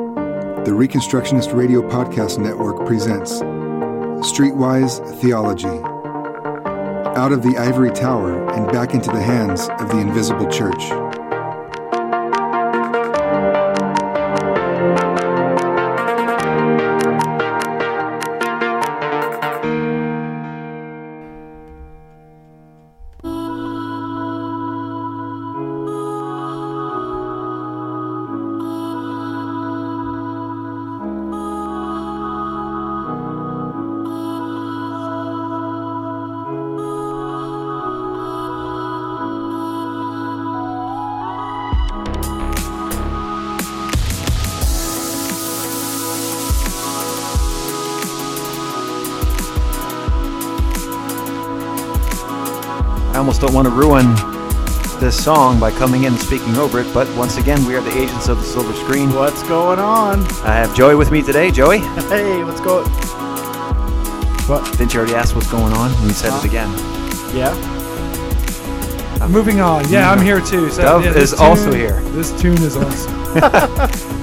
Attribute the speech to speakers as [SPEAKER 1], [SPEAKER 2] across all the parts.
[SPEAKER 1] The Reconstructionist Radio Podcast Network presents Streetwise Theology Out of the Ivory Tower and Back into the Hands of the Invisible Church.
[SPEAKER 2] I almost don't want to ruin this song by coming in and speaking over it, but once again, we are the agents of the silver screen.
[SPEAKER 3] What's going on?
[SPEAKER 2] I have Joey with me today. Joey,
[SPEAKER 3] Hey, what's going? What?
[SPEAKER 2] didn't you already ask what's going on? And he said it again.
[SPEAKER 3] Yeah.
[SPEAKER 4] Moving on. Yeah, I'm here too. So,
[SPEAKER 2] Dove
[SPEAKER 4] yeah, this
[SPEAKER 2] is also here.
[SPEAKER 4] This tune is awesome.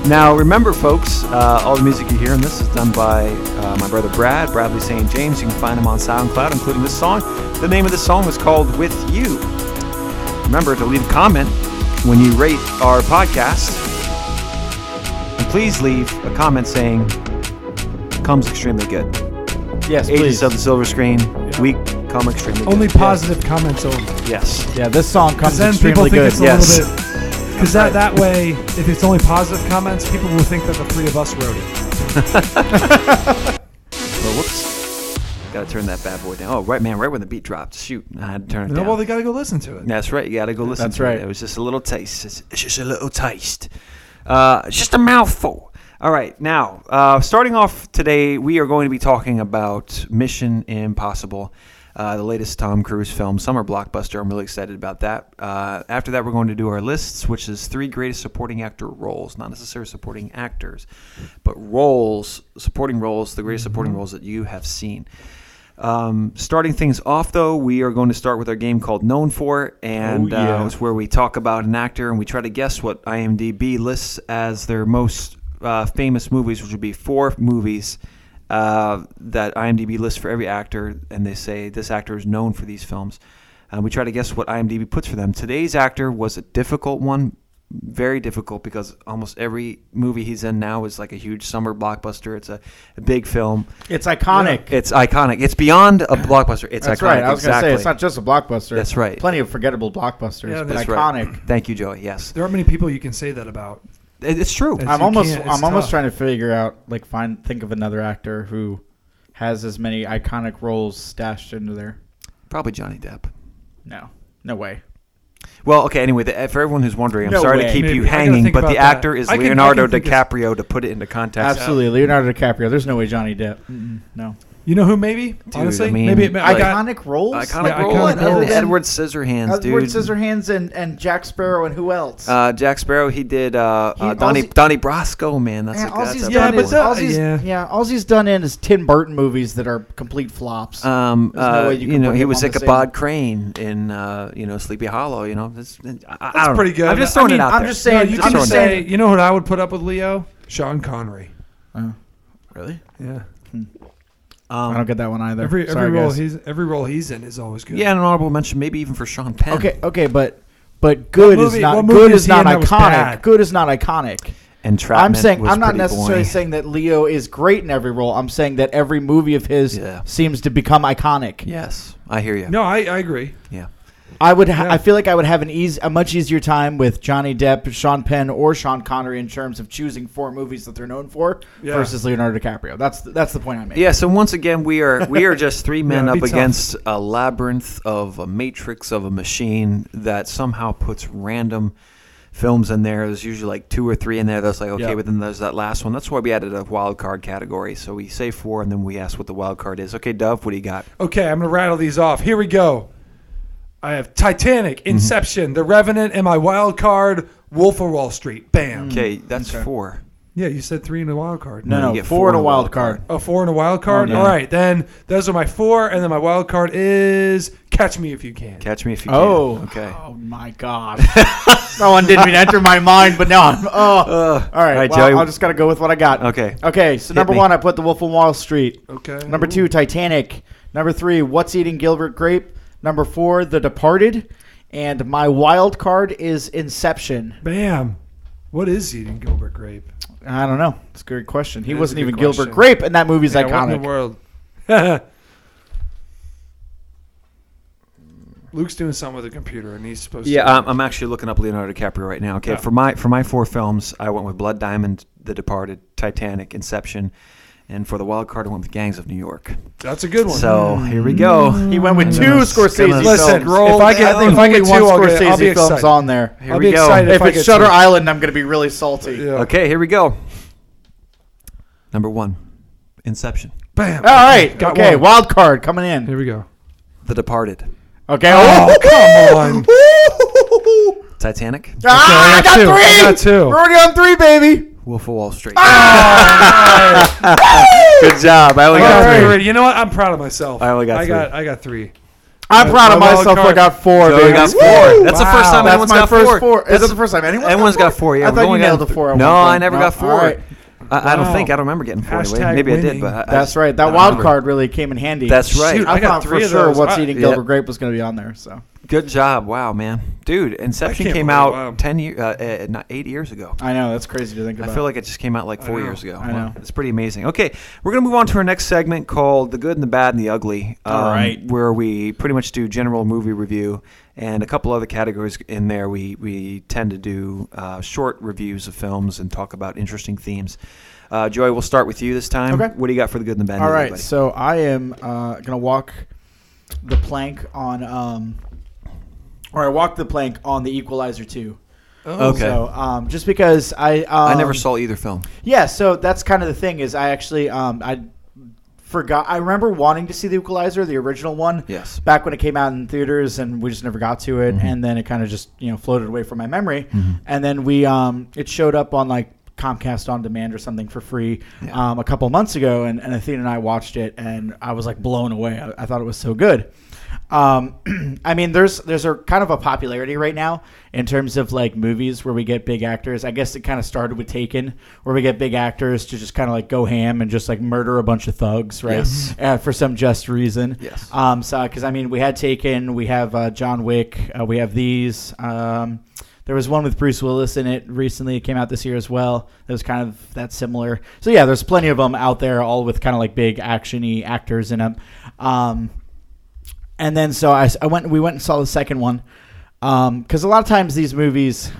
[SPEAKER 2] Now, remember, folks, uh, all the music you hear in this is done by uh, my brother Brad, Bradley St. James. You can find him on SoundCloud, including this song. The name of this song is called With You. Remember to leave a comment when you rate our podcast. And please leave a comment saying, comes extremely good.
[SPEAKER 3] Yes,
[SPEAKER 2] Agents of the Silver Screen.
[SPEAKER 4] Yeah.
[SPEAKER 2] We come extremely good.
[SPEAKER 4] Only positive comments only.
[SPEAKER 2] Yes.
[SPEAKER 3] yeah, this song comes
[SPEAKER 4] Because then people
[SPEAKER 3] extremely
[SPEAKER 4] think
[SPEAKER 3] good.
[SPEAKER 4] it's a
[SPEAKER 2] yes.
[SPEAKER 4] little bit. Because that, that way, if it's only positive comments, people will think that the three of us wrote it.
[SPEAKER 2] Well, whoops. Gotta turn that bad boy down. Oh, right, man, right when the beat dropped. Shoot, I had to turn it
[SPEAKER 4] No,
[SPEAKER 2] down.
[SPEAKER 4] well, they got to go listen to it.
[SPEAKER 2] That's right. You gotta go listen.
[SPEAKER 3] That's
[SPEAKER 2] to
[SPEAKER 3] right.
[SPEAKER 2] It. it was just a little taste. It's, it's just a little taste. Uh, it's just a mouthful. All right. Now, uh, starting off today, we are going to be talking about Mission Impossible, uh, the latest Tom Cruise film, summer blockbuster. I'm really excited about that. Uh, after that, we're going to do our lists, which is three greatest supporting actor roles, not necessarily supporting actors, but roles, supporting roles, the greatest
[SPEAKER 3] Mm-hmm.
[SPEAKER 2] supporting roles that you have seen. Um, starting things off, though, we are going to start with our game called Known For, and
[SPEAKER 3] Oh, yeah.
[SPEAKER 2] uh, it's where we talk about an actor and we try to guess what IMDb lists as their most uh, famous movies, which would be four movies uh, that IMDb lists for every actor, and they say this actor is known for these films. Uh, we try to guess what IMDb puts for them. Today's actor was a difficult one, very difficult because almost every movie he's in now is like a huge summer blockbuster. It's a, a big film.
[SPEAKER 3] It's iconic.
[SPEAKER 2] It's iconic. It's beyond a blockbuster. It's
[SPEAKER 3] That's
[SPEAKER 2] iconic.
[SPEAKER 3] right. I was
[SPEAKER 2] exactly.
[SPEAKER 3] gonna say it's not just a blockbuster.
[SPEAKER 2] That's right.
[SPEAKER 3] Plenty of forgettable blockbusters,
[SPEAKER 4] Yeah,
[SPEAKER 3] but
[SPEAKER 4] that's
[SPEAKER 3] iconic.
[SPEAKER 2] Thank you, Joey. Yes,
[SPEAKER 4] There aren't many people you can say that about.
[SPEAKER 2] It- it's true.
[SPEAKER 4] It's-
[SPEAKER 3] I'm
[SPEAKER 4] You
[SPEAKER 3] almost.
[SPEAKER 4] can't,
[SPEAKER 3] I'm
[SPEAKER 4] it's
[SPEAKER 3] almost
[SPEAKER 4] tough.
[SPEAKER 3] trying to figure out, like, find, think of another actor who has as many iconic roles stashed into there.
[SPEAKER 2] Probably Johnny Depp.
[SPEAKER 3] No, no way.
[SPEAKER 2] Well, okay. Anyway, the, for everyone who's wondering, I'm
[SPEAKER 3] No
[SPEAKER 2] sorry to
[SPEAKER 3] way.
[SPEAKER 2] keep
[SPEAKER 4] Maybe.
[SPEAKER 2] you
[SPEAKER 4] I gotta
[SPEAKER 2] hanging,
[SPEAKER 4] think
[SPEAKER 2] but
[SPEAKER 4] about
[SPEAKER 2] the
[SPEAKER 4] that.
[SPEAKER 2] actor is
[SPEAKER 4] I can- I can
[SPEAKER 2] Leonardo
[SPEAKER 4] think it's-
[SPEAKER 2] DiCaprio. To put it into context,
[SPEAKER 3] Absolutely, Leonardo DiCaprio. There's no way Johnny Depp. Mm-mm, no
[SPEAKER 4] You know who? Maybe honestly,
[SPEAKER 2] I mean,
[SPEAKER 4] maybe it, I
[SPEAKER 2] like-
[SPEAKER 4] got.
[SPEAKER 3] iconic roles.
[SPEAKER 2] iconic
[SPEAKER 4] Yeah,
[SPEAKER 2] role.
[SPEAKER 4] iconic
[SPEAKER 2] and Edward-
[SPEAKER 4] roles.
[SPEAKER 2] Edward Scissorhands,
[SPEAKER 3] Edward
[SPEAKER 2] dude.
[SPEAKER 3] Scissorhands and, and Jack Sparrow and who else?
[SPEAKER 2] Uh, Jack Sparrow. He did uh,
[SPEAKER 3] He-
[SPEAKER 2] uh, Donnie
[SPEAKER 3] all he-
[SPEAKER 2] Donnie Brasco. Man, that's
[SPEAKER 3] Yeah,
[SPEAKER 2] a,
[SPEAKER 3] all
[SPEAKER 2] that's
[SPEAKER 3] he's
[SPEAKER 2] a
[SPEAKER 4] yeah,
[SPEAKER 3] done
[SPEAKER 2] bad
[SPEAKER 4] but
[SPEAKER 2] one.
[SPEAKER 3] is,
[SPEAKER 4] that-
[SPEAKER 3] all he's,
[SPEAKER 4] yeah.
[SPEAKER 3] yeah. all he's done in is Tim Burton movies that are complete flops.
[SPEAKER 2] Um,
[SPEAKER 3] There's no
[SPEAKER 2] uh,
[SPEAKER 3] way you
[SPEAKER 2] you,
[SPEAKER 3] can
[SPEAKER 2] know,
[SPEAKER 3] put
[SPEAKER 2] he
[SPEAKER 3] him
[SPEAKER 2] was
[SPEAKER 3] on the
[SPEAKER 2] Ichabod Crane in, uh, you know, Sleepy Hollow. You know, that's, I, I don't know.
[SPEAKER 4] pretty good.
[SPEAKER 2] I'm just
[SPEAKER 4] I
[SPEAKER 2] throwing
[SPEAKER 4] mean,
[SPEAKER 2] it out
[SPEAKER 3] I'm
[SPEAKER 2] there.
[SPEAKER 3] just
[SPEAKER 4] No,
[SPEAKER 3] saying. I'm
[SPEAKER 4] you can
[SPEAKER 2] Sorry.
[SPEAKER 3] just
[SPEAKER 4] say.
[SPEAKER 3] saying.
[SPEAKER 4] You know what I would put up with Leo? Sean Connery.
[SPEAKER 3] really?
[SPEAKER 4] Yeah.
[SPEAKER 3] I
[SPEAKER 2] Um,
[SPEAKER 3] don't get that one either.
[SPEAKER 4] Every every
[SPEAKER 3] Sorry,
[SPEAKER 4] role
[SPEAKER 3] guys.
[SPEAKER 4] he's every role he's in is always good.
[SPEAKER 2] yeah, and an honorable mention, maybe even for Sean Penn.
[SPEAKER 3] Okay, okay, but but good
[SPEAKER 4] movie-
[SPEAKER 3] is
[SPEAKER 4] what
[SPEAKER 3] not
[SPEAKER 4] movie
[SPEAKER 3] good
[SPEAKER 4] is
[SPEAKER 3] is
[SPEAKER 4] he
[SPEAKER 3] not
[SPEAKER 4] in that was
[SPEAKER 3] iconic.
[SPEAKER 4] bad?
[SPEAKER 3] Good is not iconic.
[SPEAKER 2] And
[SPEAKER 3] I'm
[SPEAKER 2] Trapman
[SPEAKER 3] saying
[SPEAKER 2] was
[SPEAKER 3] I'm not
[SPEAKER 2] pretty
[SPEAKER 3] necessarily
[SPEAKER 2] boring.
[SPEAKER 3] saying that Leo is great in every role. I'm saying that every movie of his
[SPEAKER 2] Yeah.
[SPEAKER 3] seems to become iconic.
[SPEAKER 2] Yes, I hear you.
[SPEAKER 4] No, I, I agree.
[SPEAKER 2] Yeah.
[SPEAKER 3] I would. Ha-
[SPEAKER 4] Yeah.
[SPEAKER 3] I feel like I would have an easy, a much easier time with Johnny Depp, Sean Penn, or Sean Connery in terms of choosing four movies that they're known for
[SPEAKER 4] Yeah.
[SPEAKER 3] versus Leonardo DiCaprio. That's the, that's the point I'm making.
[SPEAKER 2] Yeah, so once again we are we are just three men
[SPEAKER 4] Yeah,
[SPEAKER 2] up
[SPEAKER 4] be tough.
[SPEAKER 2] against a labyrinth of a matrix of a machine that somehow puts random films in there. There's usually like two or three in there that's like okay,
[SPEAKER 3] Yeah.
[SPEAKER 2] but then there's that last one. That's why we added a wild card category. So we say four and then we ask what the wild card is. Okay, Dove, what do you got?
[SPEAKER 4] Okay, I'm gonna rattle these off. Here we go. I have Titanic,
[SPEAKER 2] Mm-hmm.
[SPEAKER 4] Inception, The Revenant, and my wild card, Wolf of Wall Street. Bam.
[SPEAKER 2] Okay, that's four.
[SPEAKER 4] Yeah, you said three and a wild card.
[SPEAKER 2] You
[SPEAKER 3] No, no,
[SPEAKER 2] get
[SPEAKER 3] four and a wild card.
[SPEAKER 4] Oh, four and a wild card. All right, then those are my four, and then my wild card is Catch me if you can.
[SPEAKER 2] Catch me if you can.
[SPEAKER 3] Oh,
[SPEAKER 2] okay.
[SPEAKER 3] Oh my God, that one didn't even enter my mind, but now I'm. Oh, all right.
[SPEAKER 2] Uh, all right,
[SPEAKER 3] well,
[SPEAKER 2] Joey.
[SPEAKER 3] I just gotta go with what I got.
[SPEAKER 2] Okay.
[SPEAKER 3] Okay. So
[SPEAKER 2] Hit
[SPEAKER 3] number
[SPEAKER 2] me.
[SPEAKER 3] one, I put The Wolf of Wall Street.
[SPEAKER 4] Okay.
[SPEAKER 3] Number two, Titanic. Number three, What's Eating Gilbert Grape. Number four, The Departed. And my wild card is Inception.
[SPEAKER 4] Bam. What is eating Gilbert Grape?
[SPEAKER 3] I don't know. It's a good question. He
[SPEAKER 4] It is
[SPEAKER 3] wasn't
[SPEAKER 4] a good
[SPEAKER 3] even Gilbert
[SPEAKER 4] question.
[SPEAKER 3] Grape, and that movie's
[SPEAKER 4] Yeah, What in the
[SPEAKER 3] iconic.
[SPEAKER 4] world? Luke's doing something with a computer, and he's supposed
[SPEAKER 2] Yeah, um,
[SPEAKER 4] to.
[SPEAKER 2] I'm, I'm actually looking up Leonardo DiCaprio right now. Okay,
[SPEAKER 4] Yeah.
[SPEAKER 2] for my for my four films, I went with Blood Diamond, The Departed, Titanic, Inception, and for the wild card, I went with Gangs of New York.
[SPEAKER 4] That's a good one.
[SPEAKER 2] So here we go.
[SPEAKER 3] He went with
[SPEAKER 4] Mm.
[SPEAKER 2] I'm
[SPEAKER 3] two
[SPEAKER 2] gonna-
[SPEAKER 3] Scorsese
[SPEAKER 2] gonna-
[SPEAKER 3] Hmm. films.
[SPEAKER 4] Listen,
[SPEAKER 3] if I get,
[SPEAKER 4] I think
[SPEAKER 3] if I
[SPEAKER 4] only
[SPEAKER 3] get two
[SPEAKER 4] one
[SPEAKER 3] Scorsese
[SPEAKER 4] Scorsese
[SPEAKER 3] films
[SPEAKER 4] films
[SPEAKER 3] on there,
[SPEAKER 2] Here
[SPEAKER 4] I'll
[SPEAKER 2] we
[SPEAKER 4] be
[SPEAKER 2] go.
[SPEAKER 4] excited
[SPEAKER 3] if,
[SPEAKER 4] if, I
[SPEAKER 3] it's
[SPEAKER 4] get
[SPEAKER 3] Shutter
[SPEAKER 4] to-
[SPEAKER 3] Island, I'm going to be really salty.
[SPEAKER 4] Yeah.
[SPEAKER 2] Okay, here we go. Number one, Inception,
[SPEAKER 4] Bam.
[SPEAKER 3] All right.
[SPEAKER 4] Got
[SPEAKER 3] okay.
[SPEAKER 4] one.
[SPEAKER 3] Wild card coming
[SPEAKER 4] Here
[SPEAKER 3] in.
[SPEAKER 4] we go.
[SPEAKER 2] The Departed,
[SPEAKER 3] Okay.
[SPEAKER 4] Oh, come on.
[SPEAKER 3] Woo!
[SPEAKER 2] Titanic,
[SPEAKER 3] Ah, I
[SPEAKER 4] got
[SPEAKER 3] got
[SPEAKER 4] two.
[SPEAKER 3] three.
[SPEAKER 4] I got two.
[SPEAKER 3] We're already on three, baby.
[SPEAKER 2] Wolf of Wall Street.
[SPEAKER 3] Ah!
[SPEAKER 4] Ah.
[SPEAKER 3] Woo!
[SPEAKER 2] Good job. I only
[SPEAKER 4] I
[SPEAKER 2] got
[SPEAKER 4] got
[SPEAKER 3] All
[SPEAKER 2] three.
[SPEAKER 3] right.
[SPEAKER 4] three. You know what? I'm proud of myself.
[SPEAKER 2] I only got
[SPEAKER 4] I
[SPEAKER 2] three.
[SPEAKER 4] got, I got three.
[SPEAKER 3] I'm proud of
[SPEAKER 4] My wild
[SPEAKER 3] myself. I
[SPEAKER 4] card.
[SPEAKER 3] got four,
[SPEAKER 2] Joey
[SPEAKER 3] baby.
[SPEAKER 2] got four.
[SPEAKER 3] Woo!
[SPEAKER 2] That's the first time
[SPEAKER 4] Wow.
[SPEAKER 2] anyone's
[SPEAKER 3] That's my
[SPEAKER 2] got
[SPEAKER 3] first
[SPEAKER 2] four.
[SPEAKER 3] four. Is
[SPEAKER 2] That's
[SPEAKER 3] that the first time anyone's got
[SPEAKER 2] Everyone's
[SPEAKER 3] four?
[SPEAKER 2] got four. Yeah,
[SPEAKER 3] I
[SPEAKER 2] we've
[SPEAKER 3] thought
[SPEAKER 2] only
[SPEAKER 3] you
[SPEAKER 2] gotten
[SPEAKER 3] nailed the
[SPEAKER 2] th-
[SPEAKER 3] four at
[SPEAKER 2] No,
[SPEAKER 3] one
[SPEAKER 2] I
[SPEAKER 3] point.
[SPEAKER 2] never
[SPEAKER 3] No,
[SPEAKER 2] got four.
[SPEAKER 3] all right.
[SPEAKER 2] I, I don't
[SPEAKER 4] Wow.
[SPEAKER 2] think. I don't remember getting four. Wait,
[SPEAKER 4] Hashtag
[SPEAKER 2] Maybe I did,
[SPEAKER 4] winning.
[SPEAKER 2] but I, I
[SPEAKER 3] That's
[SPEAKER 2] just-
[SPEAKER 3] right.
[SPEAKER 2] I
[SPEAKER 3] That
[SPEAKER 2] don't
[SPEAKER 3] wild
[SPEAKER 2] remember.
[SPEAKER 3] card really came in handy.
[SPEAKER 2] That's right.
[SPEAKER 4] Shoot,
[SPEAKER 3] I,
[SPEAKER 4] I got
[SPEAKER 3] thought
[SPEAKER 4] three
[SPEAKER 3] for
[SPEAKER 4] of
[SPEAKER 3] sure
[SPEAKER 4] those.
[SPEAKER 3] what's
[SPEAKER 4] I-
[SPEAKER 3] eating
[SPEAKER 2] Yeah.
[SPEAKER 3] Gilbert Grape was going to be on there. So
[SPEAKER 2] Good job. Wow, man. Dude, Inception
[SPEAKER 4] can't
[SPEAKER 2] came
[SPEAKER 4] believe-
[SPEAKER 2] out
[SPEAKER 4] wow.
[SPEAKER 2] 10 year, uh, uh, not 8 years ago.
[SPEAKER 3] I know that's crazy to think about.
[SPEAKER 2] I feel like it just came out like 4
[SPEAKER 4] know.
[SPEAKER 2] years ago.
[SPEAKER 3] I
[SPEAKER 2] Wow.
[SPEAKER 3] know.
[SPEAKER 2] It's pretty amazing. Okay, we're going to move on to our next segment called The Good and the Bad and the Ugly. um,
[SPEAKER 3] All right.
[SPEAKER 2] Where we pretty much do general movie review and a couple other categories in there. We, we tend to do uh, short reviews of films and talk about interesting themes. Uh, Joey, we'll start with you this time.
[SPEAKER 3] Okay.
[SPEAKER 2] What do you got for the good and the bad? and
[SPEAKER 3] All
[SPEAKER 2] the
[SPEAKER 3] right,
[SPEAKER 2] ugly?
[SPEAKER 3] so I am uh, gonna walk the plank on, um, or I walked the plank on the Equalizer two.
[SPEAKER 2] Oh. Okay.
[SPEAKER 3] So um, just because I, um,
[SPEAKER 2] I never saw either film.
[SPEAKER 3] Yeah, so that's kind of the thing is I actually um, I forgot. I remember wanting to see the Equalizer, the original one.
[SPEAKER 2] Yes.
[SPEAKER 3] Back when it came out in theaters, and we just never got to it,
[SPEAKER 2] Mm-hmm.
[SPEAKER 3] and then it kind of just you know floated away from my memory, and then we um, it showed up on like Comcast on demand or something for free
[SPEAKER 2] Yeah.
[SPEAKER 3] um, a couple months ago, and, and Athena and I watched it, and I was like blown away. I, I thought it was so good. Um, I mean, there's there's a kind of a popularity right now in terms of like movies where we get big actors. I guess it kind of started with Taken, where we get big actors to just kind of like go ham and just like murder a bunch of thugs, right?
[SPEAKER 2] Yes.
[SPEAKER 3] Uh, for some just reason.
[SPEAKER 2] Yes.
[SPEAKER 3] Um, so, because I mean, we had Taken, we have uh, John Wick, uh, we have these. Um, there was one with Bruce Willis in it recently. It came out this year as well. That was kind of that similar. So yeah, there's plenty of them out there, all with kind of like big actiony actors in them. Um, and then so I, s- I went. We went and saw the second one because a lot of times these movies.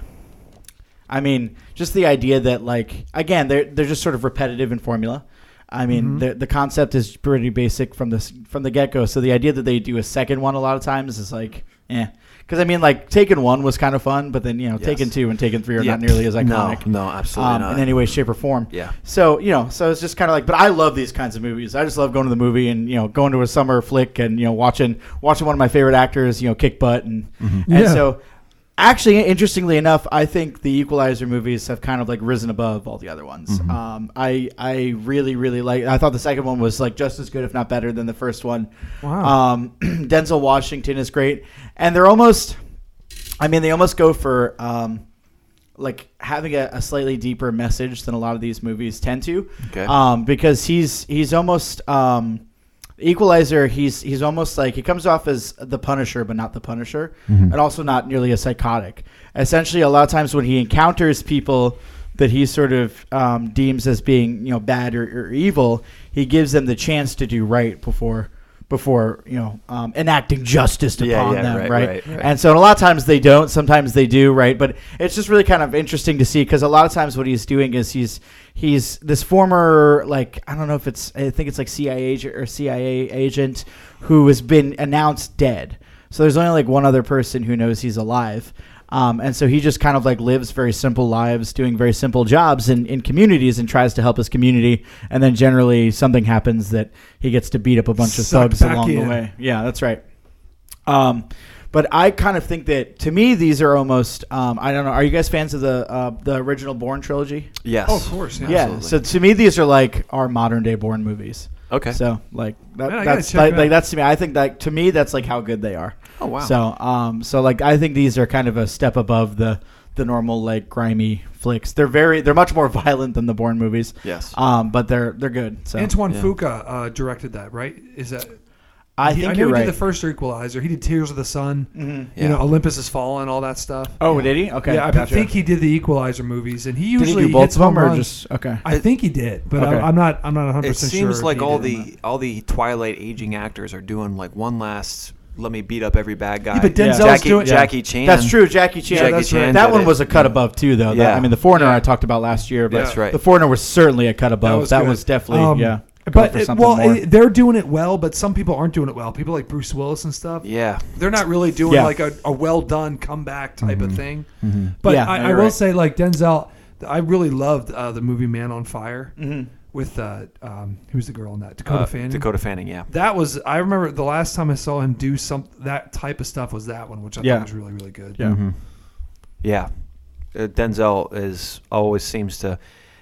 [SPEAKER 3] I mean, just the idea that like again, they're they're just sort of repetitive in formula. I mean,
[SPEAKER 2] Mm-hmm.
[SPEAKER 3] the the concept is pretty basic from this from the get go. So the idea that they do a second one a lot of times is like, eh. Because I mean, like Taken One was kind of fun, but then you know,
[SPEAKER 2] Yes.
[SPEAKER 3] Taken Two and Taken Three are
[SPEAKER 2] Yeah.
[SPEAKER 3] not nearly as
[SPEAKER 2] No,
[SPEAKER 3] iconic.
[SPEAKER 2] no, absolutely
[SPEAKER 3] um,
[SPEAKER 2] not.
[SPEAKER 3] In any way, shape, or form.
[SPEAKER 2] Yeah.
[SPEAKER 3] So you know, so it's just kind of like, but I love these kinds of movies. I just love going to the movie and you know, going to a summer flick and you know, watching watching one of my favorite actors, you know, kick butt and and
[SPEAKER 4] Yeah.
[SPEAKER 3] so. Actually, interestingly enough, I think the Equalizer movies have kind of like risen above all the other ones. Um, I I really really like. I thought the second one was like just as good, if not better, than the first one.
[SPEAKER 4] Wow.
[SPEAKER 3] Um, Denzel Washington is great, and they're almost. I mean, they almost go for um, like having a, a slightly deeper message than a lot of these movies tend to.
[SPEAKER 2] Okay.
[SPEAKER 3] Um, because he's he's almost um, Equalizer. He's he's almost like he comes off as the Punisher, but not the Punisher, and also not nearly as psychotic. Essentially, a lot of times when he encounters people that he sort of um, deems as being you know bad or, or evil, he gives them the chance to do right before before you know um, enacting justice upon
[SPEAKER 2] Yeah, yeah,
[SPEAKER 3] them,
[SPEAKER 2] right,
[SPEAKER 3] right?
[SPEAKER 2] right, right.
[SPEAKER 3] And so a lot of times they don't. Sometimes they do, right? But it's just really kind of interesting to see because a lot of times what he's doing is he's he's this former like I don't know if it's I think it's like CIA agent or CIA agent who has been announced dead. So there's only like one other person who knows he's alive. Um, and so he just kind of like lives very simple lives, doing very simple jobs in, in communities and tries to help his community. And then generally something happens that he gets to beat up a bunch of
[SPEAKER 4] Sucked
[SPEAKER 3] thugs
[SPEAKER 4] back
[SPEAKER 3] along the
[SPEAKER 4] in.
[SPEAKER 3] way. Yeah, that's right. Um, but I kind of think that to me these are almost um, I don't know. Are you guys fans of the uh, the original Born trilogy?
[SPEAKER 2] Yes.
[SPEAKER 4] Oh, of course, yeah.
[SPEAKER 3] Yeah. So to me these are like our modern day Born movies.
[SPEAKER 2] Okay.
[SPEAKER 3] So like that,
[SPEAKER 4] Man, I gotta
[SPEAKER 3] that's
[SPEAKER 4] check
[SPEAKER 3] like,
[SPEAKER 4] it
[SPEAKER 3] like
[SPEAKER 4] out.
[SPEAKER 3] that's to me. I think that to me that's like how good they are.
[SPEAKER 2] Oh, wow.
[SPEAKER 3] So um so like I think these are kind of a step above the the normal like grimy flicks. They're very they're much more violent than the Bourne movies.
[SPEAKER 2] Yes.
[SPEAKER 3] Um but they're they're good. So
[SPEAKER 4] Antoine
[SPEAKER 2] Yeah.
[SPEAKER 4] Fuqua uh, directed that, right? Is that?
[SPEAKER 3] I
[SPEAKER 4] he-
[SPEAKER 3] think
[SPEAKER 4] I know
[SPEAKER 3] you're
[SPEAKER 4] he
[SPEAKER 3] right.
[SPEAKER 4] did the first Equalizer. He did Tears of the Sun.
[SPEAKER 2] Yeah.
[SPEAKER 4] You know, Olympus Has Fallen, all that stuff.
[SPEAKER 3] oh, did he? Okay.
[SPEAKER 4] yeah, I
[SPEAKER 3] gotcha.
[SPEAKER 4] think he did the Equalizer movies, and he
[SPEAKER 3] did
[SPEAKER 4] usually
[SPEAKER 3] he do both
[SPEAKER 4] hits
[SPEAKER 3] of them
[SPEAKER 4] home
[SPEAKER 3] or
[SPEAKER 4] runs.
[SPEAKER 3] just okay.
[SPEAKER 4] I think he did, but
[SPEAKER 3] Okay.
[SPEAKER 4] I, I'm not. I'm not 100
[SPEAKER 2] It
[SPEAKER 4] percent sure.
[SPEAKER 2] seems
[SPEAKER 4] if
[SPEAKER 2] like
[SPEAKER 4] he
[SPEAKER 2] all
[SPEAKER 4] did or not.
[SPEAKER 2] the all the Twilight aging actors are doing like one last. Let me beat up every bad guy.
[SPEAKER 4] Yeah, but Denzel's
[SPEAKER 2] Jackie,
[SPEAKER 4] doing-
[SPEAKER 2] Jackie Chan.
[SPEAKER 3] That's true, Jackie Chan.
[SPEAKER 2] Jackie
[SPEAKER 3] that's
[SPEAKER 2] Chan
[SPEAKER 3] right. That
[SPEAKER 2] did
[SPEAKER 3] one
[SPEAKER 2] it. Uh, Mm.
[SPEAKER 3] was a cut above too, though. That-
[SPEAKER 2] Yeah.
[SPEAKER 3] I mean, the foreigner
[SPEAKER 4] Yeah.
[SPEAKER 3] I talked about last year, but
[SPEAKER 2] That's right.
[SPEAKER 3] the foreigner was certainly a cut above. That was,
[SPEAKER 4] was good.
[SPEAKER 3] definitely
[SPEAKER 4] Um,
[SPEAKER 3] yeah. going
[SPEAKER 4] But
[SPEAKER 3] for
[SPEAKER 4] it,
[SPEAKER 3] something
[SPEAKER 4] well,
[SPEAKER 3] more.
[SPEAKER 4] it- they're doing it well, but some people aren't doing it well. People like Bruce Willis and stuff.
[SPEAKER 2] Yeah.
[SPEAKER 4] They're not really doing
[SPEAKER 3] Yeah.
[SPEAKER 4] like a, a well done comeback type
[SPEAKER 3] Mm-hmm.
[SPEAKER 4] of thing. But
[SPEAKER 3] Yeah,
[SPEAKER 4] I,
[SPEAKER 3] no,
[SPEAKER 4] I
[SPEAKER 3] you're
[SPEAKER 4] will
[SPEAKER 3] right.
[SPEAKER 4] say, like Denzel, I really loved uh, the movie Man on Fire
[SPEAKER 3] Mm-hmm.
[SPEAKER 4] with uh, um, who's the girl in that Dakota
[SPEAKER 2] Uh,
[SPEAKER 4] Fanning.
[SPEAKER 2] Dakota Fanning. Yeah.
[SPEAKER 4] That was I remember the last time I saw him do some that type of stuff was that one, which I
[SPEAKER 3] Yeah.
[SPEAKER 4] thought was really really good.
[SPEAKER 3] yeah.
[SPEAKER 2] Mm-hmm. Yeah, uh, Denzel is always seems to.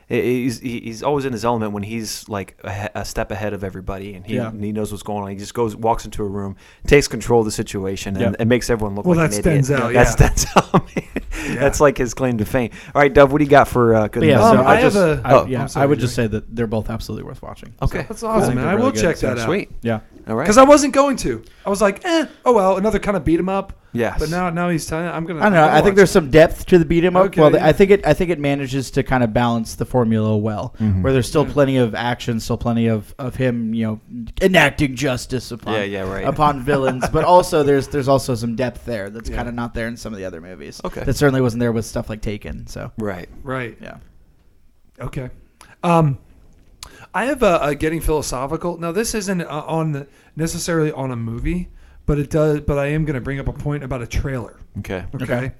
[SPEAKER 2] he- He's he- he's always in his element when he's like a, he- a step ahead of everybody, and he
[SPEAKER 3] Yeah.
[SPEAKER 2] he knows what's going on. He just goes walks into a room, takes control of the situation, and,
[SPEAKER 3] Yep.
[SPEAKER 2] and makes everyone look
[SPEAKER 4] Well,
[SPEAKER 2] like an
[SPEAKER 4] that's
[SPEAKER 2] idiot.
[SPEAKER 4] Denzel,
[SPEAKER 2] That's
[SPEAKER 4] yeah.
[SPEAKER 2] Denzel.
[SPEAKER 4] Yeah.
[SPEAKER 2] that's like his claim to fame. All right, Dove, what do you got for uh, good?
[SPEAKER 3] But yeah,
[SPEAKER 2] and
[SPEAKER 4] Um,
[SPEAKER 3] so
[SPEAKER 2] bad?
[SPEAKER 3] I,
[SPEAKER 4] I have
[SPEAKER 3] just,
[SPEAKER 4] a-
[SPEAKER 3] I-
[SPEAKER 2] oh,
[SPEAKER 3] yeah,
[SPEAKER 4] I'm sorry,
[SPEAKER 3] I would
[SPEAKER 4] Jerry.
[SPEAKER 3] just say that they're both absolutely worth watching.
[SPEAKER 2] okay,
[SPEAKER 4] That's
[SPEAKER 3] I think
[SPEAKER 4] awesome, man.
[SPEAKER 3] they're
[SPEAKER 4] I
[SPEAKER 3] really
[SPEAKER 4] will
[SPEAKER 3] good,
[SPEAKER 4] check
[SPEAKER 3] so
[SPEAKER 4] that out.
[SPEAKER 2] sweet.
[SPEAKER 3] Yeah,
[SPEAKER 2] All right,
[SPEAKER 4] Because I wasn't going to. I was like, eh, oh well, another kind of beat him up.
[SPEAKER 2] Yes.
[SPEAKER 4] But now, now he's telling. I'm gonna.
[SPEAKER 3] I don't know.
[SPEAKER 4] I'm gonna
[SPEAKER 3] I think
[SPEAKER 4] watch
[SPEAKER 3] there's some depth to the beat 'em up.
[SPEAKER 4] Okay,
[SPEAKER 3] well,
[SPEAKER 4] yeah.
[SPEAKER 3] I think it. I think it manages to kind of balance the formula well,
[SPEAKER 4] Mm-hmm.
[SPEAKER 3] where there's still plenty of action, still plenty of, of him, you know, enacting justice upon
[SPEAKER 2] Yeah, yeah, right.
[SPEAKER 3] upon villains. But also there's there's also some depth there that's
[SPEAKER 4] Yeah.
[SPEAKER 3] kind of not there in some of the other movies.
[SPEAKER 2] Okay.
[SPEAKER 3] that certainly wasn't there with stuff like Taken. So
[SPEAKER 2] right.
[SPEAKER 4] it. right.
[SPEAKER 3] yeah,
[SPEAKER 4] Okay. Um, I have a, a getting philosophical. Now, this isn't uh, on the, necessarily on a movie, but it does. But I am going to bring up a point about a trailer.
[SPEAKER 2] Okay.
[SPEAKER 4] Okay.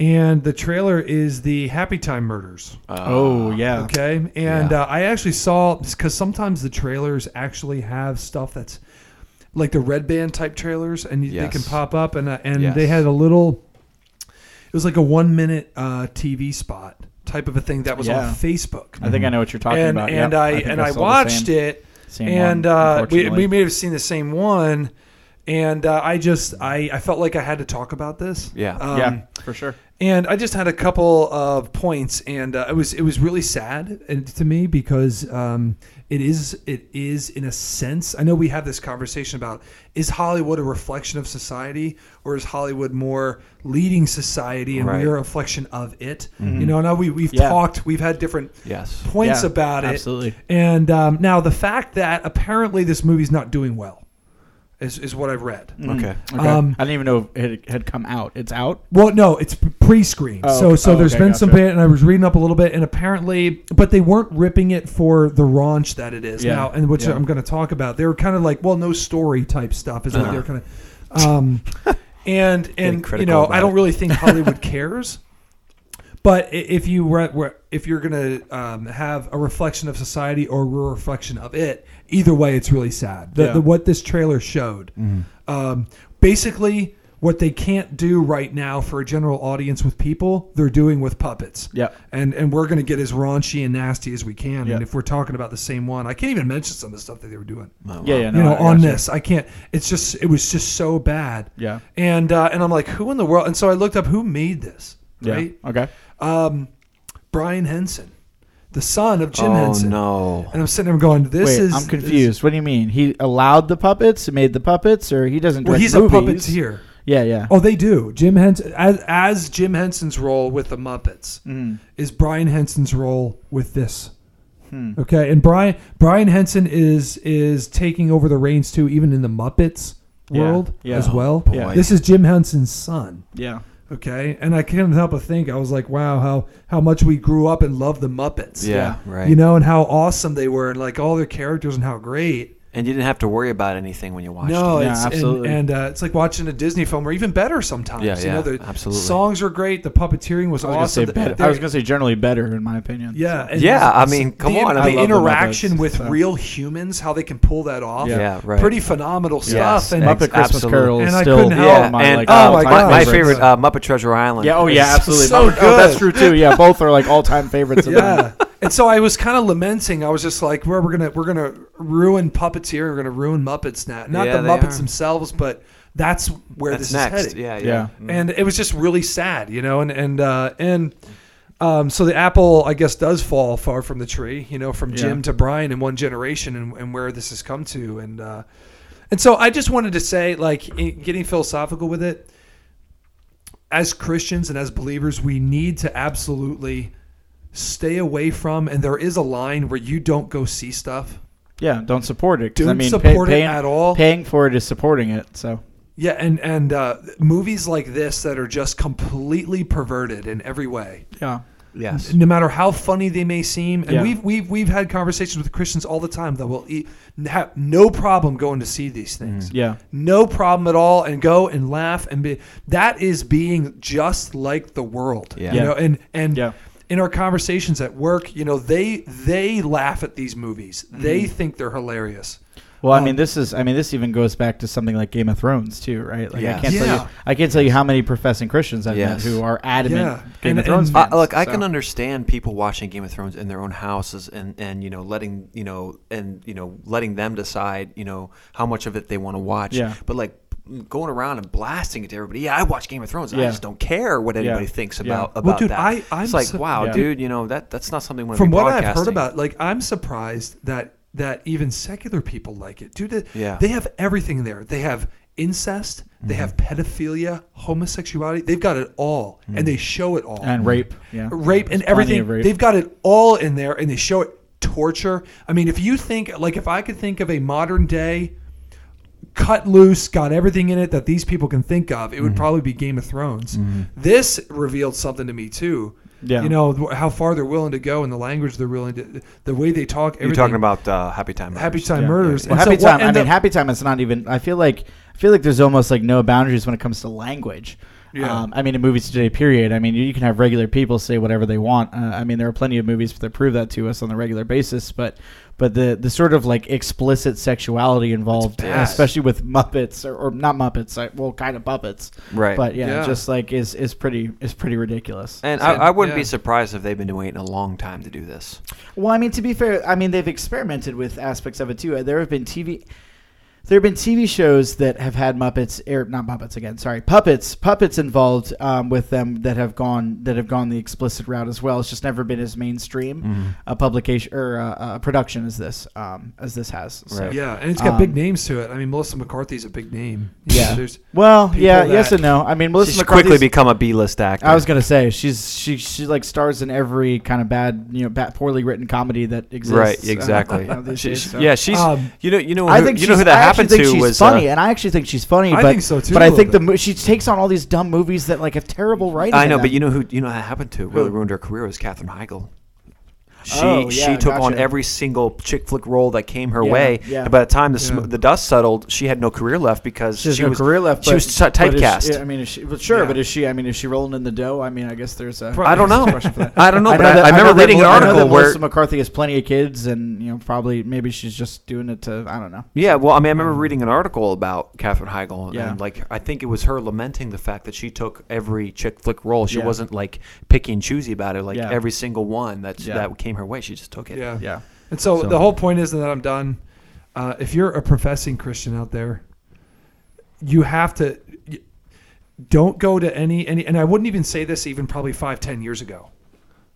[SPEAKER 4] And the trailer is the Happy Time Murders.
[SPEAKER 2] Uh,
[SPEAKER 3] oh yeah,
[SPEAKER 4] Okay. And
[SPEAKER 2] Yeah.
[SPEAKER 4] uh, I actually saw because sometimes the trailers actually have stuff that's like the red band type trailers, and you, they can
[SPEAKER 2] Yes.
[SPEAKER 4] pop up. And uh, and
[SPEAKER 2] Yes.
[SPEAKER 4] they had a little. It was like a one minute uh, TV spot type of a thing that was
[SPEAKER 3] Yeah.
[SPEAKER 4] on Facebook.
[SPEAKER 3] I think I know what you're talking
[SPEAKER 4] and,
[SPEAKER 3] about.
[SPEAKER 4] And
[SPEAKER 3] Yep,
[SPEAKER 4] I,
[SPEAKER 3] think
[SPEAKER 4] and I
[SPEAKER 3] saw the
[SPEAKER 4] watched
[SPEAKER 3] same-
[SPEAKER 4] it,
[SPEAKER 3] same
[SPEAKER 4] and
[SPEAKER 3] one,
[SPEAKER 4] uh, we,
[SPEAKER 3] unfortunately.
[SPEAKER 4] we may have seen the same one, and uh, I just I, I felt like I had to talk about this.
[SPEAKER 2] Yeah.
[SPEAKER 4] Um,
[SPEAKER 3] yeah, for sure.
[SPEAKER 4] And I just had a couple of points, and uh, it was it was really sad and- to me because um, it is it is in a sense. I know we have this conversation about is Hollywood a reflection of society, or is Hollywood more leading society and
[SPEAKER 2] Right.
[SPEAKER 4] we're a reflection of it? You know, now we we've
[SPEAKER 3] Mm-hmm. Yeah.
[SPEAKER 4] talked, we've had different
[SPEAKER 2] Yes.
[SPEAKER 4] points
[SPEAKER 3] Yeah,
[SPEAKER 4] about it.
[SPEAKER 3] absolutely.
[SPEAKER 4] And um, now the fact that apparently this movie's not doing well is, is what I've read.
[SPEAKER 3] Mm-hmm.
[SPEAKER 2] Okay.
[SPEAKER 3] Okay.
[SPEAKER 4] Um,
[SPEAKER 3] I didn't even know it had come out. It's out.
[SPEAKER 4] Well, no, it's pre-screen.
[SPEAKER 3] Oh,
[SPEAKER 4] so
[SPEAKER 3] okay.
[SPEAKER 4] so
[SPEAKER 3] Oh,
[SPEAKER 4] there's
[SPEAKER 3] okay,
[SPEAKER 4] been some
[SPEAKER 3] gotcha.
[SPEAKER 4] bit, and I was reading up a little bit, and apparently, but they weren't ripping it for the raunch that it is
[SPEAKER 3] Yeah.
[SPEAKER 4] now, and which
[SPEAKER 3] Yeah.
[SPEAKER 4] I'm going to talk about. They were kind of like, well, no story type stuff is what
[SPEAKER 2] Uh-huh.
[SPEAKER 4] they're kind of, um, and and you
[SPEAKER 2] critical
[SPEAKER 4] know,
[SPEAKER 2] about
[SPEAKER 4] I don't
[SPEAKER 2] it.
[SPEAKER 4] really think Hollywood cares. But i- if you were, were if you're gonna um, have a reflection of society or a reflection of it, either way, it's really sad. The,
[SPEAKER 3] Yeah. Mm-hmm.
[SPEAKER 4] the, what this trailer showed, um, basically, what they can't do right now for a general audience with people, they're doing with puppets.
[SPEAKER 3] Yeah.
[SPEAKER 4] and and we're gonna get as raunchy and nasty as we can.
[SPEAKER 3] Yeah.
[SPEAKER 4] And if we're talking about the same one, I can't even mention some of the stuff that they were doing.
[SPEAKER 3] Yeah, yeah, no,
[SPEAKER 4] you know,
[SPEAKER 3] I
[SPEAKER 4] on
[SPEAKER 3] gotcha.
[SPEAKER 4] this, I can't. It's just, it was just so bad.
[SPEAKER 3] Yeah.
[SPEAKER 4] and uh, and I'm like, who in the world? And so I looked up who made this.
[SPEAKER 3] Yeah.
[SPEAKER 4] Right
[SPEAKER 3] Okay.
[SPEAKER 4] um, Brian Henson, the son of Jim
[SPEAKER 2] oh
[SPEAKER 4] Henson.
[SPEAKER 2] no.
[SPEAKER 4] And I'm sitting there going, this
[SPEAKER 3] Wait,
[SPEAKER 4] is.
[SPEAKER 3] I'm confused. what do you mean? He allowed the puppets, made the puppets, or he doesn't direct
[SPEAKER 4] well, he's a
[SPEAKER 3] movies?
[SPEAKER 4] puppeteer.
[SPEAKER 3] Yeah, yeah.
[SPEAKER 4] Oh, they do. Jim Henson, as, as Jim Henson's role with the Muppets,
[SPEAKER 3] Hmm.
[SPEAKER 4] is Brian Henson's role with this.
[SPEAKER 3] Hmm.
[SPEAKER 4] Okay, and Brian Brian Henson is is taking over the reins too, even in the Muppets
[SPEAKER 3] Yeah,
[SPEAKER 4] world
[SPEAKER 3] yeah.
[SPEAKER 4] as well.
[SPEAKER 2] Oh, boy.
[SPEAKER 4] This is Jim Henson's son.
[SPEAKER 3] Yeah.
[SPEAKER 4] Okay, and I couldn't help but think I was like, wow, how how much we grew up and loved the Muppets.
[SPEAKER 2] Yeah, Right.
[SPEAKER 4] you know, and how awesome they were, and like all their characters and how great.
[SPEAKER 2] and you didn't have to worry about anything when you watched. it.
[SPEAKER 4] No,
[SPEAKER 3] it. Yeah,
[SPEAKER 4] it's,
[SPEAKER 3] absolutely.
[SPEAKER 4] And, and uh, it's like watching a Disney film, or even better sometimes.
[SPEAKER 2] Yeah,
[SPEAKER 4] you
[SPEAKER 2] yeah,
[SPEAKER 4] know, the
[SPEAKER 2] absolutely.
[SPEAKER 4] Songs were great. The puppeteering was,
[SPEAKER 3] I was
[SPEAKER 4] awesome.
[SPEAKER 3] gonna say
[SPEAKER 4] The-
[SPEAKER 3] better. I was gonna say generally better in my opinion.
[SPEAKER 4] yeah, and
[SPEAKER 2] Yeah, I
[SPEAKER 4] the-
[SPEAKER 2] mean, come
[SPEAKER 4] the,
[SPEAKER 2] on, I love
[SPEAKER 4] The
[SPEAKER 3] the
[SPEAKER 4] interaction
[SPEAKER 3] Muppets,
[SPEAKER 4] with
[SPEAKER 3] so.
[SPEAKER 4] real humans, how they can pull that off.
[SPEAKER 3] Yeah.
[SPEAKER 2] Yeah, right.
[SPEAKER 4] Pretty phenomenal
[SPEAKER 2] Yes,
[SPEAKER 4] stuff. And
[SPEAKER 2] ex-
[SPEAKER 3] Muppet Christmas
[SPEAKER 2] absolutely.
[SPEAKER 3] Carol is
[SPEAKER 4] And I
[SPEAKER 3] still
[SPEAKER 4] couldn't help-
[SPEAKER 2] Yeah,
[SPEAKER 3] my
[SPEAKER 2] and
[SPEAKER 3] like
[SPEAKER 2] oh
[SPEAKER 3] all
[SPEAKER 2] my
[SPEAKER 3] time
[SPEAKER 2] god, my
[SPEAKER 3] favorites.
[SPEAKER 2] favorite uh, Muppet Treasure Island.
[SPEAKER 3] Yeah, oh yeah,
[SPEAKER 2] is
[SPEAKER 3] absolutely.
[SPEAKER 4] so
[SPEAKER 3] Oh, that's
[SPEAKER 4] good.
[SPEAKER 3] true too. Yeah, both are like all time favorites of mine.
[SPEAKER 4] yeah. and so I was kind of lamenting. I was just like, "We're we're gonna we're gonna ruin puppeteer. We're gonna ruin Muppets now. Not
[SPEAKER 2] Yeah,
[SPEAKER 4] the
[SPEAKER 2] they
[SPEAKER 4] Muppets
[SPEAKER 2] are.
[SPEAKER 4] themselves, but that's where
[SPEAKER 2] That's
[SPEAKER 4] this is
[SPEAKER 2] next.
[SPEAKER 4] headed."
[SPEAKER 2] Yeah, yeah.
[SPEAKER 3] Yeah.
[SPEAKER 2] Mm.
[SPEAKER 4] Mm-hmm. and it was just really sad, you know. And and uh, and um, so the apple, I guess, does fall far from the tree, you know, from Jim
[SPEAKER 3] Yeah.
[SPEAKER 4] to Brian in one generation, and, and where this has come to, and uh, and so I just wanted to say, like, in, getting philosophical with it. As Christians and as believers, we need to absolutely stay away from, and there is a line where you don't go see stuff.
[SPEAKER 3] Yeah, don't support it. 'cause, I
[SPEAKER 4] Don't
[SPEAKER 3] mean, pay,
[SPEAKER 4] support it
[SPEAKER 3] paying,
[SPEAKER 4] at all.
[SPEAKER 3] Paying for it is supporting it. So
[SPEAKER 4] Yeah, and and uh, movies like this that are just completely perverted in every way.
[SPEAKER 3] yeah,
[SPEAKER 2] Yes.
[SPEAKER 4] no matter how funny they may seem, and
[SPEAKER 3] Yeah.
[SPEAKER 4] we've we've we've had conversations with Christians all the time that will e- have no problem going to see these things,
[SPEAKER 3] yeah,
[SPEAKER 4] no problem at all, and go and laugh and be. That is being just like the world,
[SPEAKER 2] Yeah.
[SPEAKER 4] you
[SPEAKER 2] Yeah.
[SPEAKER 4] know, and and.
[SPEAKER 3] Yeah.
[SPEAKER 4] In our conversations at work, you know, they they laugh at these movies. They think they're hilarious.
[SPEAKER 3] Well, I mean, this is. I mean, this even goes back to something like Game of Thrones too, right? Like,
[SPEAKER 2] Yes.
[SPEAKER 3] I can't tell
[SPEAKER 4] Yeah.
[SPEAKER 3] you. I can't tell you how many professing Christians I've
[SPEAKER 2] Yes.
[SPEAKER 3] met who are adamant
[SPEAKER 4] Yeah.
[SPEAKER 3] Game
[SPEAKER 4] And-
[SPEAKER 3] of Thrones
[SPEAKER 4] and-
[SPEAKER 2] Uh,
[SPEAKER 3] fans.
[SPEAKER 2] look, I can
[SPEAKER 3] so.
[SPEAKER 2] understand people watching Game of Thrones in their own houses, and and you know letting you know and you know letting them decide you know how much of it they want to watch.
[SPEAKER 3] Yeah.
[SPEAKER 2] But like going around and blasting it to everybody, yeah, I watch Game of Thrones. and I
[SPEAKER 3] Yeah.
[SPEAKER 2] just don't care what anybody thinks
[SPEAKER 3] Yeah.
[SPEAKER 2] about
[SPEAKER 4] Well,
[SPEAKER 2] about
[SPEAKER 4] dude,
[SPEAKER 2] that.
[SPEAKER 4] I- I'm
[SPEAKER 2] it's like
[SPEAKER 4] so-
[SPEAKER 2] wow,
[SPEAKER 3] Yeah.
[SPEAKER 2] dude, you know that that's not something we
[SPEAKER 4] From what I've heard about, like I'm surprised that that even secular people like it. Dude, they-
[SPEAKER 2] Yeah. Mm-hmm.
[SPEAKER 4] they have everything there. They have incest, they have pedophilia, homosexuality. They've got it all,
[SPEAKER 2] Mm.
[SPEAKER 4] and they show it all.
[SPEAKER 3] and rape. Yeah,
[SPEAKER 4] rape and
[SPEAKER 3] There's plenty
[SPEAKER 4] everything.
[SPEAKER 3] of rape.
[SPEAKER 4] They've got it all in there, and they show it torture. I mean, if you think like if I could think of a modern day cut loose, got everything in it that these people can think of,
[SPEAKER 3] Mm-hmm.
[SPEAKER 4] it would probably be Game of Thrones. This revealed something to me too.
[SPEAKER 3] Yeah.
[SPEAKER 4] you know th- how far they're willing to go and the language they're willing to, the way they talk.
[SPEAKER 2] You're
[SPEAKER 4] Everything.
[SPEAKER 2] talking about uh, Happy Time.
[SPEAKER 4] Happy
[SPEAKER 2] Murders.
[SPEAKER 4] Time
[SPEAKER 3] Yeah.
[SPEAKER 4] Murders.
[SPEAKER 3] Well,
[SPEAKER 4] And so
[SPEAKER 3] happy
[SPEAKER 4] what
[SPEAKER 3] time. I
[SPEAKER 4] end
[SPEAKER 3] mean,
[SPEAKER 4] up-
[SPEAKER 3] happy time. It's not even. I feel like I feel like there's almost like no boundaries when it comes to language.
[SPEAKER 4] Yeah.
[SPEAKER 3] Um, I mean, in movies today, period. I mean, you, you can have regular people say whatever they want. Uh, I mean, there are plenty of movies that prove that to us on a regular basis. But but the the sort of like explicit sexuality involved,
[SPEAKER 4] bad.
[SPEAKER 3] especially with Muppets or, or not Muppets, like, well, kind of puppets.
[SPEAKER 2] Right.
[SPEAKER 3] But yeah,
[SPEAKER 4] Yeah.
[SPEAKER 3] just like is is pretty is pretty ridiculous.
[SPEAKER 2] And I, I wouldn't
[SPEAKER 4] yeah.
[SPEAKER 2] be surprised if they've been waiting a long time to do this.
[SPEAKER 3] Well, I mean, to be fair, I mean they've experimented with aspects of it too. There have been TV, there have been TV shows that have had Muppets, or not Muppets again, sorry, puppets, puppets involved um, with them that have gone that have gone the explicit route as well. It's just never been as mainstream
[SPEAKER 2] Mm-hmm.
[SPEAKER 3] a publication or a, a production as this um, as this has. So.
[SPEAKER 2] Right.
[SPEAKER 4] Yeah, and it's got
[SPEAKER 3] Um,
[SPEAKER 4] big names to it. I mean, Melissa McCarthy's a big name. You know,
[SPEAKER 3] Yeah.
[SPEAKER 4] there's
[SPEAKER 3] Well,
[SPEAKER 4] People
[SPEAKER 3] yeah,
[SPEAKER 4] that-
[SPEAKER 3] yes and no. I mean, Melissa
[SPEAKER 2] She's
[SPEAKER 3] McCarthy's-
[SPEAKER 2] quickly become a B-list actor.
[SPEAKER 3] I was gonna say she's she she like stars in every kind of bad you know bad, poorly written comedy that exists.
[SPEAKER 2] Right,
[SPEAKER 3] uh,
[SPEAKER 2] exactly.
[SPEAKER 3] you know, these
[SPEAKER 2] She-
[SPEAKER 3] days,
[SPEAKER 2] she-
[SPEAKER 3] so.
[SPEAKER 2] Yeah, she's.
[SPEAKER 4] Um,
[SPEAKER 2] you know, you know, who,
[SPEAKER 3] I think
[SPEAKER 2] you know
[SPEAKER 3] she's-
[SPEAKER 2] who that
[SPEAKER 3] I actually
[SPEAKER 2] happened
[SPEAKER 3] think
[SPEAKER 2] to
[SPEAKER 3] she's
[SPEAKER 2] was
[SPEAKER 3] funny,
[SPEAKER 2] uh,
[SPEAKER 3] and I actually think she's funny.
[SPEAKER 4] I
[SPEAKER 3] but,
[SPEAKER 4] think so, too,
[SPEAKER 3] But
[SPEAKER 4] a
[SPEAKER 3] I
[SPEAKER 4] little
[SPEAKER 3] think the
[SPEAKER 4] bit.
[SPEAKER 3] mo- she takes on all these dumb movies that like have terrible writing.
[SPEAKER 2] I
[SPEAKER 3] in
[SPEAKER 2] know,
[SPEAKER 3] them.
[SPEAKER 2] but you know who you know who that happened to really
[SPEAKER 3] Who?
[SPEAKER 2] ruined her career was Katherine Heigl. She
[SPEAKER 3] Oh,
[SPEAKER 2] she
[SPEAKER 3] yeah,
[SPEAKER 2] took on
[SPEAKER 3] gotcha.
[SPEAKER 2] every single chick flick role that came her
[SPEAKER 3] Yeah,
[SPEAKER 2] way,
[SPEAKER 3] yeah.
[SPEAKER 2] and by the time the sm-
[SPEAKER 4] Yeah.
[SPEAKER 2] the dust settled, she had no career left because
[SPEAKER 3] she has
[SPEAKER 2] she
[SPEAKER 3] no
[SPEAKER 2] was
[SPEAKER 3] career left.
[SPEAKER 2] She
[SPEAKER 3] but,
[SPEAKER 2] was t-
[SPEAKER 3] but is-
[SPEAKER 2] typecast.
[SPEAKER 3] I mean, is she, but sure,
[SPEAKER 4] Yeah.
[SPEAKER 3] but is she? I mean, is she rolling in the dough? I mean, I guess there's a.
[SPEAKER 2] I don't know.
[SPEAKER 3] expression for that.
[SPEAKER 2] I don't know, but I,
[SPEAKER 3] that-
[SPEAKER 2] I remember
[SPEAKER 3] know that
[SPEAKER 2] reading an
[SPEAKER 3] Mel- I know
[SPEAKER 2] article
[SPEAKER 3] that
[SPEAKER 2] where
[SPEAKER 3] Melissa McCarthy has plenty of kids, and you know, probably maybe she's just doing it to I don't know.
[SPEAKER 2] Yeah, well, I mean, I remember reading an article about Katherine Heigl,
[SPEAKER 3] Yeah.
[SPEAKER 2] and like, I think it was her lamenting the fact that she took every chick flick role. She
[SPEAKER 3] Yeah.
[SPEAKER 2] wasn't like picky and choosy about it. Like
[SPEAKER 3] Yeah.
[SPEAKER 2] every single one that
[SPEAKER 3] Yeah.
[SPEAKER 2] that came her way, she just took it.
[SPEAKER 4] yeah.
[SPEAKER 3] Yeah.
[SPEAKER 4] And so,
[SPEAKER 2] So-
[SPEAKER 4] the whole point is that I'm done. Uh, if you're a professing Christian out there, you have to y- don't go to any any. And I wouldn't even say this even probably five ten years ago,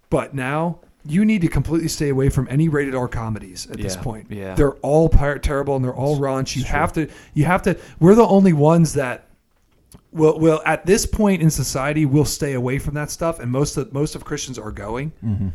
[SPEAKER 4] but now you need to completely stay away from any rated R comedies at this
[SPEAKER 2] Yeah,
[SPEAKER 4] point.
[SPEAKER 2] yeah.
[SPEAKER 4] they're all pir- terrible and they're all raunch. You have to you have to. We're the only ones that will will at this point in society will stay away from that stuff, and most of most of Christians are going
[SPEAKER 2] Mm-hmm.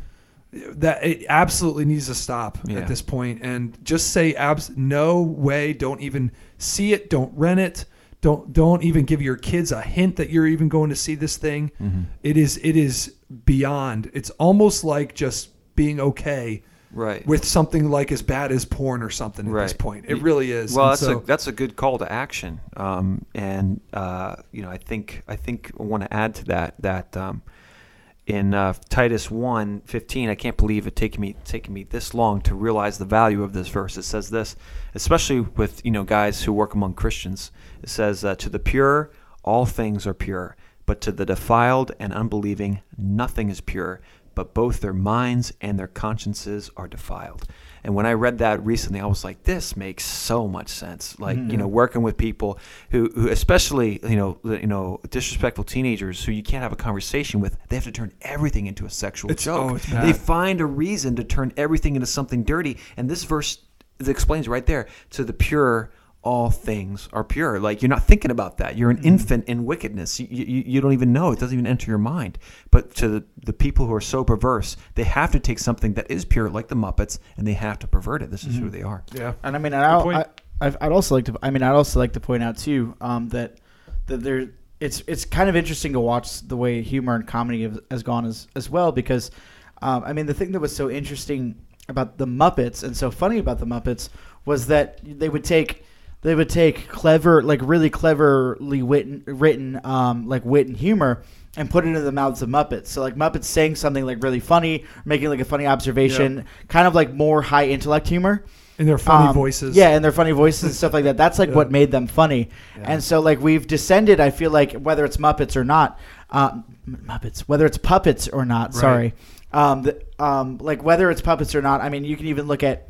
[SPEAKER 4] that it absolutely needs to stop
[SPEAKER 2] Yeah.
[SPEAKER 4] at this point and just say abs no way don't even see it don't rent it don't don't even give your kids a hint that you're even going to see this thing
[SPEAKER 2] Mm-hmm.
[SPEAKER 4] It is it is beyond it's almost like just being okay
[SPEAKER 2] Right.
[SPEAKER 4] with something like as bad as porn or something at this
[SPEAKER 2] Right.
[SPEAKER 4] point it really is
[SPEAKER 2] Well,
[SPEAKER 4] And
[SPEAKER 2] that's
[SPEAKER 4] so-
[SPEAKER 2] a that's a good call to action, um, and uh, you know I think I think I want to add to that that um, in uh, Titus 1, 15, I can't believe it taking me taking me this long to realize the value of this verse. It says this, especially with you know guys who work among Christians. It says uh, to the pure all things are pure, but to the defiled and unbelieving nothing is pure. but both their minds and their consciences are defiled. And when I read that recently, I was like, this makes so much sense. Like, you
[SPEAKER 4] Mm-hmm.
[SPEAKER 2] know, working with people who, who especially, you know, the- you know, disrespectful teenagers who you can't have a conversation with, they have to turn everything into a sexual
[SPEAKER 4] It's-
[SPEAKER 2] joke.
[SPEAKER 4] oh, it's
[SPEAKER 2] They
[SPEAKER 4] bad.
[SPEAKER 2] find a reason to turn everything into something dirty. And this verse that explains right there to the pure, all things are pure. Like you're not thinking about that. You're an infant in wickedness. You, you, you don't even know. It doesn't even enter your mind. But to the, the people who are so perverse, they have to take something that is pure, like the Muppets, and they have to pervert it. This is who they are.
[SPEAKER 4] Yeah.
[SPEAKER 3] And I mean, and I'll,
[SPEAKER 4] point.
[SPEAKER 3] I, I've- I'd also like to. I mean, I'd also like to point out too um, that that there. It's it's kind of interesting to watch the way humor and comedy have, has gone as as well because, um, I mean, the thing that was so interesting about the Muppets and so funny about the Muppets was that they would take. They would take clever, like really cleverly written, written um, like wit and humor, and put it into the mouths of Muppets. So like Muppets saying something like really funny, making like a funny observation, kind of like more high intellect humor.
[SPEAKER 4] And their funny
[SPEAKER 3] Um,
[SPEAKER 4] voices.
[SPEAKER 3] Yeah, and their funny voices and stuff like that. That's like what made them funny. And so like we've descended. I feel like whether it's Muppets or not, uh, M- Muppets. Whether it's puppets or not. Sorry. Um, the, um, like whether it's puppets or not. I mean, you can even look at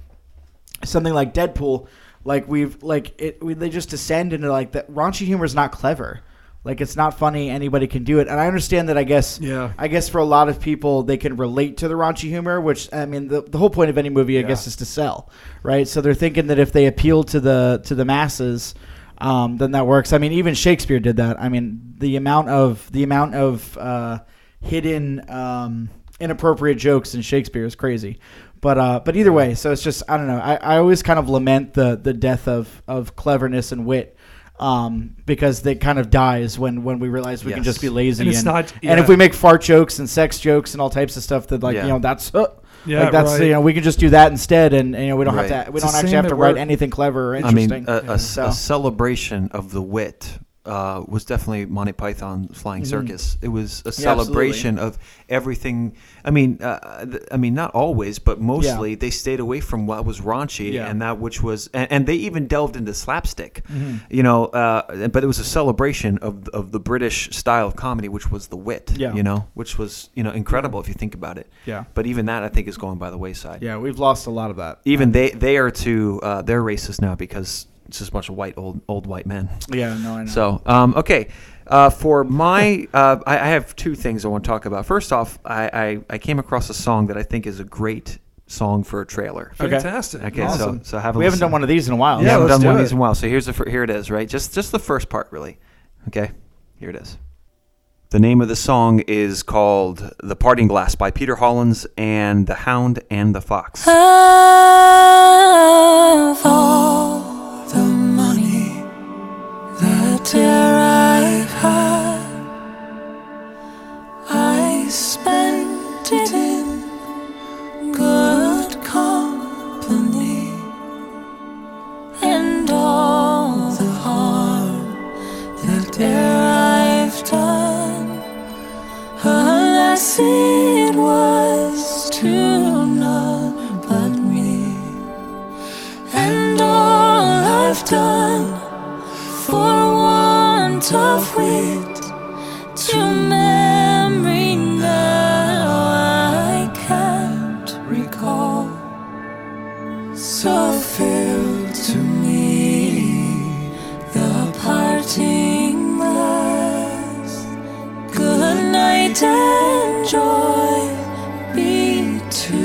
[SPEAKER 3] something like Deadpool. Like we've like it. We, they just descend into like that. Raunchy humor is not clever. Like it's not funny. Anybody can do it. And I understand that. I guess.
[SPEAKER 4] Yeah.
[SPEAKER 3] I guess for a lot of people, they can relate to the raunchy humor, which I mean, the, the whole point of any movie, I guess, is to sell, right? So they're thinking that if they appeal to the to the masses, um, then that works. I mean, even Shakespeare did that. I mean, the amount of the amount of uh, hidden um, inappropriate jokes in Shakespeare is crazy. But uh, but either way, so it's just I don't know. I, I always kind of lament the the death of of cleverness and wit. Um, because they kind of dies when when we realize we can
[SPEAKER 2] Yes.
[SPEAKER 3] just be lazy
[SPEAKER 4] And it's not-
[SPEAKER 3] and if
[SPEAKER 4] yeah.
[SPEAKER 3] we make fart jokes and sex jokes and all types of stuff that like
[SPEAKER 2] Yeah.
[SPEAKER 3] you know that's uh,
[SPEAKER 4] Yeah,
[SPEAKER 3] like that's
[SPEAKER 4] right.
[SPEAKER 3] you know we can just do that instead and, and, you know we don't have
[SPEAKER 2] Right.
[SPEAKER 3] to we
[SPEAKER 4] It's
[SPEAKER 3] don't
[SPEAKER 4] the
[SPEAKER 3] actually
[SPEAKER 4] same
[SPEAKER 3] have to
[SPEAKER 4] at
[SPEAKER 3] write
[SPEAKER 4] work.
[SPEAKER 3] anything clever or
[SPEAKER 2] I mean, uh,
[SPEAKER 3] interesting.
[SPEAKER 2] a, a s-
[SPEAKER 3] so.
[SPEAKER 2] a celebration of the wit uh, was definitely Monty Python's Flying
[SPEAKER 3] Mm-hmm.
[SPEAKER 2] Circus. It was a celebration of everything. I mean, uh, th- I mean, not always, but mostly they stayed away from what was raunchy
[SPEAKER 3] Yeah.
[SPEAKER 2] and that which was, and, and they even delved into slapstick.
[SPEAKER 3] Mm-hmm.
[SPEAKER 2] You know, uh, but it was a celebration of of the British style of comedy, which was the wit.
[SPEAKER 3] Yeah.
[SPEAKER 2] You know, which was you know incredible if you think about it.
[SPEAKER 3] Yeah.
[SPEAKER 2] But even that, I think, is going by the wayside
[SPEAKER 3] yeah, we've lost a lot of that.
[SPEAKER 2] even they they are too uh, they're racist now because it's just a bunch of white old old white men.
[SPEAKER 3] Yeah, no, I know.
[SPEAKER 2] So um, okay, uh, for my uh, I, I have two things I want to talk about. First off, I, I I came across a song that I think is a great song for a trailer.
[SPEAKER 3] Okay.
[SPEAKER 4] Fantastic.
[SPEAKER 2] Okay,
[SPEAKER 3] Awesome.
[SPEAKER 2] so so have a
[SPEAKER 3] we haven't done one of these in a while.
[SPEAKER 2] yeah,
[SPEAKER 4] Yeah,
[SPEAKER 2] we haven't
[SPEAKER 4] let's
[SPEAKER 2] done
[SPEAKER 4] do
[SPEAKER 2] one of
[SPEAKER 4] it.
[SPEAKER 2] these in a while. So here's the fir- here it is right just just the first part really. Okay, here it is. The name of the song is called "The Parting Glass" by Peter Hollins and the Hound and the Fox.
[SPEAKER 5] Of all the money that e'er I've had, I spent it in good company, and all the harm that e'er I've done, alas, it was to none but me and all I've done for want of wit to memory now I can't recall. So fill to me the parting glass. Good night and joy be to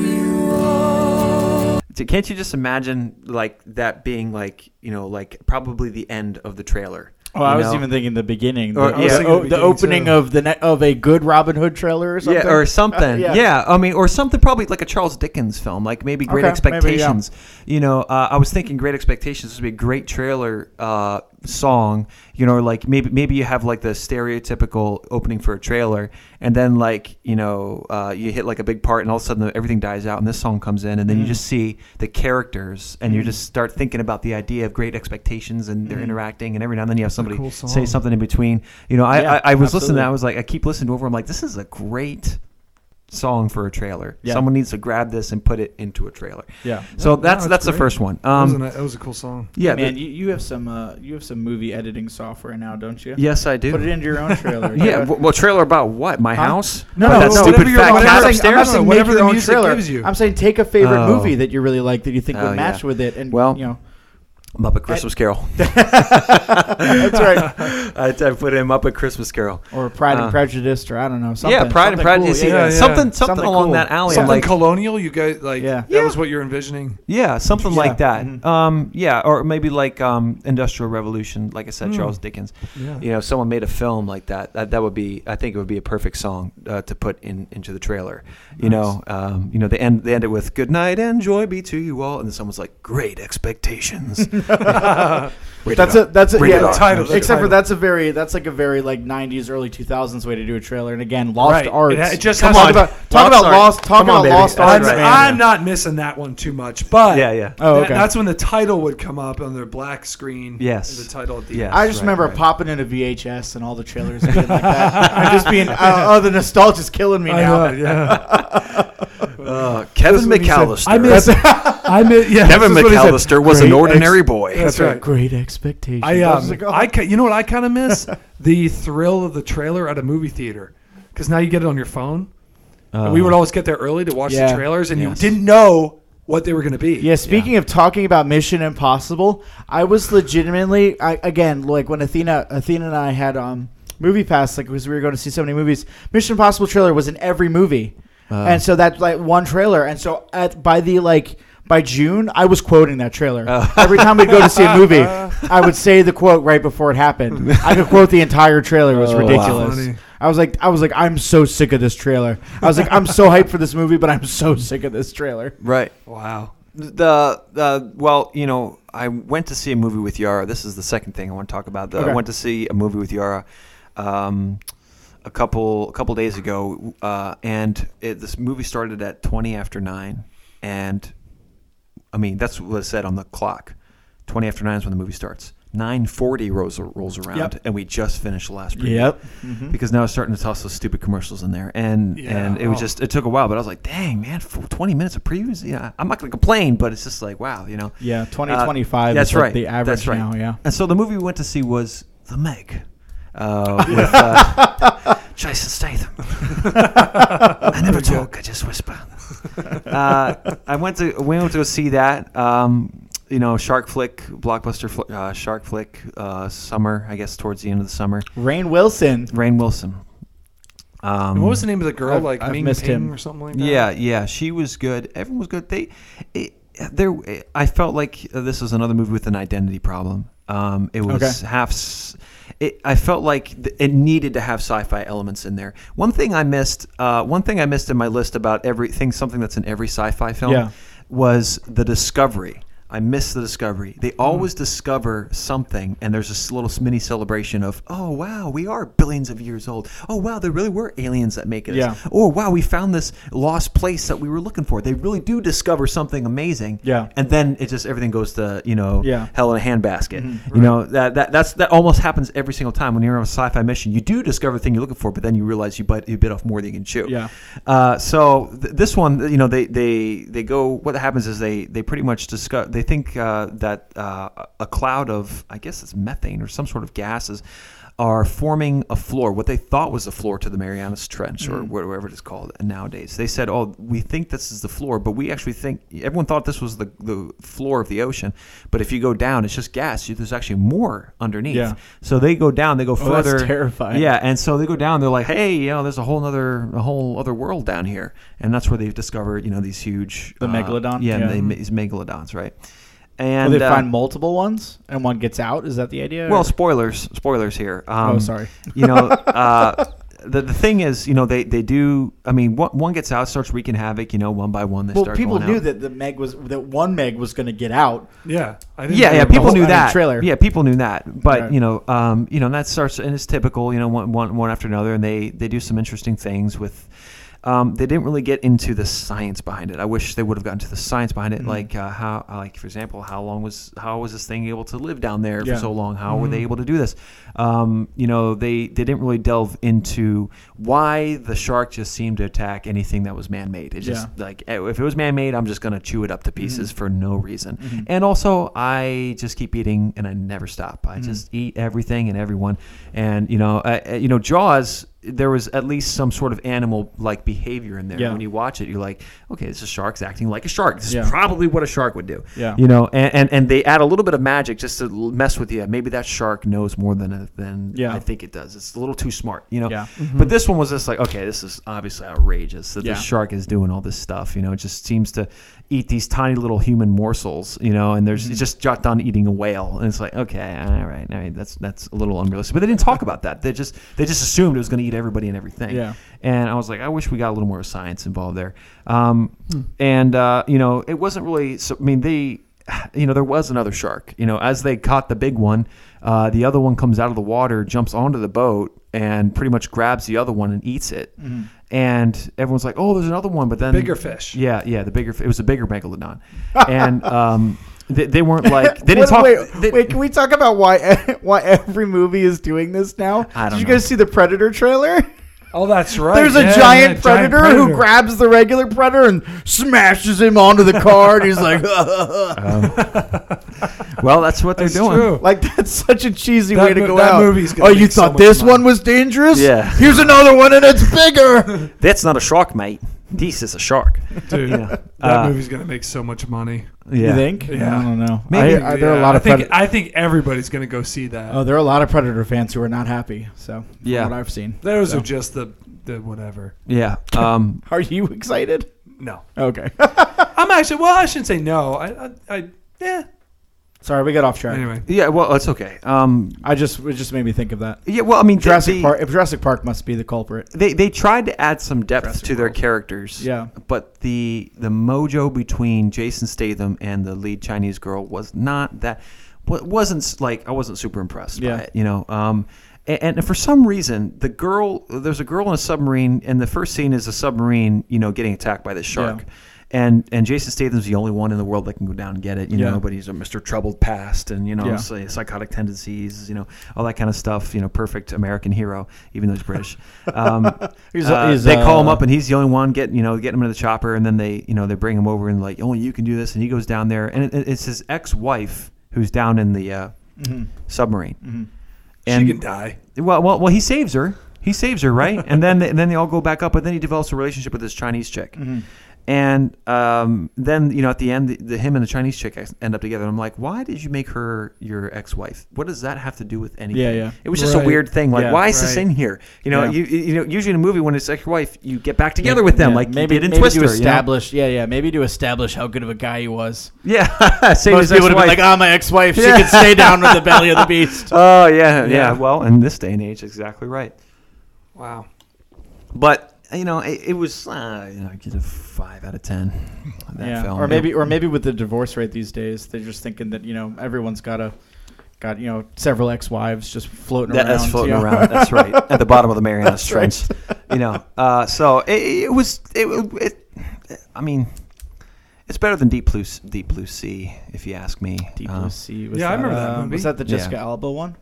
[SPEAKER 5] you all.
[SPEAKER 2] So can't you just imagine like that being like you know like probably the end of the trailer?
[SPEAKER 3] Oh, I
[SPEAKER 2] you
[SPEAKER 3] was
[SPEAKER 2] know?
[SPEAKER 3] even thinking the beginning, the,
[SPEAKER 2] Or- yeah.
[SPEAKER 3] the, o-
[SPEAKER 4] Thinking the
[SPEAKER 3] the
[SPEAKER 4] beginning,
[SPEAKER 3] opening
[SPEAKER 4] too.
[SPEAKER 3] of the ne- of a good Robin Hood trailer or something,
[SPEAKER 2] Yeah, or something.
[SPEAKER 3] yeah.
[SPEAKER 2] yeah. I mean, or something probably like a Charles Dickens film, like maybe Great
[SPEAKER 3] Okay, maybe, yeah.
[SPEAKER 2] Expectations. You know, uh, I was thinking Great Expectations would be a great trailer uh, song. You know, like maybe maybe you have like the stereotypical opening for a trailer, and then like you know uh, you hit like a big part, and all of a sudden everything dies out, and this song comes in, and
[SPEAKER 3] Mm.
[SPEAKER 2] then you just see the characters, and you just start thinking about the idea of Great Expectations, and
[SPEAKER 3] Mm.
[SPEAKER 2] they're interacting, and every now and then you have somebody
[SPEAKER 4] cool
[SPEAKER 2] say
[SPEAKER 4] song.
[SPEAKER 2] something in between. You know, I
[SPEAKER 3] Yeah,
[SPEAKER 2] I, I was listening.
[SPEAKER 3] absolutely.
[SPEAKER 2] I was like, I keep listening to over. I'm like, this is a great song for a trailer.
[SPEAKER 3] Yeah.
[SPEAKER 2] Someone needs to grab this and put it into a trailer.
[SPEAKER 3] Yeah.
[SPEAKER 2] So
[SPEAKER 4] No,
[SPEAKER 2] that's
[SPEAKER 4] no,
[SPEAKER 2] that's
[SPEAKER 4] it's
[SPEAKER 2] the
[SPEAKER 4] great.
[SPEAKER 2] first one.
[SPEAKER 4] that, was
[SPEAKER 2] Um,
[SPEAKER 4] a, ni- that was a cool song.
[SPEAKER 2] yeah.
[SPEAKER 3] man,
[SPEAKER 2] the-
[SPEAKER 3] you, you have some uh, you have some movie editing software now, don't you?
[SPEAKER 2] yes, I do.
[SPEAKER 3] Put it into your own trailer.
[SPEAKER 2] yeah. w- Well, trailer about what? My house?
[SPEAKER 3] No,
[SPEAKER 2] But
[SPEAKER 3] no,
[SPEAKER 2] that
[SPEAKER 3] no,
[SPEAKER 2] stupid
[SPEAKER 4] whatever your-
[SPEAKER 2] fat
[SPEAKER 4] whatever
[SPEAKER 2] cat
[SPEAKER 4] your-
[SPEAKER 2] upstairs.
[SPEAKER 4] I'm not saying
[SPEAKER 3] make
[SPEAKER 4] whatever
[SPEAKER 3] your
[SPEAKER 4] the
[SPEAKER 3] own
[SPEAKER 4] music
[SPEAKER 3] trailer.
[SPEAKER 4] gives you.
[SPEAKER 3] I'm saying take a favorite
[SPEAKER 2] Oh.
[SPEAKER 3] movie that you really like that you think
[SPEAKER 2] Oh,
[SPEAKER 3] would match
[SPEAKER 2] yeah.
[SPEAKER 3] with it, and
[SPEAKER 2] Well-
[SPEAKER 3] you know,
[SPEAKER 2] Muppet Christmas Carol.
[SPEAKER 3] that's right.
[SPEAKER 2] I, I put him up at Christmas Carol.
[SPEAKER 3] Or Pride
[SPEAKER 2] Uh,
[SPEAKER 3] and Prejudice, or I don't know. Something,
[SPEAKER 2] yeah, Pride and
[SPEAKER 3] something
[SPEAKER 2] Prejudice.
[SPEAKER 3] Cool.
[SPEAKER 2] yeah,
[SPEAKER 4] yeah, yeah.
[SPEAKER 2] Something, something,
[SPEAKER 3] Something
[SPEAKER 2] along
[SPEAKER 3] cool.
[SPEAKER 2] that alley.
[SPEAKER 4] Something
[SPEAKER 2] I'm like,
[SPEAKER 4] colonial, you guys like
[SPEAKER 3] Yeah.
[SPEAKER 4] that was what you're envisioning.
[SPEAKER 2] yeah, something like that.
[SPEAKER 3] Mhm.
[SPEAKER 2] Um, yeah, or maybe like um, Industrial Revolution. Like I said, Charles Dickens.
[SPEAKER 4] Yeah.
[SPEAKER 2] You know, if someone made a film like that. That, that would be. I think it would be a perfect song uh, to put in into the trailer. You know, um, you know, they end they end it with "Good night and joy be to you all," and then someone's like, "Great expectations."
[SPEAKER 3] That's a that's a
[SPEAKER 2] Rated
[SPEAKER 3] yeah,
[SPEAKER 2] R.
[SPEAKER 4] Title, the
[SPEAKER 3] Except for
[SPEAKER 4] title.
[SPEAKER 3] that's a very that's like a very like '90s, early 2000s way to do a trailer. And again, lost
[SPEAKER 4] Right.
[SPEAKER 3] arts.
[SPEAKER 4] It ha- it just
[SPEAKER 3] talk
[SPEAKER 4] has to-
[SPEAKER 3] about talk
[SPEAKER 2] Lost
[SPEAKER 3] about
[SPEAKER 2] art.
[SPEAKER 3] lost talk
[SPEAKER 2] Come on,
[SPEAKER 3] about
[SPEAKER 2] baby.
[SPEAKER 3] lost
[SPEAKER 2] That's
[SPEAKER 3] arts.
[SPEAKER 4] I'm,
[SPEAKER 2] right.
[SPEAKER 4] I'm not missing that one too much, but
[SPEAKER 2] Yeah, yeah.
[SPEAKER 3] Oh,
[SPEAKER 4] that-
[SPEAKER 3] okay.
[SPEAKER 4] that's when the title would come up on their black screen.
[SPEAKER 2] Yes.
[SPEAKER 4] the title at the
[SPEAKER 2] Yes.
[SPEAKER 3] I just
[SPEAKER 2] Right,
[SPEAKER 3] remember
[SPEAKER 2] right.
[SPEAKER 3] popping into VHS and all the trailers being like that. and just being, uh, oh, the nostalgia's killing me
[SPEAKER 4] I
[SPEAKER 3] now.
[SPEAKER 4] know, yeah.
[SPEAKER 2] Uh, Kevin
[SPEAKER 4] That's what he said.
[SPEAKER 2] McAllister.
[SPEAKER 4] I miss. I miss. Yeah,
[SPEAKER 2] Kevin
[SPEAKER 4] this is what he said.
[SPEAKER 2] McAllister was an
[SPEAKER 3] Great
[SPEAKER 2] ordinary
[SPEAKER 3] ex-
[SPEAKER 2] boy.
[SPEAKER 4] That's right.
[SPEAKER 3] Great expectations.
[SPEAKER 4] I
[SPEAKER 3] I
[SPEAKER 4] um,
[SPEAKER 3] was like, oh.
[SPEAKER 4] I ca- you know what I kind of miss the thrill of the trailer at a movie theater because now you get it on your phone. and we would always get there early to watch
[SPEAKER 3] Yeah.
[SPEAKER 4] the trailers, and
[SPEAKER 2] Oh. Yes.
[SPEAKER 4] you didn't know what they were going to be.
[SPEAKER 3] Yeah, speaking of talking about Mission Impossible, I was legitimately I, again like when Athena Athena and I had um movie pass like because we were going to see so many movies. Mission Impossible trailer was in every movie, and so that's like one trailer. And so at by the like by June, I was quoting that trailer every time we'd go to see a movie. I would say the quote right before it happened. I could quote the entire trailer. It was ridiculous.
[SPEAKER 4] Funny.
[SPEAKER 3] I was like, I was like, I'm so sick of this trailer. I was like, I'm so hyped for this movie, but I'm so sick of this trailer.
[SPEAKER 2] Right.
[SPEAKER 4] Wow.
[SPEAKER 2] The the well, you know, I went to see a movie with Yara. This is the second thing I want to talk about. The, I
[SPEAKER 3] Okay.
[SPEAKER 2] went to see a movie with Yara um, a couple a couple days ago, uh, and it, this movie started at twenty after nine, and I mean that's what it said on the clock. Twenty after nine is when the movie starts. Nine forty rolls rolls around,
[SPEAKER 3] Yep.
[SPEAKER 2] and we just finished the last. preview.
[SPEAKER 3] Mm-hmm.
[SPEAKER 2] because now it's starting to toss those stupid commercials in there, and
[SPEAKER 4] Yeah.
[SPEAKER 2] and it was
[SPEAKER 4] Oh.
[SPEAKER 2] just it took a while, but I was like, dang man, for 20 minutes of previews, you know, I'm not gonna complain, but it's just like wow, you know.
[SPEAKER 3] Yeah,
[SPEAKER 2] Uh,
[SPEAKER 3] 2025
[SPEAKER 2] that's
[SPEAKER 3] is like
[SPEAKER 2] right.
[SPEAKER 3] the average
[SPEAKER 2] that's right.
[SPEAKER 3] now, yeah.
[SPEAKER 2] And so the movie we went to see was The Meg. Uh, with uh, Jason Statham. I never talk; I just whisper. Uh, I went to we went to go see that. Um, you know, shark flick, blockbuster fl- uh, shark flick. Uh, summer, I guess, towards the end of the summer.
[SPEAKER 3] Rain Wilson.
[SPEAKER 2] Rain Wilson. Um,
[SPEAKER 4] And what was the name of the girl?
[SPEAKER 3] I've-
[SPEAKER 4] like
[SPEAKER 3] I've
[SPEAKER 4] Ming
[SPEAKER 3] missed
[SPEAKER 4] Ping
[SPEAKER 3] him.
[SPEAKER 4] or something like that.
[SPEAKER 2] Yeah, yeah, she was good. Everyone was good. They, it, there, I felt like uh, this was another movie with an identity problem. Um, it was
[SPEAKER 3] Okay.
[SPEAKER 2] half. s- It, I felt like th- it needed to have sci-fi elements in there. One thing I missed. Uh, one thing I missed in my list about everything, something that's in every sci-fi film,
[SPEAKER 3] Yeah.
[SPEAKER 2] was the discovery. I missed the discovery. They
[SPEAKER 3] Hmm.
[SPEAKER 2] always discover something, and there's this little mini celebration of, oh wow, we are billions of years old. Oh wow, there really were aliens that make it.
[SPEAKER 3] Yeah.
[SPEAKER 2] Oh wow, we found this lost place that we were looking for. They really do discover something amazing.
[SPEAKER 3] Yeah.
[SPEAKER 2] And then it just everything goes to you know
[SPEAKER 3] Yeah. Mm-hmm.
[SPEAKER 2] hell in a handbasket. You know that, that that's that almost happens every single time when you're on a sci-fi mission. You do discover the thing you're looking for, but then you realize you bite you bit off more than you can chew.
[SPEAKER 3] Yeah.
[SPEAKER 2] Uh, so th- this one, you know, they, they, they go. What happens is they, they pretty much discuss. They think uh, that uh, a cloud of I guess it's methane or some sort of gases are forming a floor. What they thought was the floor to the Marianas Trench or whatever it is called nowadays. They said, "Oh, we think this is the floor, but we actually think everyone thought this was the the floor of the ocean. But if you go down, it's just gas. You- There's actually more underneath.
[SPEAKER 3] Yeah.
[SPEAKER 2] So they go down. They go
[SPEAKER 3] Oh, that's
[SPEAKER 2] further.
[SPEAKER 3] terrifying.
[SPEAKER 2] Yeah, yeah, and so they go down. They're like, "Hey, you know, there's a whole other, a whole other world down here," and that's where they've discovered, you know, these huge uh,
[SPEAKER 3] The megalodon?
[SPEAKER 2] Yeah,
[SPEAKER 3] Yeah.
[SPEAKER 2] they- these megalodons, right? And
[SPEAKER 3] Will they
[SPEAKER 2] uh,
[SPEAKER 3] find multiple ones and one gets out? Is that the idea?
[SPEAKER 2] well,
[SPEAKER 3] Or-
[SPEAKER 2] spoilers, spoilers here. Um,
[SPEAKER 3] Oh, sorry.
[SPEAKER 2] You know, uh, the the thing is, you know, they they do. I mean, one, one gets out, starts wreaking havoc. You know, one by one, they
[SPEAKER 3] well,
[SPEAKER 2] start.
[SPEAKER 3] people
[SPEAKER 2] going
[SPEAKER 3] knew
[SPEAKER 2] out.
[SPEAKER 3] that the Meg was that one Meg was going to get out.
[SPEAKER 4] yeah. I didn't
[SPEAKER 2] Yeah,
[SPEAKER 4] know
[SPEAKER 2] yeah,
[SPEAKER 4] that.
[SPEAKER 2] people
[SPEAKER 3] whole- I
[SPEAKER 2] knew
[SPEAKER 3] mean,
[SPEAKER 2] that.
[SPEAKER 3] trailer.
[SPEAKER 2] Yeah, people knew that. But
[SPEAKER 3] Right.
[SPEAKER 2] you know, um, you know, and that starts and it's typical. You know, one, one, one after another, and they they do some interesting things with. Um, they didn't really get into the science behind it. I wish they would have gotten to the science behind it, like uh, how, like for example, how long was how was this thing able to live down there
[SPEAKER 3] Yeah.
[SPEAKER 2] for so long? How were they able to do this? Um, you know, they they didn't really delve into why the shark just seemed to attack anything that was man made. It just like eh, if it was man made, I'm just gonna chew it up to
[SPEAKER 3] Mm-hmm.
[SPEAKER 2] pieces for no reason. And also, I just keep eating and I never stop.
[SPEAKER 3] Mm-hmm.
[SPEAKER 2] I just eat everything and everyone. And you know, I, I- you know, Jaws. There was at least some sort of animal like behavior in there.
[SPEAKER 3] Yeah.
[SPEAKER 2] When you watch it, you're like, okay, this is shark's acting like a shark. This
[SPEAKER 3] Yeah.
[SPEAKER 2] is probably what a shark would do.
[SPEAKER 3] Yeah.
[SPEAKER 2] You know, and, and, and they add a little bit of magic just to l- mess with you. Maybe that shark knows more than a, than
[SPEAKER 3] Yeah.
[SPEAKER 2] I think it does. It's a little too smart, you know.
[SPEAKER 3] Yeah.
[SPEAKER 2] But this one was just like, okay, this is obviously outrageous that
[SPEAKER 3] Mm-hmm. Yeah.
[SPEAKER 2] the shark is doing all this stuff. You know, it just seems to eat these tiny little human morsels. You know, and there's it's
[SPEAKER 3] Mm-hmm.
[SPEAKER 2] just jot down eating a whale, and it's like, okay, all right, all right, that's that's a little unrealistic. But they didn't talk about that. They just they just assumed it was going to eat everybody and everything.
[SPEAKER 3] Yeah.
[SPEAKER 2] And I was like, I wish we got a little more science involved there. Um, And, uh, you know, it wasn't really, so, I mean, they, you know, there was another shark. You know, as they caught the big one, uh, the other one comes out of the water, jumps onto the boat, and pretty much grabs the other one and eats it. And everyone's like, oh, there's another one. But then.
[SPEAKER 4] Bigger fish.
[SPEAKER 2] Yeah, yeah, the bigger, f- it was a bigger megalodon. and, um, they, they weren't like they didn't
[SPEAKER 3] Wait,
[SPEAKER 2] talk.
[SPEAKER 3] Wait,
[SPEAKER 2] they-
[SPEAKER 3] wait, can we talk about why e-, why every movie is doing this now?
[SPEAKER 2] I don't
[SPEAKER 3] Did you
[SPEAKER 2] know.
[SPEAKER 3] guys see the Predator trailer?
[SPEAKER 4] Oh, that's right.
[SPEAKER 3] There's a
[SPEAKER 4] Yeah,
[SPEAKER 3] giant,
[SPEAKER 4] yeah,
[SPEAKER 3] predator who
[SPEAKER 4] predator.
[SPEAKER 3] grabs the regular predator and smashes him onto the car, and he's like,
[SPEAKER 2] well, that's what they're
[SPEAKER 4] That's
[SPEAKER 2] doing.
[SPEAKER 4] true.
[SPEAKER 3] like that's such a cheesy
[SPEAKER 4] That
[SPEAKER 3] way to
[SPEAKER 4] mo-
[SPEAKER 3] go
[SPEAKER 4] that
[SPEAKER 3] out.
[SPEAKER 4] movie's
[SPEAKER 3] oh,
[SPEAKER 4] gonna
[SPEAKER 3] you
[SPEAKER 4] make so
[SPEAKER 3] thought
[SPEAKER 4] much
[SPEAKER 3] this
[SPEAKER 4] money.
[SPEAKER 3] one was dangerous?
[SPEAKER 2] Yeah.
[SPEAKER 3] Here's another one, and it's bigger.
[SPEAKER 2] That's not a shark, mate. This is a shark.
[SPEAKER 4] Dude, that
[SPEAKER 2] Uh,
[SPEAKER 4] movie's gonna make so much money.
[SPEAKER 2] Yeah.
[SPEAKER 3] You think?
[SPEAKER 4] Yeah.
[SPEAKER 3] I don't know.
[SPEAKER 4] Maybe
[SPEAKER 3] I, I, there are a lot
[SPEAKER 4] I
[SPEAKER 3] of
[SPEAKER 4] think
[SPEAKER 3] Predator-
[SPEAKER 4] I think everybody's gonna go see that.
[SPEAKER 3] oh, there are a lot of predator fans who are not happy. So from
[SPEAKER 2] Yeah.
[SPEAKER 3] what I've seen.
[SPEAKER 4] Those
[SPEAKER 3] So-
[SPEAKER 4] are just the the whatever.
[SPEAKER 2] Yeah. Um,
[SPEAKER 3] Are you excited?
[SPEAKER 4] No,
[SPEAKER 3] Okay.
[SPEAKER 4] I'm actually. Well, I shouldn't say no. I, I, I yeah.
[SPEAKER 3] Sorry, we got off track.
[SPEAKER 4] Anyway,
[SPEAKER 2] yeah. Well, that's okay. Um,
[SPEAKER 3] I just it just made me think of that.
[SPEAKER 2] yeah. Well, I mean,
[SPEAKER 3] Jurassic
[SPEAKER 2] they,
[SPEAKER 3] Park. Jurassic Park must be the culprit.
[SPEAKER 2] They they tried to add some depth
[SPEAKER 3] Jurassic
[SPEAKER 2] to their
[SPEAKER 3] World.
[SPEAKER 2] characters.
[SPEAKER 3] Yeah.
[SPEAKER 2] But the the mojo between Jason Statham and the lead Chinese girl was not that. wa- Wasn't s- like I wasn't super impressed
[SPEAKER 3] Yeah.
[SPEAKER 2] by it. You know. Um, a- and, and for some reason, the girl there's a girl in a submarine, and the first scene is a submarine. You know, getting attacked by this shark. And, and Jason Statham's the only one in the world that can go down and get it, you
[SPEAKER 3] Yeah.
[SPEAKER 2] know. But he's a Mr. Troubled Past, and you know,
[SPEAKER 3] Yeah.
[SPEAKER 2] so say, psychotic tendencies, you know, all that kind of stuff. You know, perfect American hero, even though he's British. Um,
[SPEAKER 3] He's a-
[SPEAKER 2] uh,
[SPEAKER 3] he's
[SPEAKER 2] they call
[SPEAKER 3] a-
[SPEAKER 2] him up, and he's the only one getting you know getting him into the chopper, and then they you know they bring him over and like only you can do this, and he goes down there, and it, it's his ex-wife who's down in the uh,
[SPEAKER 3] Mm-hmm.
[SPEAKER 2] submarine, and
[SPEAKER 4] she can die.
[SPEAKER 2] well, well, well, he saves her. He saves her, right? and then and then they all go back up, but then he develops a relationship with this Chinese chick.
[SPEAKER 3] Mm-hmm.
[SPEAKER 2] And um, then you know, at the end, the, the him and the Chinese chick ex- end up together. And I'm like, why did you make her your ex-wife? What does that have to do with anything?
[SPEAKER 3] Yeah, yeah.
[SPEAKER 2] It was just
[SPEAKER 4] Right.
[SPEAKER 2] a weird thing. Like,
[SPEAKER 3] Yeah,
[SPEAKER 2] why is this
[SPEAKER 4] right.
[SPEAKER 2] in here? You know,
[SPEAKER 3] Yeah.
[SPEAKER 2] you you know, usually in a movie when it's ex-wife, you get back together with them,
[SPEAKER 3] Yeah,
[SPEAKER 2] like you
[SPEAKER 3] maybe
[SPEAKER 2] did in
[SPEAKER 3] maybe
[SPEAKER 2] Twister.
[SPEAKER 3] to
[SPEAKER 2] you know?
[SPEAKER 3] establish. Yeah, yeah. Maybe to establish how good of a guy he was.
[SPEAKER 2] Yeah, save
[SPEAKER 3] Most
[SPEAKER 2] his
[SPEAKER 3] people would have
[SPEAKER 2] ex-wife.
[SPEAKER 3] been like, "Ah, my ex-wife.
[SPEAKER 2] Yeah.
[SPEAKER 3] She could stay down with the belly of the beast."
[SPEAKER 2] oh yeah, yeah,
[SPEAKER 3] Yeah.
[SPEAKER 2] Well, in this day and age, exactly right.
[SPEAKER 4] Wow.
[SPEAKER 2] But you know, it, it was uh, you know, I give it a five out of ten. on That
[SPEAKER 3] yeah.
[SPEAKER 2] film.
[SPEAKER 3] Or maybe, or maybe with the divorce rate these days, they're just thinking that you know everyone's got a, got you know several ex-wives just floating
[SPEAKER 2] That-
[SPEAKER 3] around.
[SPEAKER 2] that's floating
[SPEAKER 3] you know?
[SPEAKER 2] around. That's right at the bottom of the Mariana Trench. You know, uh, so it, it was. It, it, I mean, it's better than Deep Blue S- Deep Blue Sea, if you ask me.
[SPEAKER 3] Deep
[SPEAKER 2] Uh,
[SPEAKER 3] Blue Sea. Was
[SPEAKER 4] Yeah, I
[SPEAKER 3] that,
[SPEAKER 4] remember that
[SPEAKER 3] um,
[SPEAKER 4] movie.
[SPEAKER 3] Was that the
[SPEAKER 2] Yeah.
[SPEAKER 3] Jessica Alba one?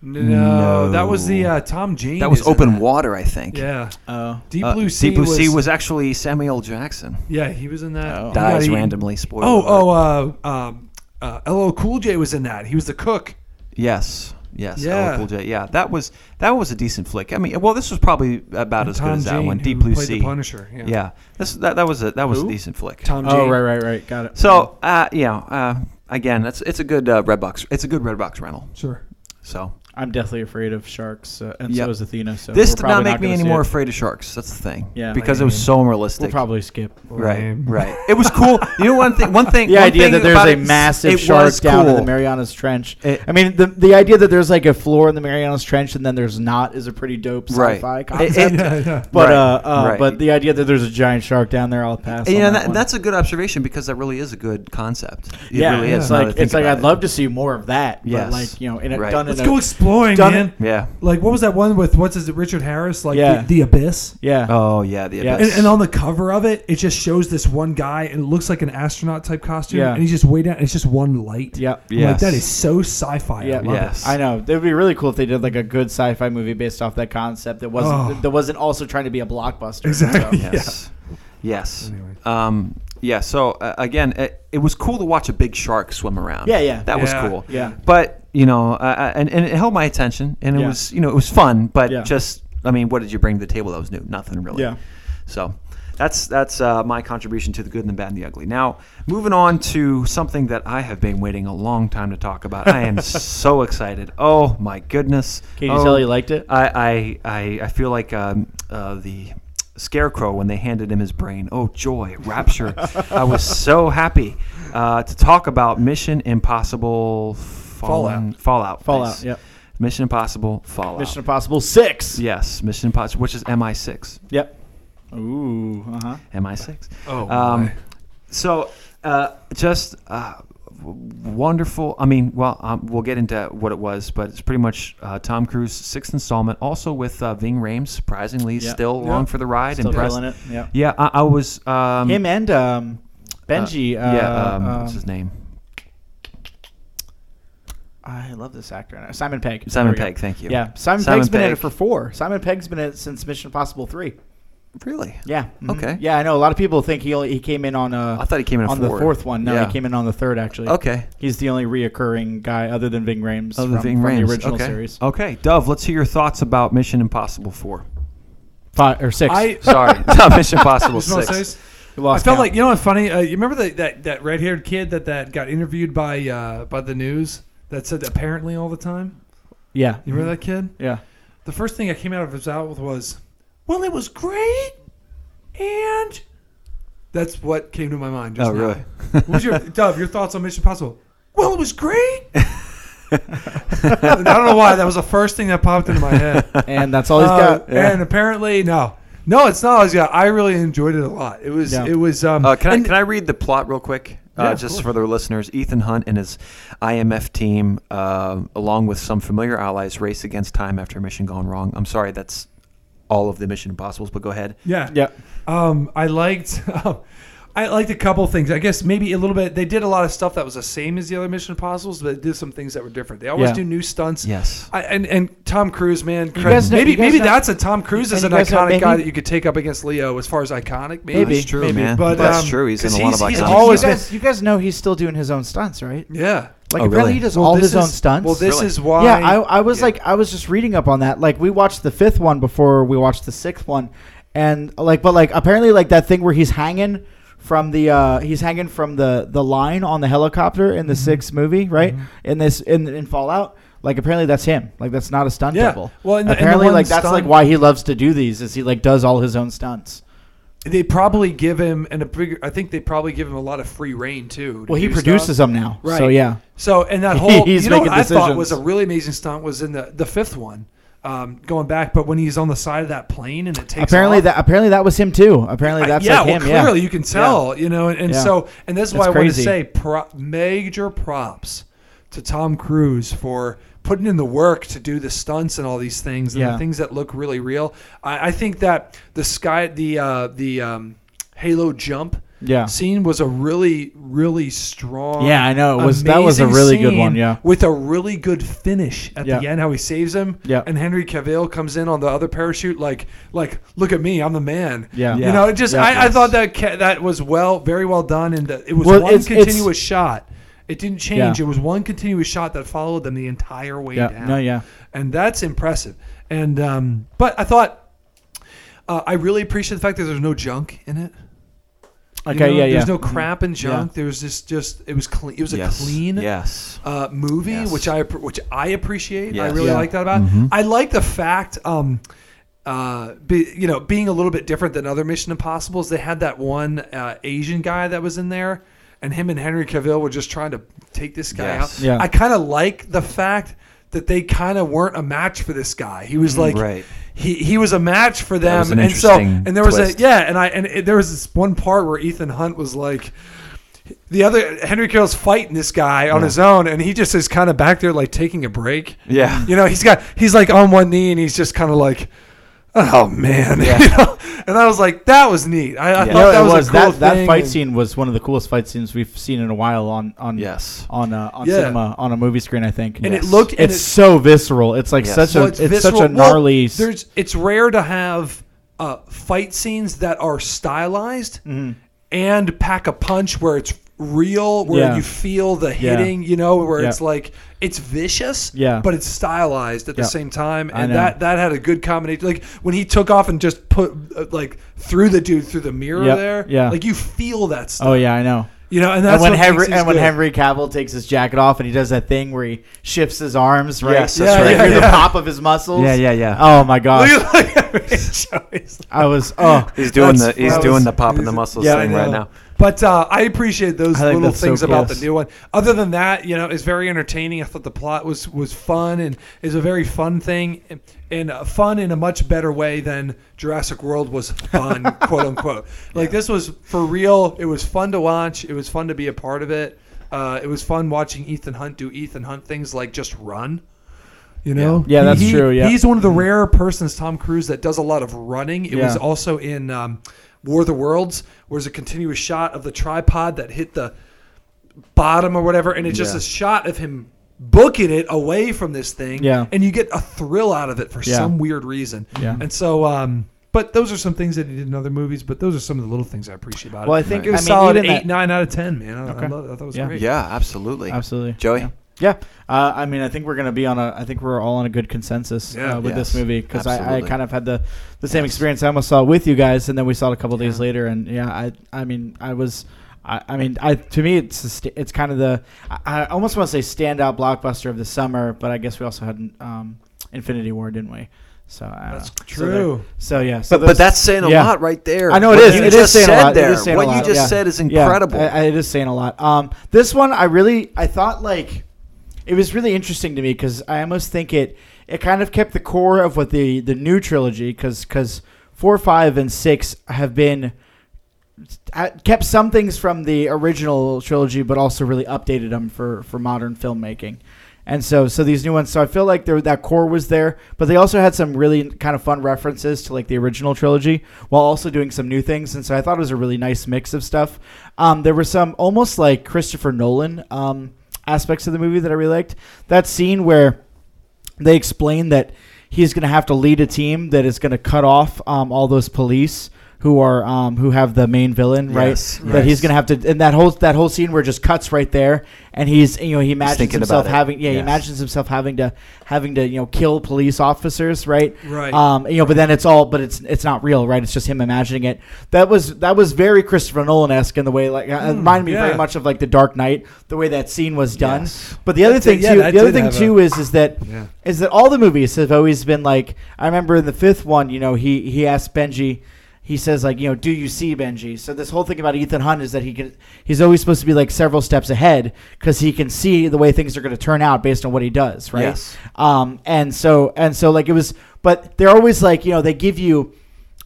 [SPEAKER 4] No,
[SPEAKER 2] No.
[SPEAKER 4] that was the uh, Tom Jane.
[SPEAKER 2] that was
[SPEAKER 4] is in
[SPEAKER 2] open
[SPEAKER 4] that.
[SPEAKER 2] water, I think.
[SPEAKER 4] Yeah,
[SPEAKER 3] Oh,
[SPEAKER 4] Deep
[SPEAKER 2] Uh,
[SPEAKER 4] Blue Sea.
[SPEAKER 2] Deep Blue
[SPEAKER 4] was,
[SPEAKER 2] Sea was actually Samuel Jackson.
[SPEAKER 4] Yeah, he was in that.
[SPEAKER 3] Oh.
[SPEAKER 4] He got
[SPEAKER 2] Dies
[SPEAKER 4] eaten.
[SPEAKER 2] randomly. Spoiler.
[SPEAKER 4] Oh,
[SPEAKER 2] alert.
[SPEAKER 4] oh, uh, um, uh, LL Cool J was in that. He was the cook.
[SPEAKER 2] Yes. Yes.
[SPEAKER 4] Yeah.
[SPEAKER 2] Yeah. Cool J. Yeah. That was that was a decent flick. I mean, well, this was probably about as good
[SPEAKER 4] Tom
[SPEAKER 2] as that
[SPEAKER 4] Jane,
[SPEAKER 2] one.
[SPEAKER 4] who
[SPEAKER 2] Deep Blue
[SPEAKER 4] played
[SPEAKER 2] Sea.
[SPEAKER 4] the Punisher. Yeah.
[SPEAKER 2] Yeah. This that, that was a that was
[SPEAKER 3] Who?
[SPEAKER 2] a decent flick.
[SPEAKER 4] Tom Jane.
[SPEAKER 3] oh, right, right, right. Got it.
[SPEAKER 2] So, uh, you know, uh, again, that's it's a good uh, red box. It's a good red box rental.
[SPEAKER 4] Sure.
[SPEAKER 2] So
[SPEAKER 3] I'm definitely afraid of sharks, uh, and
[SPEAKER 2] Yep.
[SPEAKER 3] so is Athena. So
[SPEAKER 2] this
[SPEAKER 3] we're
[SPEAKER 2] did
[SPEAKER 3] probably
[SPEAKER 2] not make me
[SPEAKER 3] gonna
[SPEAKER 2] any
[SPEAKER 3] see
[SPEAKER 2] more
[SPEAKER 3] it.
[SPEAKER 2] afraid of sharks. That's the thing.
[SPEAKER 3] Yeah.
[SPEAKER 2] Because it was so unrealistic.
[SPEAKER 3] We'll probably skip.
[SPEAKER 2] Right,
[SPEAKER 4] Lame.
[SPEAKER 2] right. It was cool. You know, one thing. One thing.
[SPEAKER 3] The
[SPEAKER 2] one
[SPEAKER 3] idea
[SPEAKER 2] thing
[SPEAKER 3] that there's
[SPEAKER 2] about
[SPEAKER 3] a
[SPEAKER 2] it-
[SPEAKER 3] massive
[SPEAKER 2] it
[SPEAKER 3] shark
[SPEAKER 2] was
[SPEAKER 3] down in the
[SPEAKER 2] cool.
[SPEAKER 3] Marianas Trench.
[SPEAKER 2] It-
[SPEAKER 3] I mean, the the idea that there's like a floor in the Marianas Trench and then there's not is a pretty dope
[SPEAKER 2] Right.
[SPEAKER 3] sci-fi
[SPEAKER 2] It-
[SPEAKER 3] concept.
[SPEAKER 2] it-
[SPEAKER 3] but
[SPEAKER 2] Right,
[SPEAKER 3] uh, uh
[SPEAKER 2] right.
[SPEAKER 3] but the idea that there's a giant shark down there, I'll pass.
[SPEAKER 2] You
[SPEAKER 3] on
[SPEAKER 2] know,
[SPEAKER 3] that
[SPEAKER 2] that,
[SPEAKER 3] one.
[SPEAKER 2] that's a good observation because that really is a good concept. It
[SPEAKER 3] yeah,
[SPEAKER 2] really is.
[SPEAKER 3] it's
[SPEAKER 2] now that I
[SPEAKER 3] like
[SPEAKER 2] think
[SPEAKER 3] it's like
[SPEAKER 2] about
[SPEAKER 3] I'd
[SPEAKER 2] it.
[SPEAKER 3] love to see more of that. Yeah,
[SPEAKER 2] Yes.
[SPEAKER 3] like you know, in a,
[SPEAKER 2] Right.
[SPEAKER 3] done
[SPEAKER 2] Let's
[SPEAKER 3] in
[SPEAKER 4] go
[SPEAKER 3] a
[SPEAKER 4] exploring,
[SPEAKER 3] Done
[SPEAKER 4] man.
[SPEAKER 2] Yeah.
[SPEAKER 4] Like what was that one with what's his Richard Harris? Like
[SPEAKER 3] Yeah.
[SPEAKER 4] the, the abyss.
[SPEAKER 3] Yeah.
[SPEAKER 2] Oh yeah, the
[SPEAKER 3] Yeah.
[SPEAKER 2] abyss.
[SPEAKER 4] And, and on the cover of it, it just shows this one guy, and it looks like an astronaut type costume,
[SPEAKER 3] Yeah.
[SPEAKER 4] and he's just way down. And it's just one light.
[SPEAKER 3] Yep.
[SPEAKER 4] I'm
[SPEAKER 2] Yes.
[SPEAKER 4] Like that is so sci-fi.
[SPEAKER 3] Yeah,
[SPEAKER 4] I love
[SPEAKER 2] Yes.
[SPEAKER 3] I know. It would be really cool if they did like a good sci-fi movie based off that concept that wasn't
[SPEAKER 4] Oh.
[SPEAKER 3] that wasn't also trying to be a blockbuster.
[SPEAKER 4] Exactly.
[SPEAKER 3] So,
[SPEAKER 2] Yes. Yes. Um, yeah. So uh, again, it, it was cool to watch a big shark swim around.
[SPEAKER 3] Yeah, yeah.
[SPEAKER 2] That
[SPEAKER 4] Yeah.
[SPEAKER 2] was cool.
[SPEAKER 3] Yeah.
[SPEAKER 2] But you know, uh, and and it held my attention, and it
[SPEAKER 3] Yeah.
[SPEAKER 2] was you know it was fun, but
[SPEAKER 3] Yeah.
[SPEAKER 2] just I mean, what did you bring to the table that was new? Nothing really.
[SPEAKER 3] Yeah.
[SPEAKER 2] So. That's that's uh, my contribution to the good and the bad and the ugly. Now, moving on to something that I have been waiting a long time to talk about. I am so excited! Oh my goodness!
[SPEAKER 3] Can you
[SPEAKER 2] Oh,
[SPEAKER 3] tell you liked it? Uh,
[SPEAKER 2] I I I, I feel like um, uh, the scarecrow when they handed him his brain. Oh joy, rapture! I was so happy uh, to talk about Mission Impossible Fallen, Fallout.
[SPEAKER 3] Fallout,
[SPEAKER 2] nice.
[SPEAKER 3] yep.
[SPEAKER 2] Mission Impossible Fallout.
[SPEAKER 3] Mission Impossible Six.
[SPEAKER 2] yes, Mission Impossible, which is MI6.
[SPEAKER 3] Yep. Ooh. Uh huh.
[SPEAKER 2] MI6.
[SPEAKER 4] Oh,
[SPEAKER 2] Um,
[SPEAKER 4] my.
[SPEAKER 2] so uh, just uh, w- wonderful. I mean, well, um, we'll get into what it was, but it's pretty much uh, Tom Cruise's sixth installment. Also with uh, Ving Rhames, surprisingly,
[SPEAKER 3] Yeah.
[SPEAKER 2] still
[SPEAKER 3] Yeah.
[SPEAKER 2] along for the ride.
[SPEAKER 3] Still
[SPEAKER 2] impressed.
[SPEAKER 3] killing it. Yeah.
[SPEAKER 2] Yeah, I, I was. Um,
[SPEAKER 3] Him and um, Benji.
[SPEAKER 2] uh,
[SPEAKER 3] Uh,
[SPEAKER 2] yeah, um,
[SPEAKER 3] um,
[SPEAKER 2] what's his name?
[SPEAKER 3] I love this actor. Uh, Simon Pegg.
[SPEAKER 2] Simon
[SPEAKER 3] There we
[SPEAKER 2] Pegg.
[SPEAKER 3] go.
[SPEAKER 2] Thank you.
[SPEAKER 3] Yeah. Simon,
[SPEAKER 2] Simon
[SPEAKER 3] Pegg's been in it
[SPEAKER 2] Pegg.
[SPEAKER 3] for four. Simon Pegg's been in it since Mission Impossible Three.
[SPEAKER 2] Really?
[SPEAKER 3] Yeah. mhm.
[SPEAKER 2] Okay.
[SPEAKER 3] Yeah, I know. A lot of people think he only, he came in on uh
[SPEAKER 2] I thought he came in
[SPEAKER 3] on the
[SPEAKER 2] four.
[SPEAKER 3] fourth one. No,
[SPEAKER 2] Yeah.
[SPEAKER 3] he came in on the third actually.
[SPEAKER 2] Okay.
[SPEAKER 3] He's the only reoccurring guy other than Ving Rhames
[SPEAKER 2] Other
[SPEAKER 3] from,
[SPEAKER 2] Ving
[SPEAKER 3] from
[SPEAKER 2] Rhames.
[SPEAKER 3] the original
[SPEAKER 2] okay. Oh.
[SPEAKER 3] series.
[SPEAKER 2] Okay, Dove. Let's hear your thoughts about Mission Impossible Four.
[SPEAKER 3] Five or six.
[SPEAKER 4] I
[SPEAKER 2] Sorry, not Mission Impossible
[SPEAKER 4] Just wanna
[SPEAKER 2] Six.
[SPEAKER 4] say-
[SPEAKER 3] You
[SPEAKER 4] I
[SPEAKER 3] lost
[SPEAKER 4] felt
[SPEAKER 3] count.
[SPEAKER 4] like you know what's funny. Uh, you remember that that, that red haired kid that, that got interviewed by uh, by the news that said apparently all the time.
[SPEAKER 3] yeah.
[SPEAKER 4] You remember that kid?
[SPEAKER 3] Yeah.
[SPEAKER 4] The first thing I came out of his mouth was, "Well, it was great," and that's what came to my mind. Just
[SPEAKER 2] Oh,
[SPEAKER 4] now.
[SPEAKER 2] really?
[SPEAKER 4] what was your Dove? Your thoughts on Mission Impossible? Well, it was great. I don't know why that was the first thing that popped into my head.
[SPEAKER 3] And that's all he's
[SPEAKER 4] Uh,
[SPEAKER 3] got. Yeah.
[SPEAKER 4] And apparently, no, no, it's not. all he's got. I really enjoyed it a lot. It was,
[SPEAKER 3] Yeah.
[SPEAKER 4] it was. Um,
[SPEAKER 2] Uh, can I
[SPEAKER 4] and-
[SPEAKER 2] can I read the plot real quick?
[SPEAKER 4] Yeah,
[SPEAKER 2] Uh,
[SPEAKER 4] of
[SPEAKER 2] just
[SPEAKER 4] course.
[SPEAKER 2] for the listeners, Ethan Hunt and his IMF team, uh, along with some familiar allies, race against time after a mission gone wrong. I'm sorry, that's all of the Mission Impossibles, but go ahead.
[SPEAKER 4] yeah,
[SPEAKER 3] Yeah.
[SPEAKER 4] Um, I liked. um, I liked a couple things. I guess maybe a little bit. They did a lot of stuff that was the same as the other Mission Impossibles, but they did some things that were different. They always
[SPEAKER 3] Yeah.
[SPEAKER 4] do new stunts.
[SPEAKER 2] Yes.
[SPEAKER 4] I, and and Tom Cruise, man,
[SPEAKER 3] guys know-
[SPEAKER 4] maybe
[SPEAKER 3] you guys
[SPEAKER 4] maybe
[SPEAKER 3] know-
[SPEAKER 4] that's a Tom Cruise is
[SPEAKER 3] and
[SPEAKER 4] an
[SPEAKER 3] you guys know
[SPEAKER 4] iconic
[SPEAKER 3] maybe-
[SPEAKER 4] guy that you could take up against Leo as far as iconic. Maybe,
[SPEAKER 3] Maybe.
[SPEAKER 2] That's true, man.
[SPEAKER 4] But,
[SPEAKER 2] that's
[SPEAKER 4] um,
[SPEAKER 2] true. He's in a
[SPEAKER 4] 'cause
[SPEAKER 2] lot
[SPEAKER 4] he's-
[SPEAKER 2] of
[SPEAKER 4] he's
[SPEAKER 2] iconic.
[SPEAKER 4] always
[SPEAKER 3] you
[SPEAKER 4] been-
[SPEAKER 3] guys, you guys know he's still doing his own stunts, right?
[SPEAKER 4] yeah.
[SPEAKER 3] Like
[SPEAKER 2] Oh,
[SPEAKER 3] apparently
[SPEAKER 2] really?
[SPEAKER 3] he does
[SPEAKER 4] Well,
[SPEAKER 3] all
[SPEAKER 4] this
[SPEAKER 3] his own
[SPEAKER 4] is-
[SPEAKER 3] stunts.
[SPEAKER 4] Well, this
[SPEAKER 2] Really?
[SPEAKER 4] is why.
[SPEAKER 3] yeah, I, I was
[SPEAKER 4] Yeah.
[SPEAKER 3] like I was just reading up on that. Like we watched the fifth one before we watched the sixth one, and like but like apparently like that thing where he's hanging from the uh he's hanging from the the line on the helicopter in the
[SPEAKER 4] Mm-hmm.
[SPEAKER 3] sixth movie, right? In this in in Fallout. Like apparently that's him. Like that's not a stunt
[SPEAKER 4] Yeah.
[SPEAKER 3] double.
[SPEAKER 4] Well, and the- and the
[SPEAKER 3] apparently
[SPEAKER 4] one
[SPEAKER 3] like that's
[SPEAKER 4] stunt-
[SPEAKER 3] like why he loves to do these is he like does all his own stunts.
[SPEAKER 4] they probably give him and a bigger. I think they probably give him a lot of free reign too. to
[SPEAKER 3] Well, he
[SPEAKER 4] do stuff.
[SPEAKER 3] produces them now.
[SPEAKER 4] Right.
[SPEAKER 3] So yeah.
[SPEAKER 4] So and that whole
[SPEAKER 3] He's
[SPEAKER 4] you know what
[SPEAKER 3] making
[SPEAKER 4] I thought
[SPEAKER 3] decisions.
[SPEAKER 4] was a really amazing stunt was in the the fifth one, um, going back. But when he's on the side of that plane and it takes
[SPEAKER 3] Apparently
[SPEAKER 4] off,
[SPEAKER 3] that apparently that was him too. Apparently that's
[SPEAKER 4] yeah,
[SPEAKER 3] like him.
[SPEAKER 4] well, clearly
[SPEAKER 3] yeah.
[SPEAKER 4] you can tell, you know, and, and
[SPEAKER 3] Yeah.
[SPEAKER 4] so and that's why
[SPEAKER 3] That's
[SPEAKER 4] I want to
[SPEAKER 3] crazy.
[SPEAKER 4] say pro- major props to Tom Cruise for putting in the work to do the stunts and all these things and
[SPEAKER 3] Yeah.
[SPEAKER 4] the things that look really real. I, I think that the sky, the uh, the um, Halo jump.
[SPEAKER 3] Yeah.
[SPEAKER 4] Scene was a really, really strong.
[SPEAKER 3] Yeah, I know. It was- that was a
[SPEAKER 4] amazing
[SPEAKER 3] really good one,
[SPEAKER 4] scene
[SPEAKER 3] yeah.
[SPEAKER 4] with a really good finish at the
[SPEAKER 3] Yeah.
[SPEAKER 4] end, how he saves him.
[SPEAKER 3] Yeah.
[SPEAKER 4] And Henry Cavill comes in on the other parachute, like, like, look at me, I'm the man.
[SPEAKER 3] Yeah.
[SPEAKER 4] You
[SPEAKER 3] Yeah.
[SPEAKER 4] know, it just
[SPEAKER 3] Yeah.
[SPEAKER 4] I, I
[SPEAKER 3] Yes.
[SPEAKER 4] thought that ca- that was well, very well done, and that it was
[SPEAKER 3] Well,
[SPEAKER 4] one
[SPEAKER 3] it's- it's-
[SPEAKER 4] continuous shot. It didn't change.
[SPEAKER 3] Yeah.
[SPEAKER 4] It was one continuous shot that followed them the entire way
[SPEAKER 3] Yeah.
[SPEAKER 4] down.
[SPEAKER 3] No, yeah.
[SPEAKER 4] and that's impressive. And um, but I thought uh, I really appreciate the fact that there's no junk in it. You
[SPEAKER 3] Okay,
[SPEAKER 4] know,
[SPEAKER 3] yeah, yeah.
[SPEAKER 4] There's no crap and junk.
[SPEAKER 3] Yeah.
[SPEAKER 4] There was just just it was clean. It was
[SPEAKER 2] yes.
[SPEAKER 4] a clean
[SPEAKER 2] Yes.
[SPEAKER 4] uh, movie,
[SPEAKER 2] Yes.
[SPEAKER 4] which I appr- which I appreciate. I
[SPEAKER 2] Yes. Mm-hmm.
[SPEAKER 4] really
[SPEAKER 3] Yeah.
[SPEAKER 4] like that about. it. I like the fact, um, uh, be, you know, being a little bit different than other Mission Impossible's. They had that one uh, Asian guy that was in there, and him and Henry Cavill were just trying to take this guy
[SPEAKER 2] Yes.
[SPEAKER 4] out.
[SPEAKER 3] Yeah.
[SPEAKER 4] I kind of like the fact that they kind of weren't a match for this guy. He was like.
[SPEAKER 2] Mm-hmm. Right.
[SPEAKER 4] He, he was a match for them,
[SPEAKER 2] was an
[SPEAKER 4] and so
[SPEAKER 2] interesting
[SPEAKER 4] and there was
[SPEAKER 2] twist.
[SPEAKER 4] a yeah, and I and it, there was this one part where Ethan Hunt was like, the other Henry Carroll's fighting this guy on his own, and he just is kind of back there like taking a break.
[SPEAKER 2] Yeah.
[SPEAKER 4] you know, he's got he's like on one knee, and he's just kind of like. Oh man, you know? and I was like, that was neat. I, I thought
[SPEAKER 2] Yeah.
[SPEAKER 3] No,
[SPEAKER 4] that
[SPEAKER 3] it
[SPEAKER 4] was,
[SPEAKER 3] was
[SPEAKER 4] a cool
[SPEAKER 3] that, that
[SPEAKER 4] thing,
[SPEAKER 3] fight
[SPEAKER 4] and-
[SPEAKER 3] scene was one of the coolest fight scenes we've seen in a while on on
[SPEAKER 2] Yes.
[SPEAKER 3] on uh, on
[SPEAKER 4] Yeah.
[SPEAKER 3] cinema on a movie screen. I think,
[SPEAKER 4] And it looked, and
[SPEAKER 3] it's
[SPEAKER 4] it-
[SPEAKER 3] so visceral. It's like
[SPEAKER 2] Yes.
[SPEAKER 3] such
[SPEAKER 4] Well,
[SPEAKER 3] a it's, such a
[SPEAKER 4] visceral. Well,
[SPEAKER 3] gnarly. s-
[SPEAKER 4] there's it's rare to have uh, fight scenes that are stylized
[SPEAKER 3] Mm-hmm.
[SPEAKER 4] and pack a punch where it's real, where
[SPEAKER 3] Yeah.
[SPEAKER 4] you feel the hitting, you know, where
[SPEAKER 3] Yeah.
[SPEAKER 4] it's like it's vicious,
[SPEAKER 3] Yeah.
[SPEAKER 4] but it's stylized at
[SPEAKER 3] Yeah.
[SPEAKER 4] the same time,
[SPEAKER 3] I
[SPEAKER 4] and
[SPEAKER 3] know.
[SPEAKER 4] that that had a good combination. Like when he took off and just put uh, like threw the dude through the mirror
[SPEAKER 3] Yeah.
[SPEAKER 4] there,
[SPEAKER 3] Yeah.
[SPEAKER 4] like you feel that stuff,
[SPEAKER 3] oh yeah, I know.
[SPEAKER 4] you know, and
[SPEAKER 3] and
[SPEAKER 4] that's
[SPEAKER 3] when
[SPEAKER 4] what makes
[SPEAKER 3] Henry
[SPEAKER 4] these
[SPEAKER 3] and when
[SPEAKER 4] good.
[SPEAKER 3] Henry Cavill takes his jacket off and he does that thing where he shifts his arms, right?
[SPEAKER 2] Yes,
[SPEAKER 3] So
[SPEAKER 2] that's
[SPEAKER 3] you
[SPEAKER 4] right.
[SPEAKER 3] hear
[SPEAKER 4] Yeah,
[SPEAKER 3] the
[SPEAKER 4] yeah.
[SPEAKER 3] pop of his muscles.
[SPEAKER 2] Yeah, yeah, yeah.
[SPEAKER 3] Oh my
[SPEAKER 4] Look
[SPEAKER 3] gosh,
[SPEAKER 4] at- look at Joe. He's like-
[SPEAKER 3] I was oh
[SPEAKER 2] He's doing the
[SPEAKER 4] That's-
[SPEAKER 2] he's
[SPEAKER 4] that
[SPEAKER 2] doing
[SPEAKER 4] was-
[SPEAKER 2] the pop in the muscles
[SPEAKER 4] Yeah, I
[SPEAKER 2] thing right
[SPEAKER 4] know.
[SPEAKER 2] now.
[SPEAKER 4] But uh, I appreciate those
[SPEAKER 3] I think
[SPEAKER 4] little
[SPEAKER 3] that's so
[SPEAKER 4] things
[SPEAKER 3] cool.
[SPEAKER 4] about
[SPEAKER 3] Yes.
[SPEAKER 4] the new one. Other than that, you know, it's very entertaining. I thought the plot was was fun and is a very fun thing, and, and uh, fun in a much better way than Jurassic World was fun, quote unquote. Like this was for real. It was fun to watch. It was fun to be a part of it. Uh, it was fun watching Ethan Hunt do Ethan Hunt things like just run. You know,
[SPEAKER 3] Yeah, that's
[SPEAKER 4] He-
[SPEAKER 3] true, yeah.
[SPEAKER 4] he's one of the rare persons, Tom Cruise, that does a lot of running. It was
[SPEAKER 3] Yeah.
[SPEAKER 4] also in um, War of the Worlds, where there's a continuous shot of the tripod that hit the bottom or whatever, and it's just
[SPEAKER 2] Yeah.
[SPEAKER 4] a shot of him booking it away from this thing.
[SPEAKER 3] Yeah.
[SPEAKER 4] And you get a thrill out of it for
[SPEAKER 3] Yeah.
[SPEAKER 4] some weird reason.
[SPEAKER 3] Yeah.
[SPEAKER 4] And so, um, but those are some things that he did in other movies, but those are some of the little things I appreciate about
[SPEAKER 3] Well, I
[SPEAKER 4] it.
[SPEAKER 3] think
[SPEAKER 4] it was
[SPEAKER 3] I mean,
[SPEAKER 4] solid
[SPEAKER 3] even
[SPEAKER 4] eight,
[SPEAKER 3] that-
[SPEAKER 4] nine out of ten, man. I,
[SPEAKER 3] Okay.
[SPEAKER 4] I, love, I thought it was
[SPEAKER 3] Yeah.
[SPEAKER 4] great.
[SPEAKER 2] Yeah, absolutely.
[SPEAKER 3] absolutely,
[SPEAKER 2] Joey?
[SPEAKER 3] Yeah. Yeah, uh, I mean, I think we're gonna be on a. I think we're all on a good consensus
[SPEAKER 4] Yeah.
[SPEAKER 3] uh, with
[SPEAKER 2] Yes.
[SPEAKER 3] this movie because I, I
[SPEAKER 2] Absolutely.
[SPEAKER 3] kind of had the the same experience. I almost saw it with you guys, and then we saw it a couple days later, and yeah, I I mean, I was, I, I mean, I to me it's a st- it's kind of the I, I almost want to say standout blockbuster of the summer, but I guess we also had um, Infinity War, didn't we? So I don't
[SPEAKER 4] That's
[SPEAKER 3] know. So,
[SPEAKER 4] true.
[SPEAKER 3] there- so yeah, so
[SPEAKER 2] But, but
[SPEAKER 3] those-
[SPEAKER 2] that's saying a
[SPEAKER 3] yeah.
[SPEAKER 2] lot right there.
[SPEAKER 3] I know it
[SPEAKER 2] What
[SPEAKER 3] is.
[SPEAKER 2] You
[SPEAKER 3] It is
[SPEAKER 2] just
[SPEAKER 3] saying
[SPEAKER 2] said
[SPEAKER 3] a lot.
[SPEAKER 2] there.
[SPEAKER 3] It is saying a
[SPEAKER 2] what
[SPEAKER 3] lot.
[SPEAKER 2] you just
[SPEAKER 3] Yeah.
[SPEAKER 2] said is
[SPEAKER 3] Yeah.
[SPEAKER 2] incredible.
[SPEAKER 3] I- I- it is saying a lot. Um, this one, I really, I thought like, it was really interesting to me because I almost think it, it kind of kept the core of what the the new trilogy because because four, five, and six have been. I kept some things from the original trilogy, but also really updated them for, for modern filmmaking. And so, so these new ones. So I feel like there, that core was there, but they also had some really kind of fun references to like the original trilogy, while also doing some new things. And so I thought it was a really nice mix of stuff. Um, there were some almost like Christopher Nolan um, aspects of the movie that I really liked. That scene where they explain that he's going to have to lead a team that is going to cut off um, all those police who are um, who have the main villain, right?
[SPEAKER 2] Yes,
[SPEAKER 3] That he's
[SPEAKER 2] yes.
[SPEAKER 3] going to have to, and that whole that whole scene where it just cuts right there, and he's you know he imagines
[SPEAKER 2] thinking
[SPEAKER 3] himself
[SPEAKER 2] about it.
[SPEAKER 3] having yeah he
[SPEAKER 2] Yes.
[SPEAKER 3] imagines himself having to having to you know kill police officers, right?
[SPEAKER 4] Right.
[SPEAKER 3] Um, you know, but then it's all but it's it's not real, right? It's just him imagining it. That was that was very Christopher Nolan esque in the way like uh, it reminded me very
[SPEAKER 4] Hmm, yeah.
[SPEAKER 3] much of like the Dark Knight, the way that scene was done.
[SPEAKER 2] Yes.
[SPEAKER 3] But the other
[SPEAKER 4] That
[SPEAKER 3] thing
[SPEAKER 4] did- yeah,
[SPEAKER 3] too,
[SPEAKER 4] that
[SPEAKER 3] the other
[SPEAKER 4] did
[SPEAKER 3] thing
[SPEAKER 4] have a-
[SPEAKER 3] too is is that
[SPEAKER 4] Yeah.
[SPEAKER 3] is that all the movies have always been like I remember in the fifth one, you know, he he asked Benji, he says like, you know, do you see Benji? So this whole thing about Ethan Hunt is that he can he's always supposed to be like several steps ahead because he can see the way things are going to turn out based on what he does, right?
[SPEAKER 2] Yes.
[SPEAKER 3] Um, and so and so like it was, but they're always like you know they give you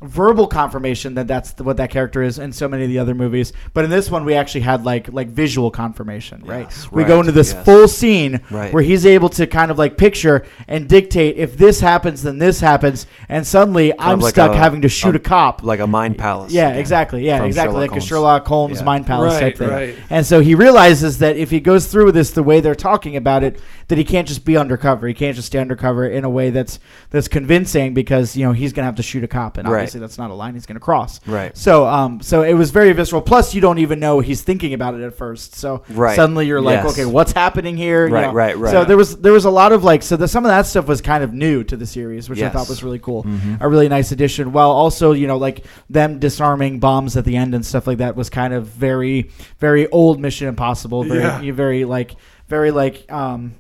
[SPEAKER 3] verbal confirmation that that's the, what that character is in so many of the other movies but in this one we actually had like like visual confirmation right
[SPEAKER 2] Yes,
[SPEAKER 3] we
[SPEAKER 2] right,
[SPEAKER 3] go into this
[SPEAKER 2] yes.
[SPEAKER 3] full scene
[SPEAKER 2] Right.
[SPEAKER 3] where he's able to kind of like picture and dictate if this happens then this happens and suddenly i'm
[SPEAKER 2] of like
[SPEAKER 3] stuck
[SPEAKER 2] a-
[SPEAKER 3] having to shoot a, cop
[SPEAKER 2] like a mind palace.
[SPEAKER 3] yeah,
[SPEAKER 2] again,
[SPEAKER 3] exactly. Yeah,
[SPEAKER 2] from
[SPEAKER 3] exactly. like
[SPEAKER 2] Sherlock
[SPEAKER 3] a Sherlock Holmes
[SPEAKER 2] Yeah.
[SPEAKER 3] mind palace
[SPEAKER 4] Right,
[SPEAKER 3] type thing.
[SPEAKER 4] right.
[SPEAKER 3] And so he realizes that if he goes through with this the way they're talking about it, that he can't just be undercover. He can't just stay undercover in a way that's that's convincing because you know he's gonna have to shoot a cop, and
[SPEAKER 2] Right.
[SPEAKER 3] obviously that's not a line he's gonna cross.
[SPEAKER 2] Right.
[SPEAKER 3] So um, so it was very visceral. Plus, you don't even know he's thinking about it at first. So
[SPEAKER 2] Right.
[SPEAKER 3] suddenly you're like,
[SPEAKER 2] Yes.
[SPEAKER 3] okay, what's happening here? You
[SPEAKER 2] Right,
[SPEAKER 3] know?
[SPEAKER 2] right, right.
[SPEAKER 3] So there was there was a lot of like so the, some of that stuff was kind of new to the series, which I thought
[SPEAKER 2] Yes.
[SPEAKER 3] was really really cool. A really nice addition. While also, you know, like them disarming bombs at the end and stuff like that was kind of very, very old Mission Impossible. Very,
[SPEAKER 4] Yeah.
[SPEAKER 3] very like, very like, um,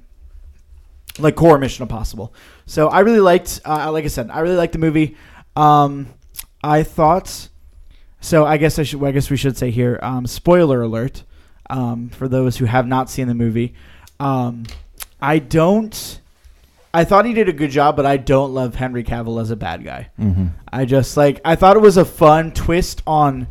[SPEAKER 3] like core Mission Impossible. So I really liked, uh, like I said, I really liked the movie. Um, I thought, so I guess I should, I guess we should say here, um, spoiler alert, um, for those who have not seen the movie. Um, I don't. I thought he did a good job, but I don't love
[SPEAKER 2] Mm-hmm.
[SPEAKER 3] Henry Cavill as a bad guy. I just like I thought it was a fun twist on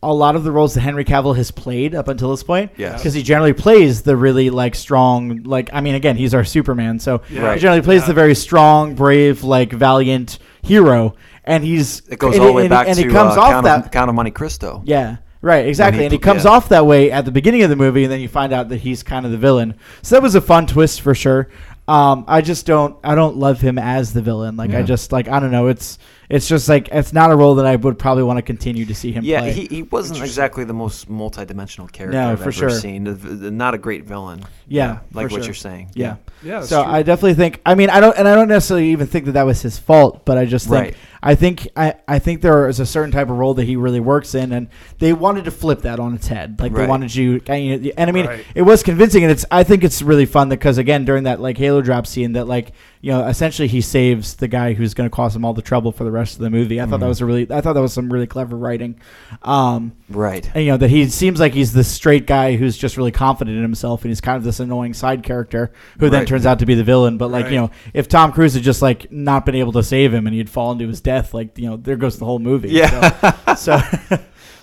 [SPEAKER 3] a lot of the roles that Henry Cavill has played up until this point.
[SPEAKER 2] Yes.
[SPEAKER 3] Because he generally plays the really like strong, like I mean, again, he's our Superman, so
[SPEAKER 2] Right.
[SPEAKER 3] he generally plays the very strong, brave, like valiant hero, and he's
[SPEAKER 2] It goes
[SPEAKER 3] and-
[SPEAKER 2] all the way
[SPEAKER 3] and-
[SPEAKER 2] back
[SPEAKER 3] and
[SPEAKER 2] to
[SPEAKER 3] he comes
[SPEAKER 2] uh,
[SPEAKER 3] off
[SPEAKER 2] Count,
[SPEAKER 3] that
[SPEAKER 2] of, Count of Monte Cristo.
[SPEAKER 3] yeah. Right, exactly.
[SPEAKER 2] he
[SPEAKER 3] and he
[SPEAKER 2] pl-
[SPEAKER 3] comes
[SPEAKER 2] yeah.
[SPEAKER 3] off that way at the beginning of the movie, and then you find out that he's kind of the villain. So that was a fun twist for sure. Um, I just don't, I don't love him as the villain. Like I just, like I don't know. It's, it's just like it's not a role that I would probably want to continue to see him.
[SPEAKER 2] Yeah,
[SPEAKER 3] play.
[SPEAKER 2] he, he wasn't exactly the most multidimensional character
[SPEAKER 3] No,
[SPEAKER 2] I've
[SPEAKER 3] for
[SPEAKER 2] ever
[SPEAKER 3] sure.
[SPEAKER 2] seen. The- the- Not a great villain.
[SPEAKER 3] Yeah,
[SPEAKER 2] like what
[SPEAKER 3] for sure.
[SPEAKER 2] you're saying.
[SPEAKER 3] Yeah.
[SPEAKER 4] Yeah, that's
[SPEAKER 3] so
[SPEAKER 4] true.
[SPEAKER 3] I definitely think. I mean, I don't, and I don't necessarily even think that that was his fault, but I just think.
[SPEAKER 2] Right.
[SPEAKER 3] I think. I, I think there is a certain type of role that he really works in, and they wanted to flip that on its head. Like
[SPEAKER 2] Right.
[SPEAKER 3] they wanted you, I- you know, and I mean,
[SPEAKER 4] Right.
[SPEAKER 3] it was convincing, and it's. I think it's really fun because again, during that like Halo drop scene, that like you know, essentially he saves the guy who's going to cause him all the trouble for the rest of the movie. I thought
[SPEAKER 2] Mm-hmm.
[SPEAKER 3] that was a really. I thought that was some really clever writing. Um,
[SPEAKER 2] Right.
[SPEAKER 3] and, you know that he seems like he's this straight guy who's just really confident in himself and he's kind of this annoying side character who then
[SPEAKER 2] Right.
[SPEAKER 3] turns out to be the villain but like you
[SPEAKER 4] Right.
[SPEAKER 3] know if tom cruise had just like not been able to save him and he'd fallen to his death like you know there goes the whole movie
[SPEAKER 2] Yeah.
[SPEAKER 3] so so, so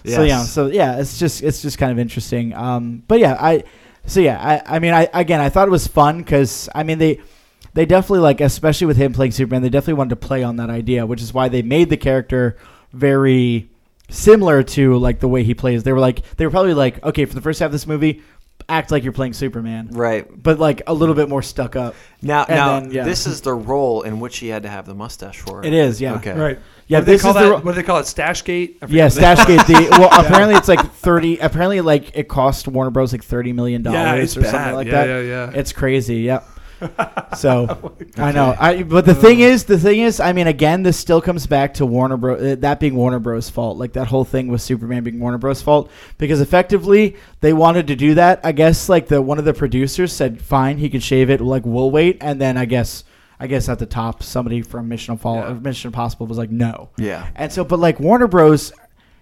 [SPEAKER 3] yeah
[SPEAKER 2] Yes.
[SPEAKER 3] so yeah it's just it's just kind of interesting um but yeah i so yeah i i mean i again i thought it was fun because i mean they they definitely like especially with him playing superman they definitely wanted to play on that idea which is why they made the character very similar to like the way he plays they were like they were probably like okay for the first half of this movie act like you're playing superman
[SPEAKER 2] right.
[SPEAKER 3] but like a little bit more stuck up
[SPEAKER 2] Now,
[SPEAKER 3] And
[SPEAKER 2] now
[SPEAKER 3] then, yeah.
[SPEAKER 2] this is the role in which he had to have the mustache for.
[SPEAKER 3] It is, yeah.
[SPEAKER 2] Okay.
[SPEAKER 4] Right.
[SPEAKER 3] Yeah,
[SPEAKER 4] What do they
[SPEAKER 3] this
[SPEAKER 4] call
[SPEAKER 3] is the
[SPEAKER 4] that?
[SPEAKER 3] ro-
[SPEAKER 4] what do they call it? Stashgate. I forget
[SPEAKER 3] yeah
[SPEAKER 4] what they-
[SPEAKER 3] stashgate the well apparently it's like 30 apparently like it cost warner bros like 30 million dollars
[SPEAKER 4] Yeah,
[SPEAKER 3] or
[SPEAKER 4] it's
[SPEAKER 3] something
[SPEAKER 4] bad.
[SPEAKER 3] like
[SPEAKER 4] Yeah,
[SPEAKER 3] that
[SPEAKER 4] yeah, Oh yeah.
[SPEAKER 3] it's crazy yep so i know i but the
[SPEAKER 4] Oh.
[SPEAKER 3] thing is the thing is i mean again this still comes back to warner bro uh, that being warner bros fault like that whole thing with superman being warner bros fault because effectively they wanted to do that i guess like the one of the producers said fine he can shave it like we'll wait and then i guess I guess at the top, somebody from Mission Impossible,
[SPEAKER 4] Yeah.
[SPEAKER 3] Mission Impossible was like, "No,
[SPEAKER 2] Yeah.
[SPEAKER 3] and so, but like Warner Bros,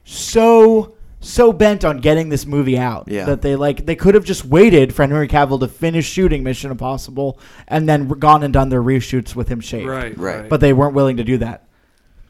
[SPEAKER 3] so so bent on getting this movie out
[SPEAKER 2] Yeah.
[SPEAKER 3] that they like they could have just waited for Henry Cavill to finish shooting Mission Impossible and then gone and done their reshoots with him shaved.
[SPEAKER 4] Right.
[SPEAKER 2] Right.
[SPEAKER 4] Right.
[SPEAKER 3] But they weren't willing to do that,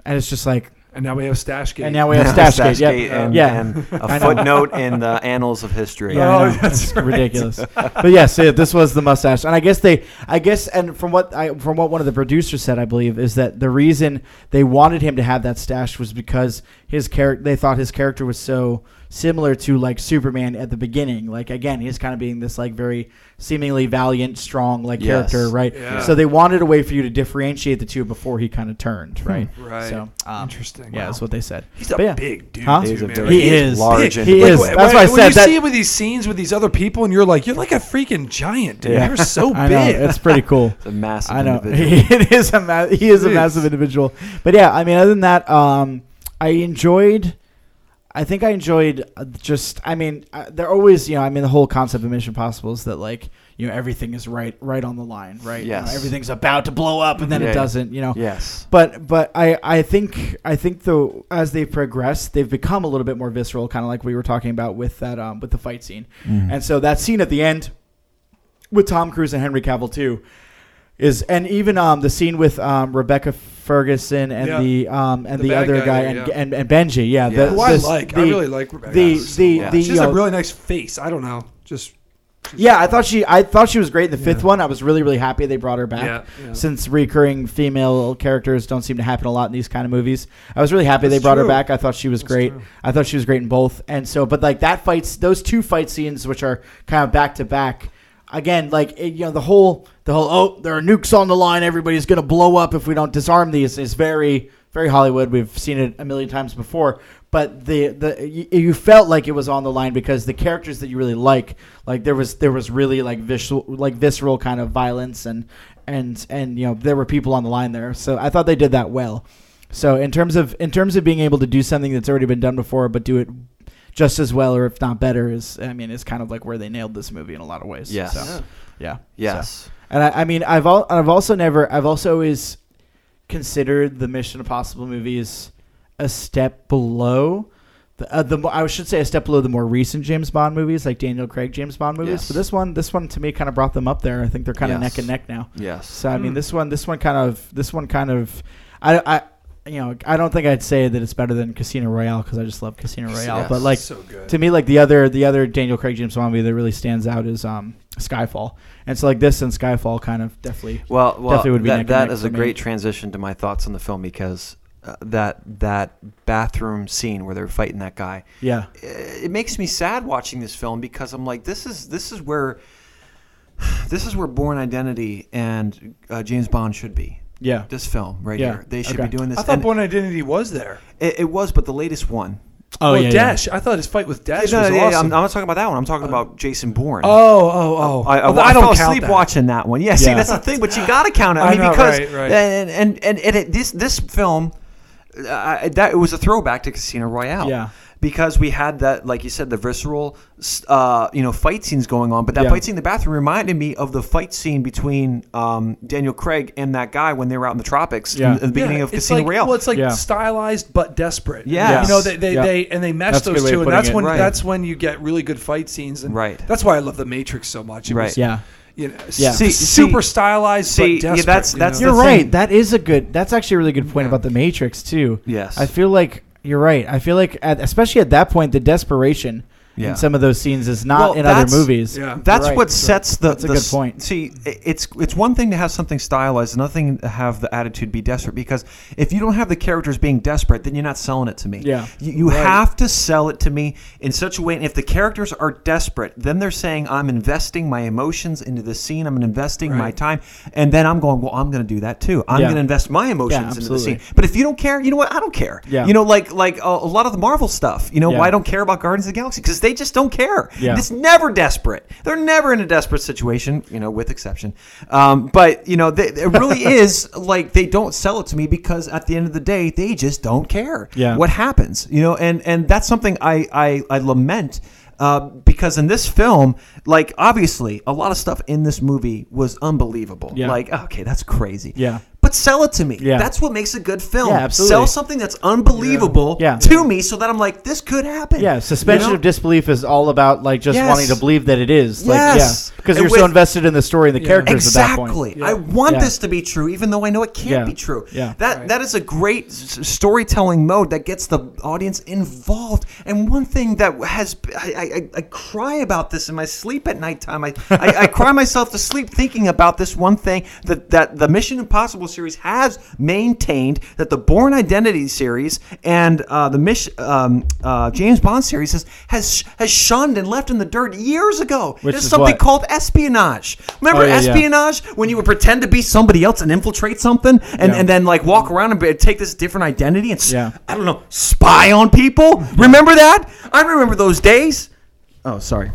[SPEAKER 3] and it's just like,
[SPEAKER 4] and now we have Stashgate.
[SPEAKER 3] and now we have
[SPEAKER 2] Now,
[SPEAKER 3] Stashgate.
[SPEAKER 2] Stashgate
[SPEAKER 3] Yep.
[SPEAKER 2] and,
[SPEAKER 3] yeah.
[SPEAKER 2] and
[SPEAKER 3] I
[SPEAKER 2] a
[SPEAKER 3] know.
[SPEAKER 2] footnote in the annals of history.
[SPEAKER 3] Yeah, I
[SPEAKER 4] Oh,
[SPEAKER 3] know.
[SPEAKER 4] that's
[SPEAKER 3] It's ridiculous. but yes, yeah, this was the mustache, and I guess they, I guess, and from what I, from what one of the producers said, I believe, is that the reason they wanted him to have that stash was because his character, they thought his character was so similar to like Superman at the beginning. Like again, he's kind of being this like very seemingly valiant, strong like
[SPEAKER 2] Yes.
[SPEAKER 3] character, right?
[SPEAKER 4] Yeah.
[SPEAKER 3] So they wanted a way for you to differentiate the two before he kind of turned, right?
[SPEAKER 4] Hmm. Right.
[SPEAKER 3] So um,
[SPEAKER 4] Interesting.
[SPEAKER 3] Yeah, that's what they said.
[SPEAKER 4] He's a
[SPEAKER 3] But yeah.
[SPEAKER 4] big dude.
[SPEAKER 3] Huh?
[SPEAKER 4] too,
[SPEAKER 2] He's a
[SPEAKER 4] man.
[SPEAKER 2] very
[SPEAKER 3] He is.
[SPEAKER 2] large
[SPEAKER 4] Big.
[SPEAKER 2] and
[SPEAKER 3] He
[SPEAKER 4] Like,
[SPEAKER 3] is.
[SPEAKER 4] wh-
[SPEAKER 3] That's
[SPEAKER 4] when-
[SPEAKER 3] why I
[SPEAKER 4] when
[SPEAKER 3] said
[SPEAKER 4] you
[SPEAKER 3] that-
[SPEAKER 4] see him with these scenes with these other people, and you're like, you're like a freaking giant, dude.
[SPEAKER 2] Yeah.
[SPEAKER 4] You're so
[SPEAKER 3] I know
[SPEAKER 4] big.
[SPEAKER 3] it's pretty cool.
[SPEAKER 2] a massive
[SPEAKER 3] I know
[SPEAKER 2] individual.
[SPEAKER 3] it is a ma- he is a
[SPEAKER 4] Jeez.
[SPEAKER 3] massive individual, but yeah, I mean, other than that, um, I enjoyed. I think I enjoyed uh, just. I mean, uh, they're always you know. I mean, the whole concept of Mission Possible is that like you know everything is right right on the line, right? You know,
[SPEAKER 2] Yes.
[SPEAKER 3] everything's about to blow up, and then
[SPEAKER 2] Yeah.
[SPEAKER 3] it doesn't. You know.
[SPEAKER 2] Yes.
[SPEAKER 3] But but I, I think I think though as they've progressed they've become a little bit more visceral, kind of like we were talking about with that um, with the fight scene,
[SPEAKER 4] Mm-hmm.
[SPEAKER 3] and so that scene at the end with Tom Cruise and Henry Cavill too is and even um, the scene with um, Rebecca Ferguson and
[SPEAKER 4] Yeah.
[SPEAKER 3] the um, and
[SPEAKER 4] The
[SPEAKER 3] the,
[SPEAKER 4] bad
[SPEAKER 3] other
[SPEAKER 4] guy
[SPEAKER 3] guy,
[SPEAKER 4] there,
[SPEAKER 3] and,
[SPEAKER 4] yeah.
[SPEAKER 3] and and Benji, yeah,
[SPEAKER 2] Yeah.
[SPEAKER 4] Who I
[SPEAKER 3] this-
[SPEAKER 4] like. I
[SPEAKER 3] the-
[SPEAKER 4] really like Rebecca.
[SPEAKER 3] the-
[SPEAKER 4] Garson
[SPEAKER 3] the-
[SPEAKER 4] a lot.
[SPEAKER 2] the,
[SPEAKER 4] She has
[SPEAKER 3] uh,
[SPEAKER 4] a really nice face. I don't know. Just
[SPEAKER 3] Yeah, I thought she I thought she was great in the fifth one. I was really really happy they brought her back.
[SPEAKER 4] Yeah, yeah.
[SPEAKER 3] Since recurring female characters don't seem to happen a lot in these kind of movies, I was really happy
[SPEAKER 4] That's
[SPEAKER 3] they brought her
[SPEAKER 4] true.
[SPEAKER 3] back. I thought she was great.
[SPEAKER 4] true.
[SPEAKER 3] I thought she was great in both. And so, but like that fights those two fight scenes, which are kind of back to back. Again, like it, you know, the whole the whole oh there are nukes on the line. Everybody's gonna blow up if we don't disarm these. Is very very Hollywood. We've seen it a million times before. But the the y- you felt like it was on the line because the characters that you really like, like there was there was really like visual like visceral kind of violence and and and you know there were people on the line there. So I thought they did that well. So in terms of in terms of being able to do something that's already been done before, but do it just as well or if not better is I mean is kind of like where they nailed this movie in a lot of ways.
[SPEAKER 2] Yes.
[SPEAKER 3] So, yeah. So-
[SPEAKER 2] Yes.
[SPEAKER 3] And I, I mean I've all I've also never I've also always considered the Mission Impossible movies a step below. The, uh, the mo- I should say a step below the more recent James Bond movies, like Daniel Craig James Bond movies.
[SPEAKER 2] Yes.
[SPEAKER 3] But this one, this one to me kind of brought them up there. I think they're kind of
[SPEAKER 2] Yes.
[SPEAKER 3] neck and neck now.
[SPEAKER 2] Yes.
[SPEAKER 3] So I mean,
[SPEAKER 4] Mm.
[SPEAKER 3] this one, this one kind of, this one kind of, I, I, you know, I don't think I'd say that it's better than Casino Royale because I just love Casino Royale.
[SPEAKER 2] Yes.
[SPEAKER 3] But like
[SPEAKER 4] so good.
[SPEAKER 3] to me, like the other the other Daniel Craig James Bond movie that really stands out is um, Skyfall, and so like this and Skyfall kind of definitely
[SPEAKER 2] Well, well
[SPEAKER 3] Definitely would be neck
[SPEAKER 2] that,
[SPEAKER 3] and
[SPEAKER 2] that
[SPEAKER 3] neck
[SPEAKER 2] is
[SPEAKER 3] for
[SPEAKER 2] a
[SPEAKER 3] me.
[SPEAKER 2] great transition to my thoughts on the film because uh, that that bathroom scene where they're fighting that guy,
[SPEAKER 3] yeah
[SPEAKER 2] uh, it makes me sad watching this film because I'm like, this is this is where this is where Born Identity and uh, James Bond should be.
[SPEAKER 3] yeah
[SPEAKER 2] This film right
[SPEAKER 3] Yeah,
[SPEAKER 2] here, they should
[SPEAKER 3] okay.
[SPEAKER 2] be doing this.
[SPEAKER 4] I thought
[SPEAKER 2] and
[SPEAKER 4] Born Identity was there.
[SPEAKER 2] it, it was, but the latest one.
[SPEAKER 3] oh
[SPEAKER 4] well,
[SPEAKER 3] yeah, yeah.
[SPEAKER 4] Dash. I thought his fight with Dash
[SPEAKER 2] No,
[SPEAKER 4] was
[SPEAKER 2] no, yeah, I'm,
[SPEAKER 4] awesome.
[SPEAKER 2] I'm not talking about that one. I'm talking about Jason Bourne.
[SPEAKER 4] oh, oh, oh.
[SPEAKER 2] I, I,
[SPEAKER 4] Although
[SPEAKER 2] I,
[SPEAKER 4] don't
[SPEAKER 2] fell
[SPEAKER 4] count
[SPEAKER 2] asleep
[SPEAKER 4] that.
[SPEAKER 2] watching that one. Yeah, see,
[SPEAKER 3] Yeah.
[SPEAKER 2] that's the thing. But you gotta count it. I,
[SPEAKER 4] I
[SPEAKER 2] mean,
[SPEAKER 4] know,
[SPEAKER 2] because
[SPEAKER 4] right, right.
[SPEAKER 2] and and and, and it, this this film, uh, that it was a throwback to Casino Royale.
[SPEAKER 3] Yeah.
[SPEAKER 2] Because we had that, like you said, the visceral, s- uh, you know, fight scenes going on. But that
[SPEAKER 3] Yeah.
[SPEAKER 2] fight scene in the bathroom reminded me of the fight scene between um, Daniel Craig and that guy when they were out in the tropics
[SPEAKER 3] Yeah.
[SPEAKER 2] in, at the beginning
[SPEAKER 4] Yeah,
[SPEAKER 2] of
[SPEAKER 4] it's
[SPEAKER 2] Casino
[SPEAKER 4] like,
[SPEAKER 2] Royale.
[SPEAKER 4] Well, it's like
[SPEAKER 3] Yeah.
[SPEAKER 4] stylized but desperate.
[SPEAKER 2] Yes.
[SPEAKER 4] you know they they,
[SPEAKER 3] Yeah.
[SPEAKER 4] they and they mesh
[SPEAKER 3] That's a good
[SPEAKER 4] those
[SPEAKER 3] way of
[SPEAKER 4] two, and
[SPEAKER 3] putting
[SPEAKER 4] that's
[SPEAKER 3] it.
[SPEAKER 4] when
[SPEAKER 2] Right.
[SPEAKER 4] that's when you get really good fight scenes. And
[SPEAKER 2] Right.
[SPEAKER 4] that's why I love the Matrix so much. It
[SPEAKER 2] Right.
[SPEAKER 4] was,
[SPEAKER 3] yeah
[SPEAKER 4] you know,
[SPEAKER 3] Yeah.
[SPEAKER 4] su-
[SPEAKER 2] See-
[SPEAKER 4] super
[SPEAKER 2] see-
[SPEAKER 4] stylized
[SPEAKER 2] see,
[SPEAKER 4] but
[SPEAKER 2] yeah,
[SPEAKER 4] desperate.
[SPEAKER 2] that's-
[SPEAKER 4] you
[SPEAKER 2] that's
[SPEAKER 4] know?
[SPEAKER 3] You're
[SPEAKER 2] the
[SPEAKER 3] right.
[SPEAKER 2] thing.
[SPEAKER 3] That is a good. That's actually a really good point about the Matrix too.
[SPEAKER 2] Yes.
[SPEAKER 3] I feel like you're right. I feel like at, especially at that point, the desperation
[SPEAKER 2] Yeah.
[SPEAKER 3] in some of those scenes is not
[SPEAKER 2] Well,
[SPEAKER 3] in other
[SPEAKER 2] that's-
[SPEAKER 3] movies.
[SPEAKER 4] yeah.
[SPEAKER 2] That's
[SPEAKER 3] Right.
[SPEAKER 2] what
[SPEAKER 3] So
[SPEAKER 2] sets the.
[SPEAKER 3] that's a
[SPEAKER 2] the
[SPEAKER 3] good
[SPEAKER 2] s-
[SPEAKER 3] point.
[SPEAKER 2] See, i- it's it's one thing to have something stylized, another thing to have the attitude be desperate. Because if you don't have the characters being desperate, then you're not selling it to me.
[SPEAKER 3] Yeah.
[SPEAKER 2] you, you have to sell it to me in such a way. And if the characters are desperate, then they're saying, "I'm investing my emotions into the scene. I'm investing my
[SPEAKER 4] Right.
[SPEAKER 2] time," and then I'm going, "Well, I'm going to do that too. I'm
[SPEAKER 3] Yeah.
[SPEAKER 2] going to invest my emotions into the
[SPEAKER 3] absolutely.
[SPEAKER 2] scene." But if you don't care, you know what? I don't care.
[SPEAKER 3] Yeah.
[SPEAKER 2] You know, like like a, a lot of the Marvel stuff. You know,
[SPEAKER 3] Yeah.
[SPEAKER 2] why I don't care about Guardians of the Galaxy because they just don't care.
[SPEAKER 3] Yeah.
[SPEAKER 2] It's never desperate. They're never in a desperate situation, you know, with exception. Um, but you know, they, it really is like they don't sell it to me because at the end of the day, they just don't care
[SPEAKER 3] Yeah.
[SPEAKER 2] what happens. You know, and and that's something I I, I lament. Uh, because in this film, like obviously, a lot of stuff in this movie was unbelievable.
[SPEAKER 3] Yeah.
[SPEAKER 2] Like, okay, that's crazy.
[SPEAKER 3] Yeah.
[SPEAKER 2] But sell it to me.
[SPEAKER 3] Yeah.
[SPEAKER 2] That's what makes a good film.
[SPEAKER 3] Yeah, absolutely.
[SPEAKER 2] Sell something that's unbelievable
[SPEAKER 3] Yeah.
[SPEAKER 2] to me so that I'm like, this could happen.
[SPEAKER 3] Yeah, suspension
[SPEAKER 2] You know?
[SPEAKER 3] of disbelief is all about like just
[SPEAKER 2] Yes.
[SPEAKER 3] wanting to believe that it is. Like,
[SPEAKER 2] Yes.
[SPEAKER 3] yeah, because
[SPEAKER 2] And
[SPEAKER 3] you're so
[SPEAKER 2] with-
[SPEAKER 3] invested in the story and the characters
[SPEAKER 2] exactly.
[SPEAKER 3] at that point.
[SPEAKER 2] I want
[SPEAKER 3] Yeah.
[SPEAKER 2] this to be true, even though I know it can't
[SPEAKER 3] Yeah.
[SPEAKER 2] be true.
[SPEAKER 3] Yeah.
[SPEAKER 2] That that is a great s- storytelling mode that gets the audience involved. And one thing that has I, I, I- I cry about this in my sleep at nighttime. I, I, I cry myself to sleep thinking about this one thing that that the Mission Impossible series has maintained that the Born Identity series and uh, the Mission um, uh, James Bond series has has has shunned and left in the dirt years ago.
[SPEAKER 3] Which
[SPEAKER 2] There's
[SPEAKER 3] is
[SPEAKER 2] something
[SPEAKER 3] what?
[SPEAKER 2] called espionage. Remember
[SPEAKER 3] Oh, yeah, yeah.
[SPEAKER 2] espionage? espionage when you would pretend to be somebody else and infiltrate something and,
[SPEAKER 3] Yeah.
[SPEAKER 2] and then like walk around and be, take this different identity and s-
[SPEAKER 3] Yeah.
[SPEAKER 2] I don't know, spy on people? Remember that? I remember those days. Oh, sorry.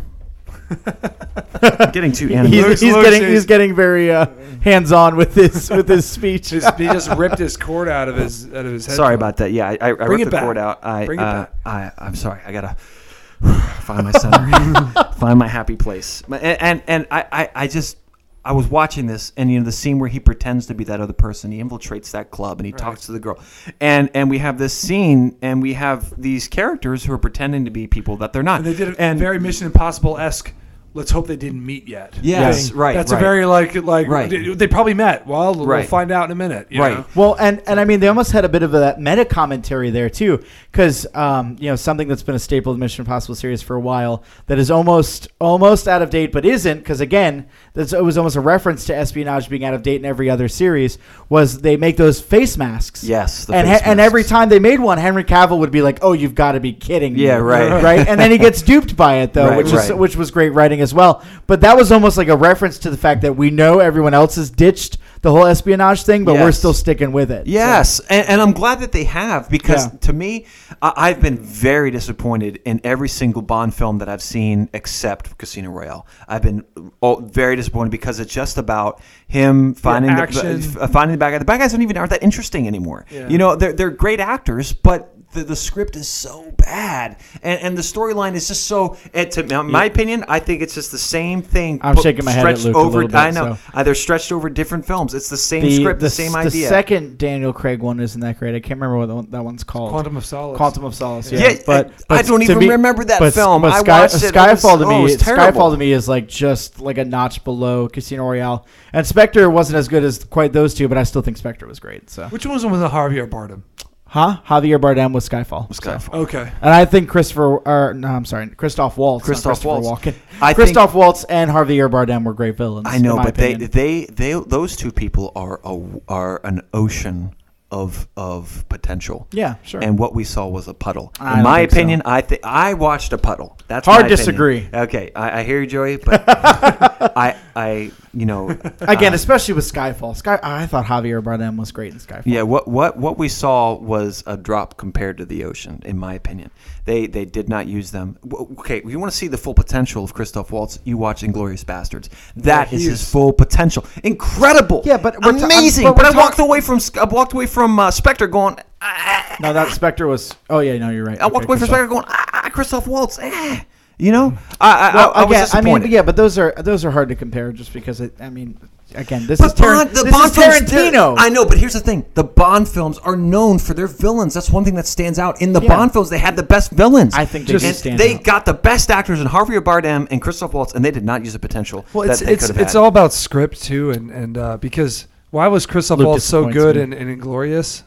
[SPEAKER 2] I'm getting too animated.
[SPEAKER 3] He's,
[SPEAKER 4] Luke's-
[SPEAKER 3] he's
[SPEAKER 4] Luke's-
[SPEAKER 3] getting he's getting very uh, hands on with his with his speech.
[SPEAKER 4] Just- he just ripped his cord out of his out of his head.
[SPEAKER 2] Sorry about that. Yeah, I, I, I ripped
[SPEAKER 4] Bring it
[SPEAKER 2] the
[SPEAKER 4] back.
[SPEAKER 2] cord out. I,
[SPEAKER 4] Bring it
[SPEAKER 2] uh,
[SPEAKER 4] back.
[SPEAKER 2] I, I'm sorry. I gotta find my center, find my happy place. My- And and, and I, I, I just I was watching this, and you know the scene where he pretends to be that other person. He infiltrates that club, and he talks to the girl. And and we have this scene, and we have these characters who are pretending to be people that they're not.
[SPEAKER 4] And they did a
[SPEAKER 2] and
[SPEAKER 4] very Mission Impossible esque. Let's hope they didn't meet yet.
[SPEAKER 2] Yes,
[SPEAKER 4] thing.
[SPEAKER 2] right,
[SPEAKER 4] That's
[SPEAKER 2] right.
[SPEAKER 4] a very like like
[SPEAKER 2] Right.
[SPEAKER 4] they, they probably met. Well, we'll
[SPEAKER 2] Right.
[SPEAKER 4] find out in a minute. you
[SPEAKER 2] Right.
[SPEAKER 4] know?
[SPEAKER 3] Well, and and I mean, they almost had a bit of that meta commentary there too, because um, you know something that's been a staple of the Mission Impossible series for a while that is almost almost out of date, but isn't because again, that's, it was almost a reference to espionage being out of date in every other series. Was they make those face masks?
[SPEAKER 2] Yes, the
[SPEAKER 3] and
[SPEAKER 2] face
[SPEAKER 3] and every
[SPEAKER 2] masks.
[SPEAKER 3] time they made one, Henry Cavill would be like, "Oh, you've got to be kidding!" me."
[SPEAKER 2] Yeah, right.
[SPEAKER 3] right. And then he gets duped by it though,
[SPEAKER 2] Right,
[SPEAKER 3] which is
[SPEAKER 2] right.
[SPEAKER 3] which was great writing as well. But that was almost like a reference to the fact that we know everyone else has ditched the whole espionage thing, but we're
[SPEAKER 2] Yes.
[SPEAKER 3] still sticking with it.
[SPEAKER 2] Yes, and, and I'm glad that they have because
[SPEAKER 3] Yeah.
[SPEAKER 2] to me, I, I've been very disappointed in every single Bond film that I've seen except Casino Royale. I've been all, very disappointed because it's just about him finding
[SPEAKER 4] action.
[SPEAKER 2] the, f- finding the bad guy. The bad guys don't even aren't that interesting anymore.
[SPEAKER 4] Yeah.
[SPEAKER 2] You know, they're they're great actors, but. The, the script is so bad, and, and the storyline is just so. It, to my my opinion, I think it's just the same thing.
[SPEAKER 3] I'm
[SPEAKER 2] put-
[SPEAKER 3] shaking my head at
[SPEAKER 2] stretched
[SPEAKER 3] Luke a
[SPEAKER 2] over,
[SPEAKER 3] little bit,
[SPEAKER 2] I know
[SPEAKER 3] so.
[SPEAKER 2] uh, they're stretched over different films. It's the same script, the, same
[SPEAKER 3] s-
[SPEAKER 2] idea.
[SPEAKER 3] The second Daniel Craig one isn't that great. I can't remember what the one- that one's called.
[SPEAKER 4] Quantum of Solace.
[SPEAKER 3] Quantum of Solace. Yeah,
[SPEAKER 2] Yeah,
[SPEAKER 3] but,
[SPEAKER 2] I- I
[SPEAKER 3] but
[SPEAKER 2] don't
[SPEAKER 3] to
[SPEAKER 2] even
[SPEAKER 3] me-
[SPEAKER 2] remember that
[SPEAKER 3] but-
[SPEAKER 2] film.
[SPEAKER 3] But
[SPEAKER 2] I
[SPEAKER 3] Sky-
[SPEAKER 2] watched it. It was-
[SPEAKER 3] Skyfall to
[SPEAKER 2] oh, it
[SPEAKER 3] me,
[SPEAKER 2] was
[SPEAKER 3] Skyfall
[SPEAKER 2] terrible.
[SPEAKER 3] to me is like just like a notch below Casino Royale. And Spectre wasn't as good as quite those two, but I still think Spectre was great. So
[SPEAKER 4] Which one was the one with Javier Bardem?
[SPEAKER 3] Huh? Javier Bardem with Skyfall.
[SPEAKER 2] Skyfall.
[SPEAKER 4] Okay.
[SPEAKER 3] And I think Christopher, or no, I'm sorry, Christoph Waltz. not
[SPEAKER 2] Christoph
[SPEAKER 3] Christopher
[SPEAKER 2] Waltz.
[SPEAKER 3] Walken.
[SPEAKER 2] I think-
[SPEAKER 3] Christoph Waltz and Javier Bardem were great villains.
[SPEAKER 2] I know,
[SPEAKER 3] in my
[SPEAKER 2] but they,
[SPEAKER 3] opinion.
[SPEAKER 2] they they those two people are a, are an ocean of of potential.
[SPEAKER 3] Yeah, sure.
[SPEAKER 2] And what we saw was a puddle.
[SPEAKER 3] I
[SPEAKER 2] In
[SPEAKER 3] don't
[SPEAKER 2] my
[SPEAKER 3] think so.
[SPEAKER 2] opinion, I think I watched a puddle. That's
[SPEAKER 3] Hard
[SPEAKER 2] my opinion.
[SPEAKER 3] disagree.
[SPEAKER 2] Okay, I, I hear you, Joey, but I I you know
[SPEAKER 3] Again,
[SPEAKER 2] uh,
[SPEAKER 3] especially with Skyfall. Sky, I thought Javier Bardem was great in Skyfall.
[SPEAKER 2] Yeah, what what what we saw was a drop compared to the ocean, in my opinion. They they did not use them. W- Okay, you want to see the full potential of Christoph Waltz? You watch *Inglorious Bastards*. That is
[SPEAKER 4] he
[SPEAKER 2] his
[SPEAKER 4] is-
[SPEAKER 2] full potential. Incredible.
[SPEAKER 3] Yeah, but we're ta-
[SPEAKER 2] amazing.
[SPEAKER 3] I'm- but
[SPEAKER 2] but
[SPEAKER 3] we're
[SPEAKER 2] I walked
[SPEAKER 3] talk-
[SPEAKER 2] away from Sc- I walked away from uh, *Spectre* going. Ah,
[SPEAKER 3] No, that Spectre was. Oh yeah, no, you're right.
[SPEAKER 2] I walked
[SPEAKER 3] Okay,
[SPEAKER 2] away from
[SPEAKER 3] Christoph.
[SPEAKER 2] *Spectre* going. Ah, ah, Christoph Waltz. Eh. You know, I I,
[SPEAKER 3] Well,
[SPEAKER 2] I, I was
[SPEAKER 3] Oh, again, I
[SPEAKER 2] disappointed.
[SPEAKER 3] mean, yeah, but those are those are hard to compare just because it, I mean, again, this is
[SPEAKER 2] But
[SPEAKER 3] Tar-
[SPEAKER 2] Bond, the
[SPEAKER 3] this
[SPEAKER 2] Bond
[SPEAKER 3] is
[SPEAKER 2] films, they're-
[SPEAKER 3] Tarantino.
[SPEAKER 2] I know, but here's the thing: the Bond films are known for their villains. That's one thing that stands out. In the
[SPEAKER 3] Yeah.
[SPEAKER 2] Bond films, they had the best villains.
[SPEAKER 3] I think they
[SPEAKER 2] Just-
[SPEAKER 3] do
[SPEAKER 2] and
[SPEAKER 3] stand
[SPEAKER 2] They
[SPEAKER 3] out.
[SPEAKER 2] got the best actors in Harvey Bardem and Christoph Waltz, and they did not use the potential
[SPEAKER 4] Well,
[SPEAKER 2] that
[SPEAKER 4] it's
[SPEAKER 2] they
[SPEAKER 4] it's
[SPEAKER 2] could have
[SPEAKER 4] it's
[SPEAKER 2] had.
[SPEAKER 4] all about script too, and and uh, because why was Christoph
[SPEAKER 3] Luke
[SPEAKER 4] Waltz so
[SPEAKER 3] disappoints
[SPEAKER 4] good
[SPEAKER 3] me.
[SPEAKER 4] and, and inglorious?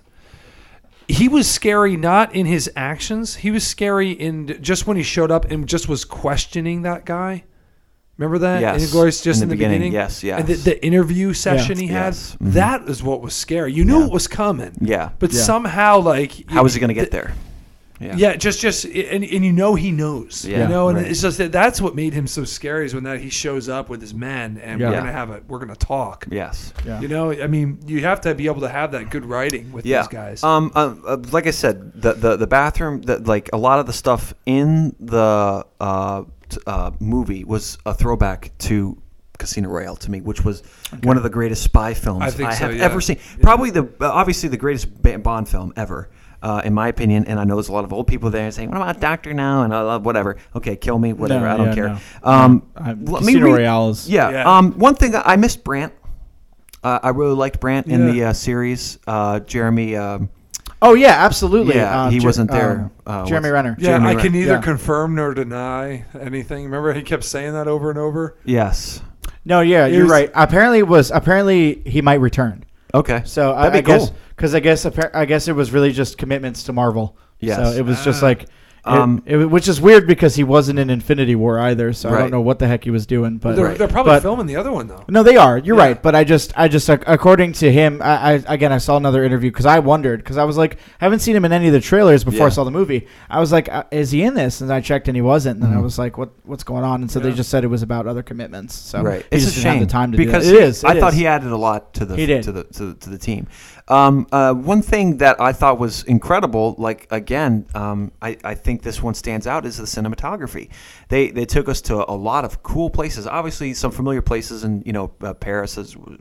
[SPEAKER 4] He was scary not in his actions. He was scary in just when he showed up and just was questioning that guy. Remember that?
[SPEAKER 2] Yes,
[SPEAKER 4] In Inglorious just
[SPEAKER 2] in
[SPEAKER 4] in
[SPEAKER 2] the
[SPEAKER 4] the,
[SPEAKER 2] beginning,
[SPEAKER 4] beginning.
[SPEAKER 2] yes, yes.
[SPEAKER 4] And the, the interview session he had.
[SPEAKER 2] Yes, mhm.
[SPEAKER 4] That is what was scary. You knew
[SPEAKER 2] Yeah.
[SPEAKER 4] it was coming.
[SPEAKER 2] Yeah.
[SPEAKER 4] But
[SPEAKER 3] Yeah.
[SPEAKER 4] somehow, like,
[SPEAKER 2] How was he going to get
[SPEAKER 4] there?
[SPEAKER 2] there?
[SPEAKER 4] Yeah, just just and, and you know he knows.
[SPEAKER 2] Yeah,
[SPEAKER 4] you know, and
[SPEAKER 2] right.
[SPEAKER 4] it's just that that's what made him so scary is when that he shows up with his men and we're
[SPEAKER 3] Yeah.
[SPEAKER 4] gonna have a we're gonna talk.
[SPEAKER 2] Yes.
[SPEAKER 3] Yeah.
[SPEAKER 4] You know, I mean, you have to be able to have that good writing with these guys.
[SPEAKER 2] Um, um, uh, like I said, the the, the bathroom, the, like a lot of the stuff in the uh, t- uh, movie was a throwback to Casino Royale to me, which was one of the greatest spy films
[SPEAKER 4] I
[SPEAKER 2] I,
[SPEAKER 4] think so,
[SPEAKER 2] have
[SPEAKER 4] yeah.
[SPEAKER 2] ever seen. Probably the uh, obviously the greatest Ba- Bond film ever. Uh, in my opinion, and I know there's a lot of old people there saying, "What about Doctor Now?" and I love whatever. Okay, kill me, whatever.
[SPEAKER 3] No,
[SPEAKER 2] I don't
[SPEAKER 3] yeah,
[SPEAKER 2] care.
[SPEAKER 3] no.
[SPEAKER 2] Um,
[SPEAKER 3] I-
[SPEAKER 2] let me
[SPEAKER 3] Casino
[SPEAKER 2] read-
[SPEAKER 3] Royale is-
[SPEAKER 2] Yeah.
[SPEAKER 4] Yeah.
[SPEAKER 2] Um, one thing I I missed Brant. Uh, I really liked Brant in
[SPEAKER 4] Yeah.
[SPEAKER 2] the uh, series. Uh, Jeremy. Um,
[SPEAKER 3] Oh yeah, absolutely. um,
[SPEAKER 2] Yeah, he wasn't there. Uh,
[SPEAKER 3] Jeremy
[SPEAKER 2] what's-
[SPEAKER 3] Renner.
[SPEAKER 4] yeah,
[SPEAKER 2] Jeremy
[SPEAKER 4] I
[SPEAKER 2] Renner.
[SPEAKER 4] can neither
[SPEAKER 3] Yeah.
[SPEAKER 4] confirm nor deny anything. Remember, he kept saying that over and over.
[SPEAKER 2] yes.
[SPEAKER 3] No, yeah,
[SPEAKER 4] It
[SPEAKER 3] you're
[SPEAKER 4] was-
[SPEAKER 3] right. Apparently it was apparently he might return.
[SPEAKER 2] Okay.
[SPEAKER 3] So I,
[SPEAKER 2] That'd be
[SPEAKER 3] I guess
[SPEAKER 2] cool.
[SPEAKER 3] because I guess appar- I guess it was really just commitments to Marvel.
[SPEAKER 2] Yes.
[SPEAKER 3] So it was just
[SPEAKER 4] Ah.
[SPEAKER 3] like. It,
[SPEAKER 2] Um,
[SPEAKER 3] it- which is weird because he wasn't in Infinity War either, so I
[SPEAKER 2] Right.
[SPEAKER 3] don't know what the heck he was doing. But
[SPEAKER 4] They're,
[SPEAKER 2] Right.
[SPEAKER 4] they're probably
[SPEAKER 3] But-
[SPEAKER 4] filming the other one though.
[SPEAKER 3] No, they are. You're
[SPEAKER 4] Yeah.
[SPEAKER 3] right. But I just, I just, ac- according to him, I, I again, I saw another interview because I wondered because I was like, I haven't seen him in any of the trailers before I
[SPEAKER 2] Yeah.
[SPEAKER 3] saw the movie. I was like, uh, is he in this? And I checked, and he wasn't. And then
[SPEAKER 2] Mm-hmm.
[SPEAKER 3] I was like, what, what's going on? And so they
[SPEAKER 4] Yeah.
[SPEAKER 3] just said it was about other commitments. So
[SPEAKER 2] right.
[SPEAKER 3] um, he
[SPEAKER 2] It's a
[SPEAKER 3] just didn't
[SPEAKER 2] shame
[SPEAKER 3] have the time to
[SPEAKER 2] because
[SPEAKER 3] do that. It is.
[SPEAKER 2] I
[SPEAKER 3] it
[SPEAKER 2] thought
[SPEAKER 3] is.
[SPEAKER 2] he added a lot to the
[SPEAKER 3] He did.
[SPEAKER 2] to the to, the- to the team. Um, uh, one thing that I thought was incredible, like again, um, I, I think this one stands out is the cinematography. They they took us to a lot of cool places. Obviously, some familiar places, and you know, uh, Paris is. We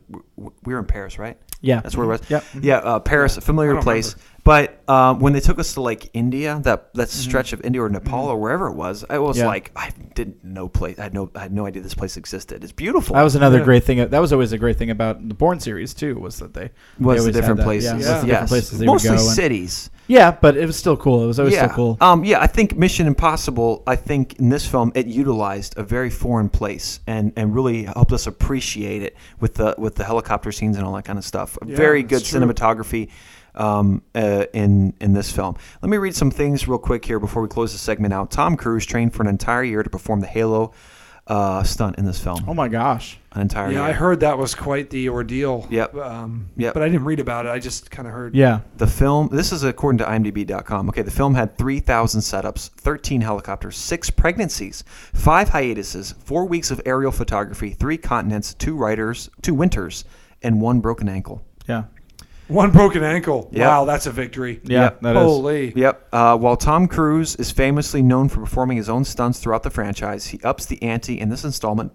[SPEAKER 2] we were in Paris, right?
[SPEAKER 3] Yeah.
[SPEAKER 2] that's where it was.
[SPEAKER 3] Yep. Mm-hmm.
[SPEAKER 2] Yeah, uh, Paris, a familiar
[SPEAKER 4] don't
[SPEAKER 2] place. But um, when they took us to like India, that that stretch of India or Nepal or wherever it was, I was
[SPEAKER 3] Mm-hmm. Yeah.
[SPEAKER 2] like, I didn't know place. I had no I had no idea this place existed. It's beautiful.
[SPEAKER 3] That was another
[SPEAKER 4] Yeah.
[SPEAKER 3] great thing. That was always a great thing about the Bourne series too, was that they they
[SPEAKER 2] was the
[SPEAKER 3] always had
[SPEAKER 2] different
[SPEAKER 3] that.
[SPEAKER 2] places.
[SPEAKER 3] Yeah, was the
[SPEAKER 4] Yeah.
[SPEAKER 3] different
[SPEAKER 2] Yes.
[SPEAKER 3] places they
[SPEAKER 2] Mostly
[SPEAKER 3] would go. and-
[SPEAKER 2] cities.
[SPEAKER 3] yeah, but it was still cool. It was always
[SPEAKER 2] yeah.
[SPEAKER 3] still cool.
[SPEAKER 2] Um, yeah, I think Mission Impossible, I think in this film it utilized a very foreign place and, and really helped us appreciate it with the with the helicopter scenes and all that kind of stuff. very good
[SPEAKER 4] that's true.
[SPEAKER 2] cinematography um, uh, in in this film. Let me read some things real quick here before we close the segment out. Tom Cruise trained for an entire year to perform the Halo uh, stunt in this film.
[SPEAKER 3] oh my gosh.
[SPEAKER 2] An entire
[SPEAKER 4] Yeah,
[SPEAKER 2] year.
[SPEAKER 4] I heard that was quite the ordeal.
[SPEAKER 2] Yep.
[SPEAKER 4] Um,
[SPEAKER 2] Yep.
[SPEAKER 4] But I didn't read about it. I just kind of heard.
[SPEAKER 3] Yeah.
[SPEAKER 2] The film, this is according to IMDb.com. Okay, the film had 3,000 setups, 13 helicopters, six pregnancies, five hiatuses, four weeks of aerial photography, three continents, two writers, two winters, and one broken ankle.
[SPEAKER 3] Yeah.
[SPEAKER 4] One broken ankle.
[SPEAKER 2] Yep.
[SPEAKER 4] Wow, that's a victory.
[SPEAKER 3] Yeah.
[SPEAKER 2] Yep.
[SPEAKER 3] That is.
[SPEAKER 4] Holy.
[SPEAKER 2] Yep. Uh, while Tom Cruise is famously known for performing his own stunts throughout the franchise, he ups the ante in this installment,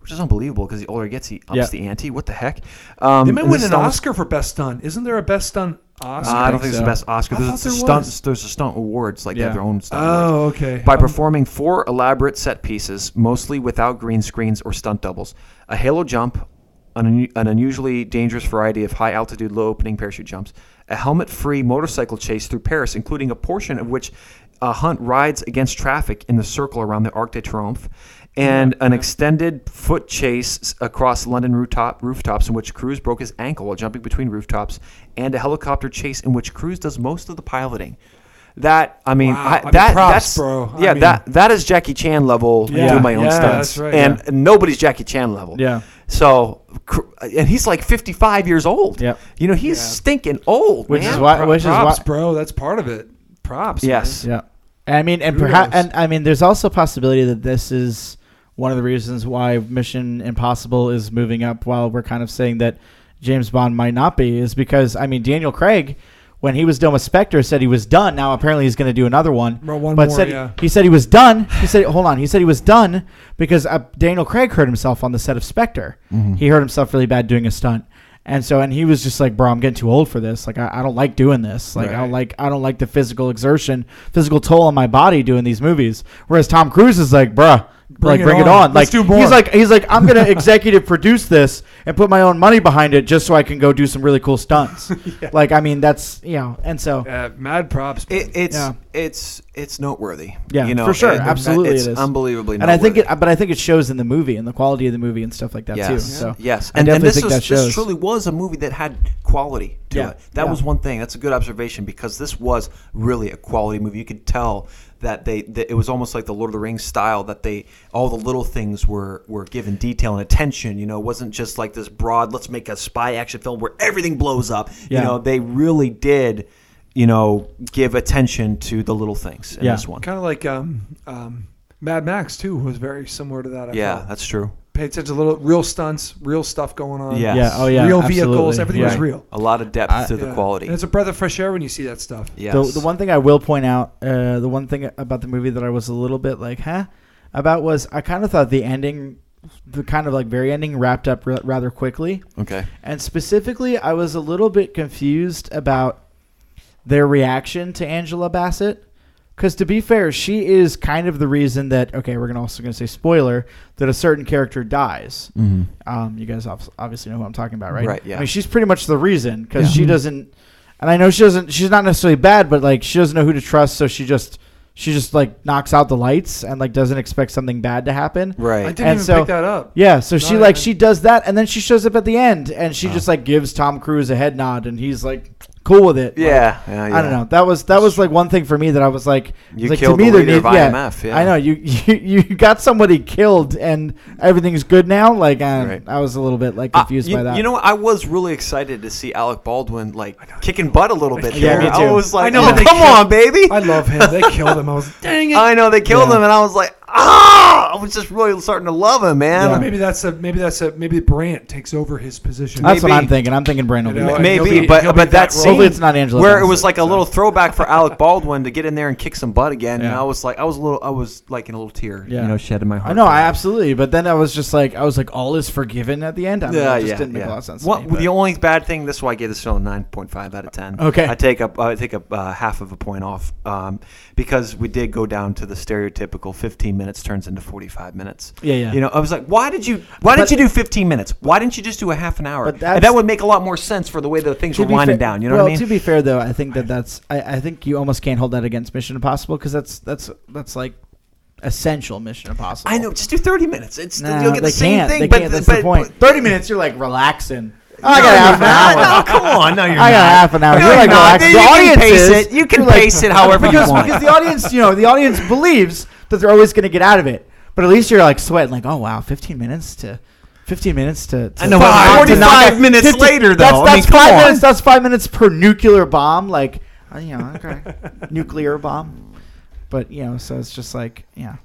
[SPEAKER 2] which is unbelievable because the older he gets, he ups
[SPEAKER 3] Yeah.
[SPEAKER 2] the ante. What the heck? Um,
[SPEAKER 4] They might
[SPEAKER 2] in
[SPEAKER 4] win
[SPEAKER 2] this
[SPEAKER 4] an
[SPEAKER 2] installment-
[SPEAKER 4] Oscar for best stunt. Isn't there a best stunt Oscar?
[SPEAKER 2] Uh, I don't think it's the
[SPEAKER 3] so.
[SPEAKER 2] best Oscar.
[SPEAKER 4] I
[SPEAKER 2] There's
[SPEAKER 4] thought there
[SPEAKER 2] stunts.
[SPEAKER 4] was.
[SPEAKER 2] There's a stunt awards like they have
[SPEAKER 3] Yeah.
[SPEAKER 2] their own stunt. awards.
[SPEAKER 4] oh, okay.
[SPEAKER 2] By performing four elaborate set pieces, mostly without green screens or stunt doubles, a halo jump, an, unu- an unusually dangerous variety of high altitude, low opening parachute jumps, a helmet free motorcycle chase through Paris, including a portion of which uh, Hunt rides against traffic in the circle around the Arc de Triomphe, and an extended foot chase s- across London rooftop, rooftops in which Cruz broke his ankle while jumping between rooftops, and a helicopter chase in which Cruz does most of the piloting. That I mean,
[SPEAKER 4] Wow.
[SPEAKER 2] I,
[SPEAKER 4] I mean,
[SPEAKER 2] that
[SPEAKER 4] props,
[SPEAKER 2] that's
[SPEAKER 4] bro. I
[SPEAKER 2] yeah
[SPEAKER 4] mean-
[SPEAKER 2] that that is Jackie Chan level
[SPEAKER 3] Yeah.
[SPEAKER 2] do my own
[SPEAKER 4] Yeah,
[SPEAKER 2] stunts,
[SPEAKER 4] that's right,
[SPEAKER 2] and nobody's Jackie Chan level.
[SPEAKER 3] Yeah.
[SPEAKER 2] So, cr- and he's like 55 years old.
[SPEAKER 3] Yep.
[SPEAKER 2] You know, he's stinking old.
[SPEAKER 3] Which
[SPEAKER 2] man.
[SPEAKER 3] is why- which is
[SPEAKER 4] props,
[SPEAKER 3] why-
[SPEAKER 4] bro. That's part of it. Props. man.
[SPEAKER 2] Yes.
[SPEAKER 3] Yeah. I mean, and
[SPEAKER 4] Kudos.
[SPEAKER 3] perhaps, and I mean, there's also a possibility that this is one of the reasons why Mission Impossible is moving up. While we're kind of saying that James Bond might not be, is because I mean, Daniel Craig, when he was done with Spectre, said he was done. Now apparently he's going to do another one.
[SPEAKER 4] Well, one
[SPEAKER 3] but
[SPEAKER 4] more,
[SPEAKER 3] said
[SPEAKER 4] yeah.
[SPEAKER 3] he said he was done. He said, hold on, he said he was done because uh, Daniel Craig hurt himself on the set of Spectre.
[SPEAKER 4] Mm-hmm.
[SPEAKER 3] He hurt himself really bad doing a stunt. And so, and he was just like, bro, I'm getting too old for this. Like, I, I don't like doing this. Like, I don't like, I don't like the physical exertion, physical toll on my body doing these movies. Whereas Tom Cruise is like, bruh, like,
[SPEAKER 4] it
[SPEAKER 3] bring it
[SPEAKER 4] on.
[SPEAKER 3] on. Like,
[SPEAKER 4] Let's do more.
[SPEAKER 3] he's like, he's like, I'm gonna executive produce this and put my own money behind it just so I can go do some really cool stunts. Like, I mean, that's you know, and so
[SPEAKER 4] Uh, mad props. bro.
[SPEAKER 2] It, it's
[SPEAKER 3] Yeah.
[SPEAKER 2] it's it's noteworthy.
[SPEAKER 3] Yeah,
[SPEAKER 2] you know,
[SPEAKER 3] for sure.
[SPEAKER 2] and
[SPEAKER 3] Absolutely
[SPEAKER 2] it's
[SPEAKER 3] it is.
[SPEAKER 2] unbelievably.
[SPEAKER 3] and I think
[SPEAKER 2] noteworthy.
[SPEAKER 3] it, but I think it shows in the movie and the quality of the movie and stuff like that too.
[SPEAKER 2] yes,
[SPEAKER 3] So
[SPEAKER 2] yes,
[SPEAKER 3] I
[SPEAKER 2] and, and
[SPEAKER 3] definitely
[SPEAKER 2] this
[SPEAKER 3] think
[SPEAKER 2] was,
[SPEAKER 3] that shows.
[SPEAKER 2] this truly was a movie that had quality to
[SPEAKER 3] Yeah,
[SPEAKER 2] it. That
[SPEAKER 3] yeah.
[SPEAKER 2] was one thing. That's a good observation because this was really a quality movie. You could tell that they that it was almost like the Lord of the Rings style that they all the little things were were given detail and attention. You know, it wasn't just like this broad. Let's make a spy action film where everything blows up.
[SPEAKER 3] Yeah.
[SPEAKER 2] You know, they really did. You know, give attention to the little things in
[SPEAKER 3] Yeah.
[SPEAKER 2] this one.
[SPEAKER 4] kind of like um, um, Mad Max too was very similar to that. I
[SPEAKER 2] Yeah,
[SPEAKER 4] felt.
[SPEAKER 2] that's true.
[SPEAKER 4] pay attention to little real stunts, real stuff going on.
[SPEAKER 2] Yeah.
[SPEAKER 3] yeah, oh yeah,
[SPEAKER 4] real
[SPEAKER 3] absolutely.
[SPEAKER 4] vehicles. Everything was
[SPEAKER 2] Right.
[SPEAKER 4] real.
[SPEAKER 2] A lot of depth to the
[SPEAKER 4] Yeah.
[SPEAKER 2] quality.
[SPEAKER 4] And it's a breath of fresh air when you see that stuff.
[SPEAKER 2] yes.
[SPEAKER 3] The, the one thing I will point out, uh, the one thing about the movie that I was a little bit like, huh, about was I kind of thought the ending, the kind of like very ending wrapped up ra- rather quickly.
[SPEAKER 2] Okay.
[SPEAKER 3] And specifically, I was a little bit confused about their reaction to Angela Bassett. Because to be fair, she is kind of the reason that, okay, we're gonna also going to say spoiler, that a certain character dies. Um, you guys obs- obviously know who I'm talking about, right?
[SPEAKER 2] Mm-hmm. Right, yeah. Mm-hmm.
[SPEAKER 3] I mean, she's pretty much the reason because she doesn't, and I know she doesn't, she's not necessarily bad, but like she doesn't know who to trust. So she just, she just like knocks out the lights and like doesn't expect something bad to happen.
[SPEAKER 2] Right.
[SPEAKER 4] I didn't
[SPEAKER 3] And
[SPEAKER 4] even
[SPEAKER 3] so-
[SPEAKER 4] pick that up.
[SPEAKER 3] Yeah, so she
[SPEAKER 4] No,
[SPEAKER 3] like
[SPEAKER 4] I-
[SPEAKER 3] she does that, and then she shows up at the end, and
[SPEAKER 2] Oh.
[SPEAKER 3] she just like gives Tom Cruise a head nod, and he's like cool with it. Like,
[SPEAKER 2] Yeah, yeah,
[SPEAKER 3] I
[SPEAKER 2] yeah.
[SPEAKER 3] don't know. That was that was like one thing for me that I was like,
[SPEAKER 2] You
[SPEAKER 3] like,
[SPEAKER 2] killed
[SPEAKER 3] to me,
[SPEAKER 2] the
[SPEAKER 3] there
[SPEAKER 2] leader
[SPEAKER 3] need-
[SPEAKER 2] of
[SPEAKER 3] yeah,
[SPEAKER 2] IMF, yeah.
[SPEAKER 3] I know you, you you got somebody killed, and everything's good now. Like I,
[SPEAKER 2] Right.
[SPEAKER 3] I was a little bit like
[SPEAKER 2] Uh,
[SPEAKER 3] confused
[SPEAKER 2] you,
[SPEAKER 3] by that.
[SPEAKER 2] you know, what? I was really excited to see Alec Baldwin like kicking butt a little bit.
[SPEAKER 3] Yeah,
[SPEAKER 2] there.
[SPEAKER 3] me
[SPEAKER 2] I
[SPEAKER 3] too.
[SPEAKER 2] was like,
[SPEAKER 4] I know
[SPEAKER 2] oh,
[SPEAKER 4] they
[SPEAKER 2] come
[SPEAKER 4] killed-
[SPEAKER 2] on, baby.
[SPEAKER 4] I
[SPEAKER 2] I,
[SPEAKER 4] love him. They killed him. I was dang it.
[SPEAKER 2] know they killed
[SPEAKER 3] Yeah.
[SPEAKER 2] him, and I was like, ah! I was just really starting to love him, man.
[SPEAKER 3] Yeah.
[SPEAKER 2] I mean,
[SPEAKER 4] maybe that's a maybe that's a maybe Brandt takes over his position.
[SPEAKER 3] that's what
[SPEAKER 2] maybe-
[SPEAKER 3] I'm thinking. I'm thinking Brandon.
[SPEAKER 4] You know,
[SPEAKER 3] Lee.
[SPEAKER 4] and he'll
[SPEAKER 2] Maybe,
[SPEAKER 4] be-
[SPEAKER 2] but
[SPEAKER 4] he'll be
[SPEAKER 2] but that
[SPEAKER 4] that
[SPEAKER 2] scene
[SPEAKER 4] role.
[SPEAKER 3] Hopefully it's not Angela
[SPEAKER 2] where it
[SPEAKER 3] Bassett,
[SPEAKER 2] was like a
[SPEAKER 3] so.
[SPEAKER 2] little throwback for Alec Baldwin to get in there and kick some butt again, and
[SPEAKER 3] Yeah.
[SPEAKER 2] I was like, I was a little, I was like in a little tear,
[SPEAKER 3] Yeah.
[SPEAKER 2] you know, shed in my heart.
[SPEAKER 3] I know,
[SPEAKER 2] for
[SPEAKER 3] I
[SPEAKER 2] that.
[SPEAKER 3] absolutely. But then I was just like, I was like, all is forgiven at the end. I don't know,
[SPEAKER 2] Yeah,
[SPEAKER 3] it just
[SPEAKER 2] yeah,
[SPEAKER 3] didn't make
[SPEAKER 2] yeah.
[SPEAKER 3] a lot of sense. to
[SPEAKER 2] What-
[SPEAKER 3] me, but-
[SPEAKER 2] the only bad thing, this is why I gave this film a nine point five out of ten.
[SPEAKER 3] Okay.
[SPEAKER 2] I take up I take up uh, half of a point off um, because we did go down to the stereotypical fifteen minutes turns into forty five minutes.
[SPEAKER 3] Yeah, yeah.
[SPEAKER 2] You know, I was like, why did you why
[SPEAKER 3] But-
[SPEAKER 2] did you do fifteen minutes? Why didn't you just do a half an hour?
[SPEAKER 3] But
[SPEAKER 2] And
[SPEAKER 3] that's-
[SPEAKER 2] that would make a lot more sense for the way the things were
[SPEAKER 3] To be
[SPEAKER 2] winding
[SPEAKER 3] fair-
[SPEAKER 2] down. You know
[SPEAKER 3] well,
[SPEAKER 2] what I mean?
[SPEAKER 3] to be fair though, I think that that's I, I think you almost can't hold that against Mission Impossible because that's that's that's like essential Mission Impossible.
[SPEAKER 2] I know. Just do thirty minutes. It's
[SPEAKER 3] Nah,
[SPEAKER 2] you'll get
[SPEAKER 3] they
[SPEAKER 2] the same
[SPEAKER 3] can't.
[SPEAKER 2] thing.
[SPEAKER 3] They
[SPEAKER 2] but,
[SPEAKER 3] can't. That's
[SPEAKER 2] but,
[SPEAKER 3] the point.
[SPEAKER 2] but-
[SPEAKER 3] Thirty minutes, you're like relaxing. I got
[SPEAKER 2] No,
[SPEAKER 3] half an
[SPEAKER 2] you're
[SPEAKER 3] hour.
[SPEAKER 2] not. Oh, No, come on. No, you're
[SPEAKER 3] I got
[SPEAKER 2] not.
[SPEAKER 3] half an hour.
[SPEAKER 2] No,
[SPEAKER 3] you're like
[SPEAKER 2] you're not.
[SPEAKER 3] relaxing.
[SPEAKER 2] You can
[SPEAKER 3] The audience
[SPEAKER 2] pace
[SPEAKER 3] is-
[SPEAKER 2] it. You can
[SPEAKER 3] you're like-
[SPEAKER 2] pace it however you
[SPEAKER 3] because,
[SPEAKER 2] want.
[SPEAKER 3] Because the audience, you know, the audience believes that they're always going to get out of it. But at least you're like sweating, like, oh wow, 15 minutes to. 15 minutes to, to
[SPEAKER 2] I know,
[SPEAKER 3] to
[SPEAKER 2] but
[SPEAKER 3] knock- to
[SPEAKER 2] 45
[SPEAKER 3] knock out-
[SPEAKER 2] minutes later, though. I
[SPEAKER 3] That's,
[SPEAKER 2] mean,
[SPEAKER 3] that's
[SPEAKER 2] come
[SPEAKER 3] five
[SPEAKER 2] on.
[SPEAKER 3] minutes. That's five minutes per nuclear bomb. Like, uh, you know, okay, nuclear bomb. But you know, so it's just like, yeah,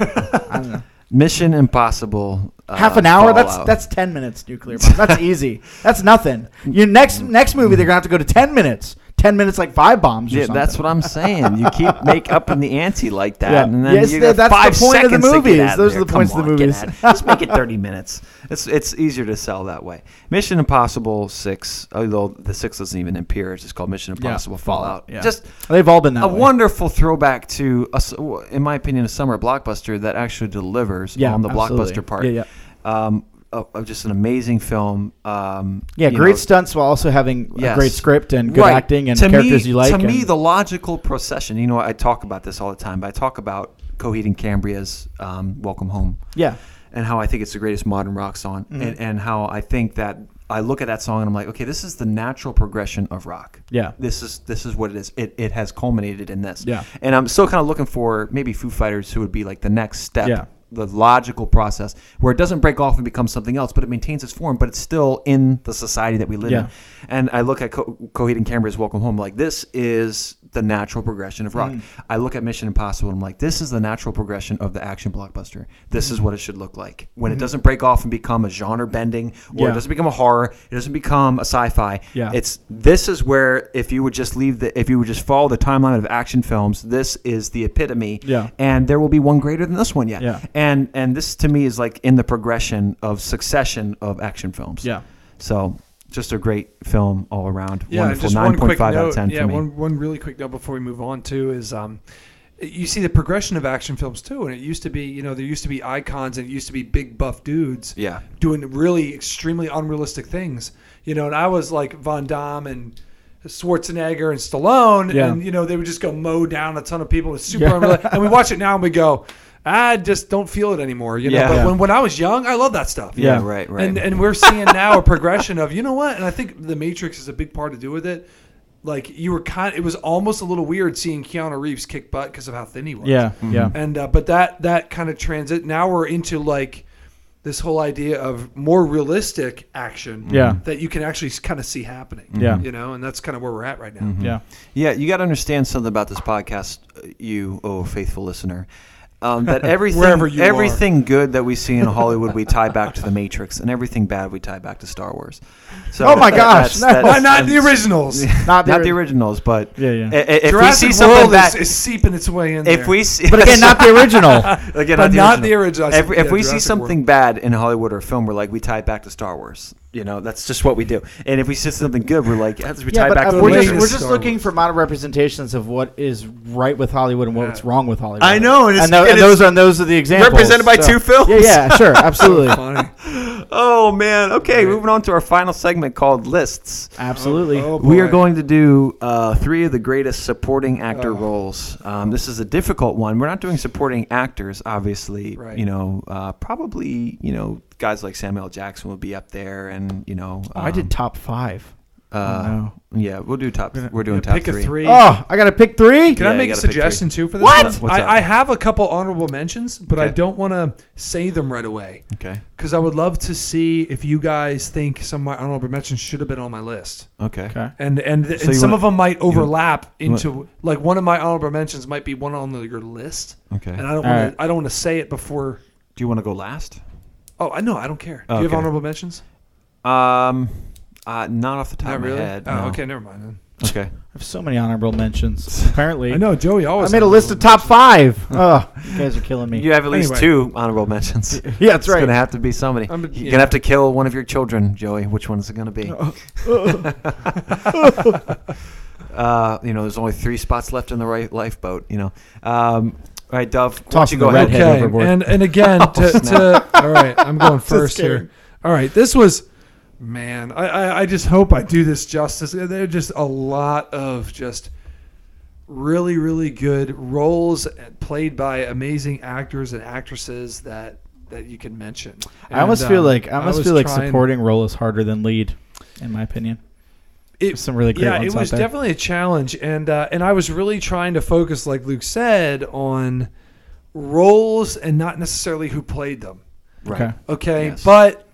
[SPEAKER 3] I don't know.
[SPEAKER 2] Mission Impossible. uh,
[SPEAKER 3] Half an hour? That's
[SPEAKER 2] Fallout.
[SPEAKER 3] that's ten minutes nuclear bomb. That's easy. That's nothing. Your next next movie they're gonna have to go to ten minutes. Ten minutes like five bombs. Or
[SPEAKER 2] Yeah, that's
[SPEAKER 3] something.
[SPEAKER 2] what I'm saying. You keep make up in the ante like that,
[SPEAKER 3] Yeah.
[SPEAKER 2] and then
[SPEAKER 3] Yes,
[SPEAKER 2] you
[SPEAKER 3] tha-
[SPEAKER 2] got
[SPEAKER 3] that's the
[SPEAKER 2] five
[SPEAKER 3] point of the
[SPEAKER 2] seconds to get
[SPEAKER 3] movies.
[SPEAKER 2] out
[SPEAKER 3] Those are
[SPEAKER 2] there.
[SPEAKER 3] the points of
[SPEAKER 2] Come
[SPEAKER 3] the
[SPEAKER 2] on, get
[SPEAKER 3] movies.
[SPEAKER 2] out. Just make it 30 minutes. It's it's easier to sell that way. Mission Impossible Six, although the six doesn't even appear. It's just called Mission Impossible Fallout.
[SPEAKER 3] Yeah.
[SPEAKER 2] Just
[SPEAKER 3] They've all been that
[SPEAKER 2] a
[SPEAKER 3] way.
[SPEAKER 2] wonderful throwback to, a s- in my opinion, a summer blockbuster that actually delivers
[SPEAKER 3] Yeah,
[SPEAKER 2] on the
[SPEAKER 3] absolutely.
[SPEAKER 2] blockbuster part.
[SPEAKER 3] Yeah,
[SPEAKER 2] Um, of of just an amazing film. Um,
[SPEAKER 3] Yeah,
[SPEAKER 2] you
[SPEAKER 3] great
[SPEAKER 2] know,
[SPEAKER 3] stunts while also having a
[SPEAKER 2] Yes.
[SPEAKER 3] great script and good
[SPEAKER 2] Right.
[SPEAKER 3] acting and
[SPEAKER 2] To me-
[SPEAKER 3] characters you like.
[SPEAKER 2] To me,
[SPEAKER 3] and-
[SPEAKER 2] the logical procession. You know, I talk about this all the time, but I talk about Coheed and Cambria's um, "Welcome Home."
[SPEAKER 3] Yeah. Mm-hmm.
[SPEAKER 2] and how I think it's the greatest modern rock song, and, and how I think that I look at that song and I'm like, okay, this is the natural progression of rock.
[SPEAKER 3] Yeah.
[SPEAKER 2] this is this is what it is. It, it has culminated in this.
[SPEAKER 3] Yeah.
[SPEAKER 2] and I'm still kind of looking for maybe Foo Fighters who would be like the next step.
[SPEAKER 3] Yeah.
[SPEAKER 2] The logical process where it doesn't break off and become something else, but it maintains its form, but it's still in the society that we live
[SPEAKER 3] Yeah.
[SPEAKER 2] in. And I look at Co- Coheed and Cambria's "Welcome Home" like this is the natural progression of
[SPEAKER 3] Mm.
[SPEAKER 2] rock. I look at Mission Impossible and I'm like, this is the natural progression of the action blockbuster. This
[SPEAKER 3] Mm.
[SPEAKER 2] is what it should look like. When
[SPEAKER 3] Mm-hmm.
[SPEAKER 2] it doesn't break off and become a genre bending, or
[SPEAKER 3] Yeah.
[SPEAKER 2] it doesn't become a horror, it doesn't become a sci-fi.
[SPEAKER 3] Yeah.
[SPEAKER 2] It's this is where if you would just leave the if you would just follow the timeline of action films, this is the epitome.
[SPEAKER 3] Yeah.
[SPEAKER 2] And there will be one greater than this one yet.
[SPEAKER 3] Yeah.
[SPEAKER 2] And and this to me is like in the progression of succession of action films.
[SPEAKER 3] Yeah.
[SPEAKER 2] So just a great film all around.
[SPEAKER 4] Yeah,
[SPEAKER 2] Wonderful.
[SPEAKER 4] just
[SPEAKER 2] Nine
[SPEAKER 4] one
[SPEAKER 2] point
[SPEAKER 4] quick
[SPEAKER 2] five
[SPEAKER 4] note.
[SPEAKER 2] out of ten
[SPEAKER 4] yeah,
[SPEAKER 2] for me.
[SPEAKER 4] one one really quick note before we move on too is um, you see the progression of action films too, and it used to be you know there used to be icons and it used to be big buff dudes.
[SPEAKER 2] Yeah.
[SPEAKER 4] doing really extremely unrealistic things. You know, and I was like Von Damme and. Schwarzenegger and Stallone,
[SPEAKER 3] Yeah.
[SPEAKER 4] and you know they would just go mow down a ton of people with super
[SPEAKER 3] Yeah.
[SPEAKER 4] unrealistic. And we watch it now and we go, I just don't feel it anymore. You know,
[SPEAKER 2] Yeah.
[SPEAKER 4] but
[SPEAKER 2] Yeah.
[SPEAKER 4] when, when I was young, I love that stuff.
[SPEAKER 2] yeah,
[SPEAKER 3] Yeah.
[SPEAKER 2] right, right.
[SPEAKER 4] And and we're seeing now a progression of you know what, and I think the Matrix is a big part to do with it. Like you were kind, it was almost a little weird seeing Keanu Reeves kick butt because of how thin he was.
[SPEAKER 3] Yeah.
[SPEAKER 2] Mm-hmm.
[SPEAKER 3] Yeah.
[SPEAKER 4] And uh, but that that kind of transit now we're into like this whole idea of more realistic action.
[SPEAKER 3] Yeah.
[SPEAKER 4] That you can actually kind of see happening.
[SPEAKER 3] Yeah. Mm-hmm.
[SPEAKER 4] You know, and that's kind of where we're at right now.
[SPEAKER 2] Mm-hmm.
[SPEAKER 3] Yeah.
[SPEAKER 2] Yeah, you got to understand something about this podcast, uh, you oh faithful listener. Um, that everything,
[SPEAKER 4] Wherever you are.
[SPEAKER 2] everything good that we see in Hollywood, we tie back to the Matrix, and everything bad we tie back to Star Wars. So
[SPEAKER 3] Oh my gosh, no.
[SPEAKER 4] Why not
[SPEAKER 2] and-
[SPEAKER 4] the originals?
[SPEAKER 3] Not the
[SPEAKER 2] Not the
[SPEAKER 3] ori-
[SPEAKER 2] originals, but
[SPEAKER 3] Yeah, yeah.
[SPEAKER 2] i- i- If
[SPEAKER 4] Jurassic
[SPEAKER 2] we see
[SPEAKER 4] World
[SPEAKER 2] something bad,
[SPEAKER 4] is, is seeping its way in.
[SPEAKER 2] if
[SPEAKER 4] there.
[SPEAKER 2] we see,
[SPEAKER 3] But again, not the original.
[SPEAKER 2] Again,
[SPEAKER 4] But not the original. I
[SPEAKER 2] If,
[SPEAKER 4] said,
[SPEAKER 2] if
[SPEAKER 4] yeah,
[SPEAKER 2] we see
[SPEAKER 4] Jurassic
[SPEAKER 2] something bad in Hollywood or a film, we're like, we tie it back to Star Wars. You know, that's just what we do. And if we see something good, we're like, yeah, we tie
[SPEAKER 3] yeah,
[SPEAKER 2] it
[SPEAKER 3] but
[SPEAKER 2] back
[SPEAKER 3] uh,
[SPEAKER 2] to the
[SPEAKER 3] we're
[SPEAKER 4] way
[SPEAKER 3] just,
[SPEAKER 4] it
[SPEAKER 2] Matrix.
[SPEAKER 4] is
[SPEAKER 3] we're just
[SPEAKER 4] Star
[SPEAKER 3] looking
[SPEAKER 4] Wars.
[SPEAKER 3] for modern representations of what is right with Hollywood and what's wrong with Hollywood.
[SPEAKER 2] I know, and it's-
[SPEAKER 3] and, tho-
[SPEAKER 2] and
[SPEAKER 3] and
[SPEAKER 2] it's
[SPEAKER 3] those are and those are the examples
[SPEAKER 2] represented by two films.
[SPEAKER 3] Yeah, yeah, sure, absolutely,
[SPEAKER 4] Funny.
[SPEAKER 2] Oh man. Okay, moving on to our final segment called lists.
[SPEAKER 3] absolutely.
[SPEAKER 4] Oh,
[SPEAKER 2] We are
[SPEAKER 4] boy.
[SPEAKER 2] going to do uh, three of the greatest supporting actor roles. Um, this is a difficult one. We're not doing supporting actors, obviously.
[SPEAKER 4] Right.
[SPEAKER 2] You know, uh, probably you know guys like Samuel L. Jackson will be up there, and you know,
[SPEAKER 3] Oh, I
[SPEAKER 2] um,
[SPEAKER 3] did top five. Oh,
[SPEAKER 2] Uh,
[SPEAKER 3] no.
[SPEAKER 2] Yeah, we'll do top. We're doing
[SPEAKER 4] Yeah,
[SPEAKER 2] top
[SPEAKER 4] pick
[SPEAKER 2] three.
[SPEAKER 4] a three.
[SPEAKER 3] Oh, I got to pick three.
[SPEAKER 4] Can
[SPEAKER 2] Yeah,
[SPEAKER 4] I
[SPEAKER 2] you
[SPEAKER 4] make a
[SPEAKER 2] gotta pick
[SPEAKER 4] suggestion too for this?
[SPEAKER 2] What?
[SPEAKER 4] one?
[SPEAKER 2] What's up?
[SPEAKER 4] I, I have a couple honorable mentions, but I
[SPEAKER 2] Okay.
[SPEAKER 4] don't want to say them right away
[SPEAKER 2] Okay.
[SPEAKER 4] because I would love to see if you guys think some of my honorable mentions should have been on my list.
[SPEAKER 2] Okay.
[SPEAKER 3] Okay.
[SPEAKER 4] And and, and
[SPEAKER 2] you
[SPEAKER 4] some
[SPEAKER 2] wanna-
[SPEAKER 4] of them might
[SPEAKER 2] wanna-
[SPEAKER 4] overlap
[SPEAKER 2] wanna-
[SPEAKER 4] into like one of my honorable mentions might be one on your list.
[SPEAKER 2] Okay.
[SPEAKER 4] And I don't
[SPEAKER 3] All
[SPEAKER 4] want
[SPEAKER 3] right.
[SPEAKER 4] to I don't want to say it before.
[SPEAKER 2] Do you want to go last?
[SPEAKER 4] Oh, I know I don't care. Do you have
[SPEAKER 2] Okay.
[SPEAKER 4] honorable mentions?
[SPEAKER 2] Um, uh, not off the top
[SPEAKER 4] Not
[SPEAKER 2] of
[SPEAKER 4] really.
[SPEAKER 2] my head.
[SPEAKER 4] oh,
[SPEAKER 2] no.
[SPEAKER 4] okay, never mind. Then.
[SPEAKER 2] Okay.
[SPEAKER 3] I have so many honorable mentions. Apparently,
[SPEAKER 4] I know Joey always.
[SPEAKER 3] I made a
[SPEAKER 4] has
[SPEAKER 3] list of top
[SPEAKER 4] honorable
[SPEAKER 3] five. Oh, you guys are killing me.
[SPEAKER 2] You have at least
[SPEAKER 4] Anyway.
[SPEAKER 2] two honorable mentions.
[SPEAKER 3] Yeah, that's
[SPEAKER 2] It's gonna
[SPEAKER 3] right.
[SPEAKER 2] have to be somebody.
[SPEAKER 4] I'm-
[SPEAKER 2] You're
[SPEAKER 4] yeah. Oh.
[SPEAKER 2] gonna have to kill one of your children, Joey. Which one is it gonna be? uh, you know, there's only three spots left in the right lifeboat. You know. Um, all right, Dove. Why don't
[SPEAKER 3] Toss
[SPEAKER 2] you
[SPEAKER 3] the
[SPEAKER 2] go ahead?
[SPEAKER 3] redhead.
[SPEAKER 4] okay.
[SPEAKER 3] overboard. Oh,
[SPEAKER 4] And and again, to, to all right, I'm going first
[SPEAKER 3] kidding.
[SPEAKER 4] here. All right, this was man. I, I I just hope I do this justice. There are just a lot of just really really good roles uh, played by amazing actors and actresses that that you can mention.
[SPEAKER 3] I almost
[SPEAKER 4] And,
[SPEAKER 3] feel
[SPEAKER 4] um,
[SPEAKER 3] like I almost
[SPEAKER 4] was
[SPEAKER 3] feel like
[SPEAKER 4] trying-
[SPEAKER 3] supporting role is harder than lead, in my opinion.
[SPEAKER 4] it,
[SPEAKER 3] some really great
[SPEAKER 4] yeah,
[SPEAKER 3] ones
[SPEAKER 4] it
[SPEAKER 3] out
[SPEAKER 4] was
[SPEAKER 3] there.
[SPEAKER 4] definitely a challenge, and uh, and I was really trying to focus, like Luke said, on roles and not necessarily who played them.
[SPEAKER 2] Right.
[SPEAKER 3] Okay.
[SPEAKER 4] Okay,
[SPEAKER 2] Yes.
[SPEAKER 4] but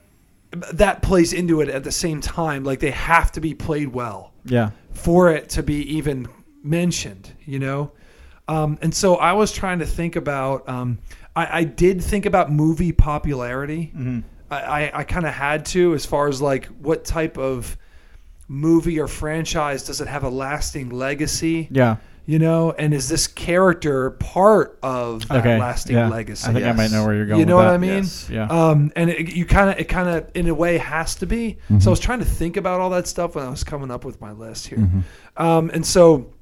[SPEAKER 4] that plays into it at the same time. Like they have to be played well
[SPEAKER 3] Yeah.
[SPEAKER 4] for it to be even mentioned, you know? Um, and so I was trying to think about, um, I, I did think about movie popularity. I, I, I kind of had to, as far as like what type of movie or franchise does it have a lasting legacy?
[SPEAKER 3] Yeah.
[SPEAKER 4] You know, and is this character part of that
[SPEAKER 3] Okay.
[SPEAKER 4] lasting
[SPEAKER 3] yeah.
[SPEAKER 4] legacy?
[SPEAKER 3] I think I might
[SPEAKER 2] yes.
[SPEAKER 3] know where you're going.
[SPEAKER 4] You know
[SPEAKER 3] with
[SPEAKER 4] what
[SPEAKER 3] that.
[SPEAKER 4] I mean?
[SPEAKER 2] Yes.
[SPEAKER 3] Yeah.
[SPEAKER 4] Um, and it, you kind of, it kind of, in a way, has to be.
[SPEAKER 3] Mm-hmm.
[SPEAKER 4] So I was trying to think about all that stuff when I was coming up with my list here.
[SPEAKER 3] Mm-hmm.
[SPEAKER 4] Um, and so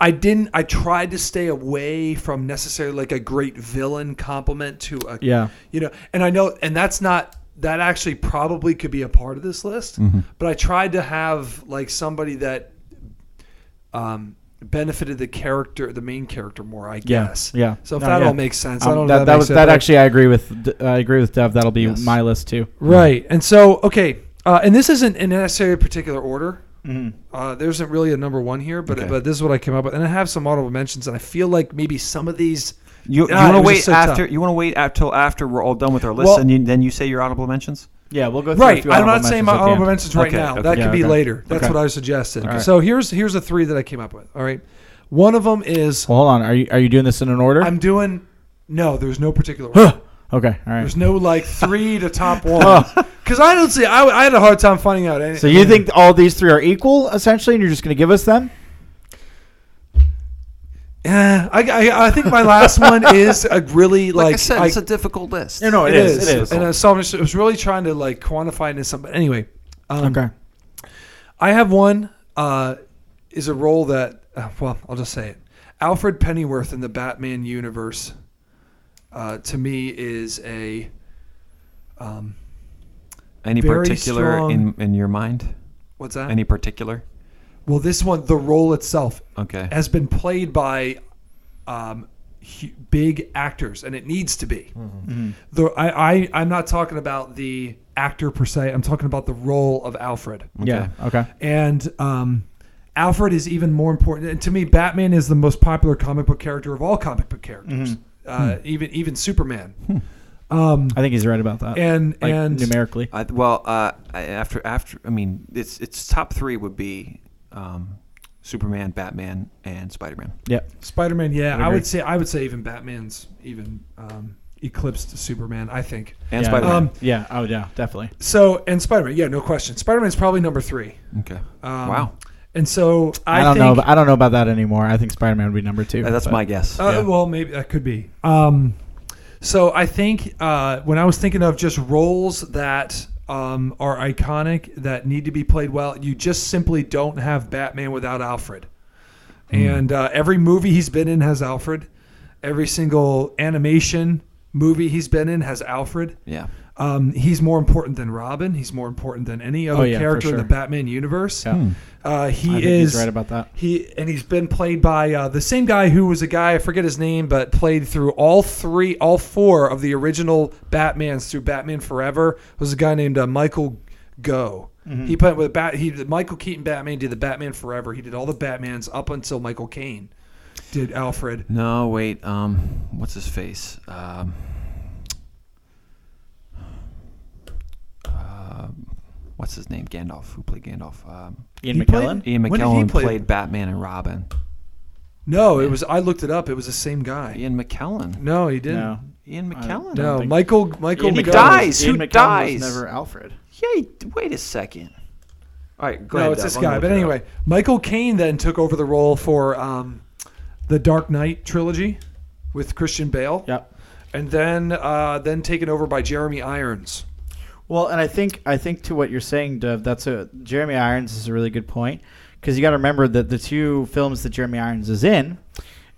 [SPEAKER 4] I didn't. I tried to stay away from necessarily like a great villain compliment to a.
[SPEAKER 3] Yeah.
[SPEAKER 4] You know, and I know, and that's not. That actually probably could be a part of
[SPEAKER 3] Mm-hmm.
[SPEAKER 4] this list, but I tried to have like somebody that um, benefited the character, the main character more, I
[SPEAKER 3] Yeah,
[SPEAKER 4] guess.
[SPEAKER 3] yeah.
[SPEAKER 4] So if
[SPEAKER 3] No,
[SPEAKER 4] that
[SPEAKER 3] yeah.
[SPEAKER 4] all makes sense, I
[SPEAKER 3] Um,
[SPEAKER 4] don't know.
[SPEAKER 3] that,
[SPEAKER 4] if
[SPEAKER 3] that
[SPEAKER 4] makes
[SPEAKER 3] was
[SPEAKER 4] sense,
[SPEAKER 3] that
[SPEAKER 4] but-
[SPEAKER 3] actually. I agree with. D- I agree with Dev. That'll be
[SPEAKER 4] Yes.
[SPEAKER 3] my list too.
[SPEAKER 4] Right. And so, okay. Uh, and this isn't in necessarily a particular order.
[SPEAKER 3] Mm-hmm.
[SPEAKER 4] Uh, there isn't really a number one here, but
[SPEAKER 2] Okay.
[SPEAKER 4] but this is what I came up with, and I have some audible mentions, and I feel like maybe some of these.
[SPEAKER 2] You, you
[SPEAKER 4] Ah,
[SPEAKER 2] want
[SPEAKER 4] it
[SPEAKER 2] to
[SPEAKER 4] was
[SPEAKER 2] wait
[SPEAKER 4] just so
[SPEAKER 2] after?
[SPEAKER 4] tough.
[SPEAKER 2] You want to wait up till after we're all done with our list,
[SPEAKER 4] Well-
[SPEAKER 2] and you, then you say your honorable mentions.
[SPEAKER 3] Yeah, we'll go. Through A
[SPEAKER 4] Right,
[SPEAKER 3] few
[SPEAKER 4] I'm not
[SPEAKER 3] honorable
[SPEAKER 4] saying
[SPEAKER 3] mentions
[SPEAKER 4] my
[SPEAKER 3] at the
[SPEAKER 4] honorable
[SPEAKER 3] end.
[SPEAKER 4] mentions right
[SPEAKER 2] Okay,
[SPEAKER 4] now.
[SPEAKER 2] okay.
[SPEAKER 4] that
[SPEAKER 3] Yeah,
[SPEAKER 4] could be
[SPEAKER 3] okay.
[SPEAKER 4] later. That's
[SPEAKER 3] Okay.
[SPEAKER 4] what I was suggesting.
[SPEAKER 3] Alright.
[SPEAKER 4] So here's here's the three that I came up with. All right, one of them is
[SPEAKER 3] Well, hold on. Are you are you doing this in an order?
[SPEAKER 4] I'm doing. No, there's no particular. order.
[SPEAKER 3] okay. All right.
[SPEAKER 4] There's no like three to top one because I don't see. I, I had a hard time finding out. Any,
[SPEAKER 3] So you think all these three are equal essentially, and you're just going to give us them?
[SPEAKER 4] Yeah, I, I, I think my last one is a really like,
[SPEAKER 2] a difficult list.
[SPEAKER 3] No, no,
[SPEAKER 4] it is.
[SPEAKER 3] It is.
[SPEAKER 4] And uh, so I was, I was really trying to like quantify it in some. But anyway, um,
[SPEAKER 3] okay.
[SPEAKER 4] I have one. Uh, is a role that uh, well, I'll just say it. Alfred Pennyworth in the Batman universe, uh, to me is a. Um,
[SPEAKER 2] Any
[SPEAKER 4] Very
[SPEAKER 2] particular
[SPEAKER 4] strong-
[SPEAKER 2] in in your mind?
[SPEAKER 4] what's that?
[SPEAKER 2] Any particular?
[SPEAKER 4] well, this one, the role itself
[SPEAKER 2] Okay.
[SPEAKER 4] has been played by um, hu big actors, and it needs to be. The, I, I, I'm not talking about the actor per se. I'm talking about the role of Alfred.
[SPEAKER 3] Yeah. Okay.
[SPEAKER 4] And um, Alfred is even more important. And to me, Batman is the most popular comic book character of all comic book characters, uh, even even Superman. Um,
[SPEAKER 3] I think he's right about that.
[SPEAKER 4] and
[SPEAKER 3] Like,
[SPEAKER 4] and
[SPEAKER 3] numerically,
[SPEAKER 2] I, well, uh, I- after after I mean, it's it's top three would be um, Superman, Batman, and Spider Man.
[SPEAKER 3] yeah.
[SPEAKER 4] Spider-Man, yeah, I
[SPEAKER 3] agree.
[SPEAKER 4] would say I would say even Batman's even um, eclipsed Superman. I think.
[SPEAKER 2] And
[SPEAKER 3] yeah.
[SPEAKER 2] Spider Man.
[SPEAKER 4] Um,
[SPEAKER 3] yeah. Oh yeah. Definitely.
[SPEAKER 4] So and Spider-Man, yeah, no question. Spider-Man's probably number three.
[SPEAKER 2] okay.
[SPEAKER 4] Um,
[SPEAKER 2] wow.
[SPEAKER 4] And so I,
[SPEAKER 3] I, don't
[SPEAKER 4] think,
[SPEAKER 3] know. I don't know about that anymore. I think Spider Man would be number two.
[SPEAKER 2] Uh, That's
[SPEAKER 3] but-
[SPEAKER 2] my guess.
[SPEAKER 3] yeah.
[SPEAKER 4] Uh, Well, maybe that could be. Um, so I think uh, when I was thinking of just roles that um, are iconic that need to be played well, you just simply don't have Batman without Alfred.
[SPEAKER 2] Hmm.
[SPEAKER 4] And uh, every movie he's been in has Alfred. Every single animation movie he's been in has Alfred.
[SPEAKER 2] yeah.
[SPEAKER 4] Um, he's more important than Robin. He's more important than any other
[SPEAKER 3] Oh, yeah, for
[SPEAKER 4] character in the
[SPEAKER 3] sure.
[SPEAKER 4] Batman universe.
[SPEAKER 3] Yeah. Hmm.
[SPEAKER 4] Uh, he
[SPEAKER 3] I think
[SPEAKER 4] is
[SPEAKER 3] he's right about that.
[SPEAKER 4] He and he's been played by uh, the same guy who was a guy I forget his name, but played through all three, all four of the original Batmans through Batman Forever. Was a guy named uh, Michael Go. He played with Bat. He did Michael Keaton Batman did the Batman Forever. He did all the Batmans up until Michael Caine did Alfred.
[SPEAKER 2] No, wait. Um, what's his face? Um, uh, what's his name? Gandalf. Who played Gandalf? Um,
[SPEAKER 3] Ian
[SPEAKER 4] He
[SPEAKER 3] McKellen.
[SPEAKER 4] played-
[SPEAKER 2] Ian
[SPEAKER 4] When did he
[SPEAKER 2] McKellen
[SPEAKER 4] play-
[SPEAKER 2] played Batman and Robin.
[SPEAKER 4] No, it was I looked it up. It was the same guy.
[SPEAKER 2] Ian McKellen.
[SPEAKER 4] No, he didn't.
[SPEAKER 3] No.
[SPEAKER 2] Ian Man-
[SPEAKER 3] don't
[SPEAKER 4] No,
[SPEAKER 3] think-
[SPEAKER 4] Michael. Michael.
[SPEAKER 2] He
[SPEAKER 4] Go.
[SPEAKER 2] dies.
[SPEAKER 3] Ian
[SPEAKER 2] Who
[SPEAKER 3] McKellen was
[SPEAKER 2] dies?
[SPEAKER 3] Never Alfred.
[SPEAKER 2] Yeah. he- Wait a second. All right. Go
[SPEAKER 4] No,
[SPEAKER 2] ahead,
[SPEAKER 4] it's
[SPEAKER 2] Dev.
[SPEAKER 4] this
[SPEAKER 2] I'm gonna
[SPEAKER 4] guy. But
[SPEAKER 2] look it up.
[SPEAKER 4] anyway, Michael Caine then took over the role for um, the Dark Knight trilogy with Christian Bale.
[SPEAKER 3] Yep.
[SPEAKER 4] And then uh, then taken over by Jeremy Irons.
[SPEAKER 3] Well, and I think I think to what you're saying, Dev, that's a Jeremy Irons is a really good point because you got to remember that the two films that Jeremy Irons is in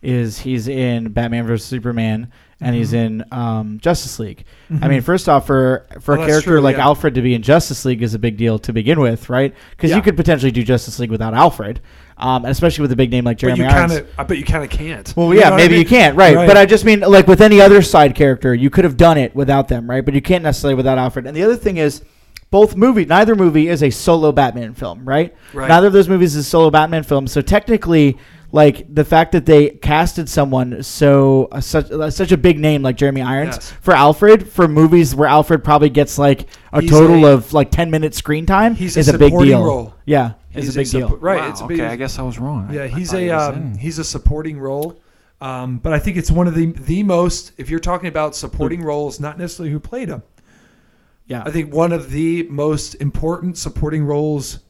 [SPEAKER 3] is he's in Batman vs Superman and he's
[SPEAKER 4] Mm-hmm.
[SPEAKER 3] in um, Justice League. I mean, first off, for for
[SPEAKER 4] Well,
[SPEAKER 3] a
[SPEAKER 4] that's
[SPEAKER 3] character
[SPEAKER 4] true,
[SPEAKER 3] like
[SPEAKER 4] yeah.
[SPEAKER 3] Alfred to be in Justice League is a big deal to begin with, right? Because
[SPEAKER 4] Yeah.
[SPEAKER 3] you could potentially do Justice League without Alfred, um, and especially with a big name like
[SPEAKER 4] But
[SPEAKER 3] Jeremy
[SPEAKER 4] you
[SPEAKER 3] Irons.
[SPEAKER 4] kind of, I bet you kind of can't.
[SPEAKER 3] Well,
[SPEAKER 4] You
[SPEAKER 3] yeah,
[SPEAKER 4] know what I
[SPEAKER 3] maybe
[SPEAKER 4] mean?
[SPEAKER 3] you can't, right. But I just mean, like, with any other side character, you could have done it without them, right? But you can't necessarily without Alfred. And the other thing is, both movie, neither movie is a solo Batman film, right?
[SPEAKER 4] Right.
[SPEAKER 3] Neither of those movies is a solo Batman film. So technically, like, the fact that they casted someone so uh, such uh, such a big name like Jeremy Irons
[SPEAKER 4] Yes.
[SPEAKER 3] for Alfred for movies where Alfred probably gets like a
[SPEAKER 4] He's
[SPEAKER 3] total
[SPEAKER 4] a-
[SPEAKER 3] of like ten minutes screen time
[SPEAKER 4] He's a
[SPEAKER 3] is a, big
[SPEAKER 4] supporting
[SPEAKER 3] deal.
[SPEAKER 4] role.
[SPEAKER 3] Yeah,
[SPEAKER 4] He's
[SPEAKER 3] is a big deal.
[SPEAKER 4] suppo- Right.
[SPEAKER 2] Wow,
[SPEAKER 4] it's a
[SPEAKER 2] okay.
[SPEAKER 4] big,
[SPEAKER 2] I guess I was wrong. I-
[SPEAKER 4] Yeah,
[SPEAKER 2] I
[SPEAKER 4] he's
[SPEAKER 2] thought he
[SPEAKER 4] a
[SPEAKER 2] was
[SPEAKER 4] um,
[SPEAKER 2] in.
[SPEAKER 4] he's a supporting role, um, but I think it's one of the the most. If you're talking about supporting roles, not necessarily who played him.
[SPEAKER 3] yeah,
[SPEAKER 4] I think one of the most important supporting roles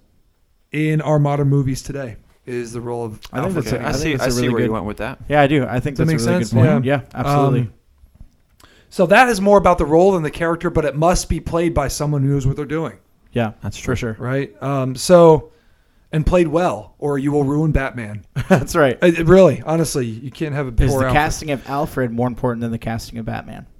[SPEAKER 4] in our modern movies today is the role of
[SPEAKER 3] I think
[SPEAKER 4] Alfred.
[SPEAKER 3] that's
[SPEAKER 2] Okay,
[SPEAKER 3] a-
[SPEAKER 2] I
[SPEAKER 3] I think
[SPEAKER 2] see.
[SPEAKER 3] it's
[SPEAKER 2] I
[SPEAKER 3] a
[SPEAKER 2] see
[SPEAKER 3] really
[SPEAKER 2] where you
[SPEAKER 3] good-
[SPEAKER 2] went with that.
[SPEAKER 3] yeah, I do. I think
[SPEAKER 4] Does that
[SPEAKER 3] that's
[SPEAKER 4] make
[SPEAKER 3] a really
[SPEAKER 4] sense?
[SPEAKER 3] good point.
[SPEAKER 4] Yeah.
[SPEAKER 3] Yeah, absolutely.
[SPEAKER 4] Um, so that is more about the role than the character, but it must be played by someone who knows what they're doing,
[SPEAKER 3] yeah,
[SPEAKER 2] That's
[SPEAKER 3] for
[SPEAKER 2] true.
[SPEAKER 3] sure.
[SPEAKER 4] right? Um, so, and played well, or you will ruin Batman.
[SPEAKER 3] That's right.
[SPEAKER 4] I- really, honestly, you can't have a poor
[SPEAKER 3] Is the
[SPEAKER 4] Alfred.
[SPEAKER 3] casting of Alfred more important than the casting of Batman?
[SPEAKER 4] Hmm.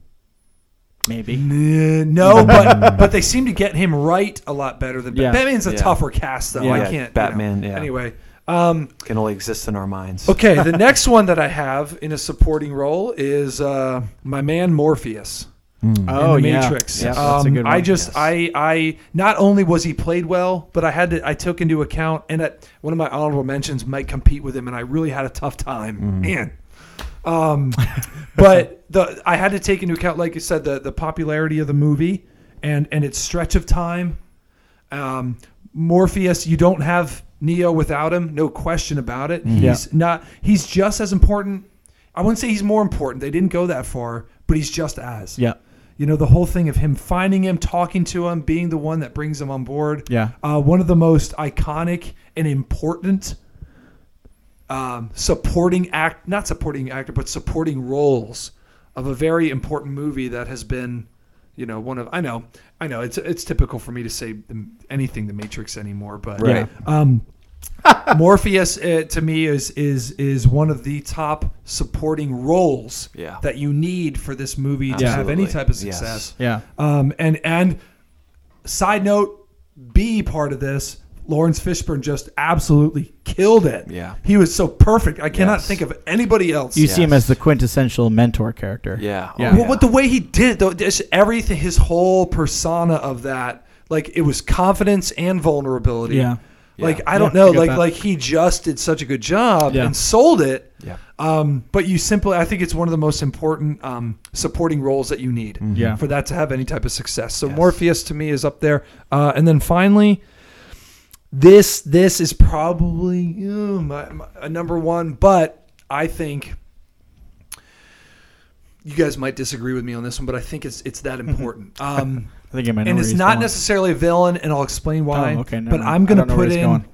[SPEAKER 3] Maybe.
[SPEAKER 4] Nah, No, but but they seem to get him right a lot better than
[SPEAKER 3] Yeah.
[SPEAKER 4] Batman's a
[SPEAKER 2] Yeah.
[SPEAKER 4] tougher cast though.
[SPEAKER 3] Yeah.
[SPEAKER 4] I
[SPEAKER 3] Yeah,
[SPEAKER 4] can't you know.
[SPEAKER 2] Batman, yeah.
[SPEAKER 4] Anyway, Um,
[SPEAKER 2] Can only exist in our minds.
[SPEAKER 4] okay, the next one that I have in a supporting role is uh, my man Morpheus. in
[SPEAKER 3] Oh,
[SPEAKER 4] the
[SPEAKER 3] yeah.
[SPEAKER 4] Matrix.
[SPEAKER 3] Yeah, that's a
[SPEAKER 4] Um,
[SPEAKER 3] good one.
[SPEAKER 4] I just I I not only was he played well, but I had to I took into account and that one of my honorable mentions might compete with him, and I really had a tough time.
[SPEAKER 3] Mm-hmm.
[SPEAKER 4] Man. Um, but the I had to take into account, like you said, the the popularity of the movie and and its stretch of time. Um, Morpheus, you don't have Neo without him, no question about it.
[SPEAKER 3] Mm-hmm.
[SPEAKER 4] He's not. He's just as important. I wouldn't say he's more important. They didn't go that far, but he's just as.
[SPEAKER 3] Yeah.
[SPEAKER 4] You know, the whole thing of him finding him, talking to him, being the one that brings him on board.
[SPEAKER 3] Yeah.
[SPEAKER 4] Uh, one of the most iconic and important um, supporting act, not supporting actor, but supporting roles of a very important movie that has been, you know, one of, I know, I know it's, it's typical for me to say the- anything The Matrix anymore, but
[SPEAKER 3] Right.
[SPEAKER 4] um, Morpheus uh, to me is is is one of the top supporting roles
[SPEAKER 2] Yeah.
[SPEAKER 4] that you need for this movie to have any
[SPEAKER 2] Absolutely.
[SPEAKER 4] type of
[SPEAKER 2] Yes.
[SPEAKER 4] success.
[SPEAKER 3] Yeah.
[SPEAKER 4] Um, and and side note, B part of this, Lawrence Fishburne just absolutely killed it.
[SPEAKER 2] Yeah.
[SPEAKER 4] he was so perfect. I cannot
[SPEAKER 2] Yes.
[SPEAKER 4] think of anybody else.
[SPEAKER 3] You see him
[SPEAKER 2] Yes.
[SPEAKER 3] as the quintessential mentor character.
[SPEAKER 2] Yeah.
[SPEAKER 3] Yeah.
[SPEAKER 2] Oh,
[SPEAKER 4] Well, what the way he did it, though, just everything, his whole persona of that, like it was confidence and vulnerability.
[SPEAKER 3] Yeah.
[SPEAKER 4] Like
[SPEAKER 2] Yeah.
[SPEAKER 4] I don't
[SPEAKER 3] Yeah, I
[SPEAKER 4] know,
[SPEAKER 3] get
[SPEAKER 4] like
[SPEAKER 3] that.
[SPEAKER 4] like he just did such a good job
[SPEAKER 3] Yeah.
[SPEAKER 4] and sold it.
[SPEAKER 2] Yeah.
[SPEAKER 4] Um, but you simply, I think it's one of the most important um, supporting roles that you need
[SPEAKER 3] Yeah.
[SPEAKER 4] for that to have any type of success. So
[SPEAKER 2] Mm-hmm. Yes.
[SPEAKER 4] Morpheus to me is up there, uh, and then finally, this this is probably uh, my, my, a number one, but I think you guys might disagree with me on this one, but I think it's it's that important. Um,
[SPEAKER 3] Mm-hmm. I think I might know
[SPEAKER 4] and
[SPEAKER 3] where
[SPEAKER 4] it's
[SPEAKER 3] he's
[SPEAKER 4] not
[SPEAKER 3] going.
[SPEAKER 4] necessarily a villain, and I'll explain why.
[SPEAKER 3] Oh, okay, never
[SPEAKER 4] but
[SPEAKER 3] mind.
[SPEAKER 4] I'm
[SPEAKER 3] I
[SPEAKER 4] gonna
[SPEAKER 3] don't know where
[SPEAKER 4] put
[SPEAKER 3] he's
[SPEAKER 4] in
[SPEAKER 3] going.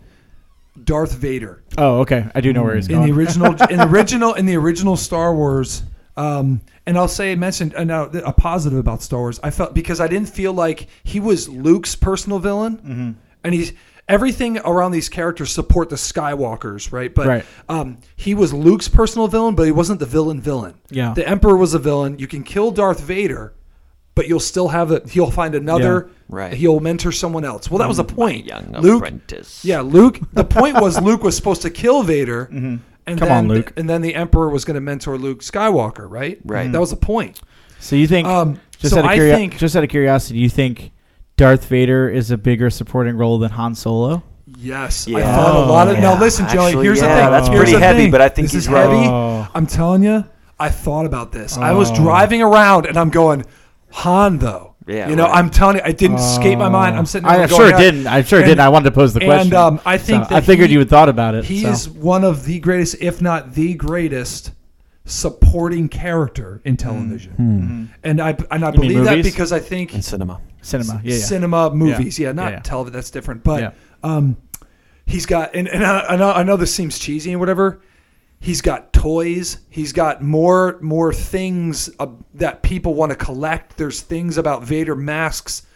[SPEAKER 4] Darth Vader
[SPEAKER 3] Oh, okay. I do know where he's
[SPEAKER 4] in
[SPEAKER 3] going.
[SPEAKER 4] the original in the original in the original Star Wars. Um, and I'll say I mentioned uh, now a positive about Star Wars. I felt because I didn't feel like he was Luke's personal villain,
[SPEAKER 2] Mm-hmm.
[SPEAKER 4] and he's everything around these characters support the Skywalkers, right? But
[SPEAKER 3] Right.
[SPEAKER 4] Um, he was Luke's personal villain, but he wasn't the villain villain.
[SPEAKER 3] Yeah.
[SPEAKER 4] the Emperor was a villain. You can kill Darth Vader, but you'll still have a he'll find another.
[SPEAKER 2] Yeah. Right.
[SPEAKER 4] He'll mentor someone else. Well, that was the point.
[SPEAKER 2] young
[SPEAKER 4] Luke,
[SPEAKER 2] apprentice.
[SPEAKER 4] yeah, Luke. The point was Luke was supposed to kill Vader, and
[SPEAKER 3] Come
[SPEAKER 4] then,
[SPEAKER 3] on, Luke.
[SPEAKER 4] And then the Emperor was going to mentor Luke Skywalker, right?
[SPEAKER 2] Right.
[SPEAKER 4] That was the point.
[SPEAKER 3] so you think?
[SPEAKER 4] Um,
[SPEAKER 3] just
[SPEAKER 4] so
[SPEAKER 3] out of
[SPEAKER 4] I
[SPEAKER 3] curio-
[SPEAKER 4] think-
[SPEAKER 3] just out of curiosity, you think Darth Vader is a bigger supporting role than Han Solo?
[SPEAKER 4] Yes, I
[SPEAKER 2] Yeah. Oh,
[SPEAKER 4] thought a lot of.
[SPEAKER 2] Yeah.
[SPEAKER 4] Now listen, Joey.
[SPEAKER 2] Actually,
[SPEAKER 4] here's the
[SPEAKER 2] yeah,
[SPEAKER 4] thing.
[SPEAKER 2] that's
[SPEAKER 4] Here's
[SPEAKER 2] pretty
[SPEAKER 4] the
[SPEAKER 2] heavy,
[SPEAKER 4] thing.
[SPEAKER 2] but I think
[SPEAKER 4] this
[SPEAKER 2] he's
[SPEAKER 4] is heavy.
[SPEAKER 3] right.
[SPEAKER 4] I'm telling you, I thought about this. I was driving around and I'm going Han though.
[SPEAKER 2] Yeah,
[SPEAKER 4] you know,
[SPEAKER 2] right.
[SPEAKER 4] I'm telling you, it didn't escape my mind. I'm sitting. There
[SPEAKER 3] I
[SPEAKER 4] I'm
[SPEAKER 3] sure
[SPEAKER 4] going,
[SPEAKER 3] didn't. I sure
[SPEAKER 4] and-
[SPEAKER 3] didn't. I wanted to pose the
[SPEAKER 4] and,
[SPEAKER 3] question.
[SPEAKER 4] um, I think
[SPEAKER 3] So I
[SPEAKER 4] that
[SPEAKER 3] figured
[SPEAKER 4] he-
[SPEAKER 3] you had thought about it.
[SPEAKER 4] He
[SPEAKER 3] so.
[SPEAKER 4] is one of the greatest, if not the greatest, supporting character in television. And I and I
[SPEAKER 3] Hmm. You mean
[SPEAKER 4] believe that
[SPEAKER 3] movies?
[SPEAKER 4] because I think
[SPEAKER 3] Mm-hmm.
[SPEAKER 2] in cinema.
[SPEAKER 3] cinema. Yeah, yeah.
[SPEAKER 4] cinema movies, yeah, not
[SPEAKER 3] yeah.
[SPEAKER 4] television. That's different. But
[SPEAKER 3] Yeah.
[SPEAKER 4] um, he's got and, and I, I know I know this seems cheesy and whatever. He's got toys. He's got more more things uh, that people want to collect. There's things about Vader masks.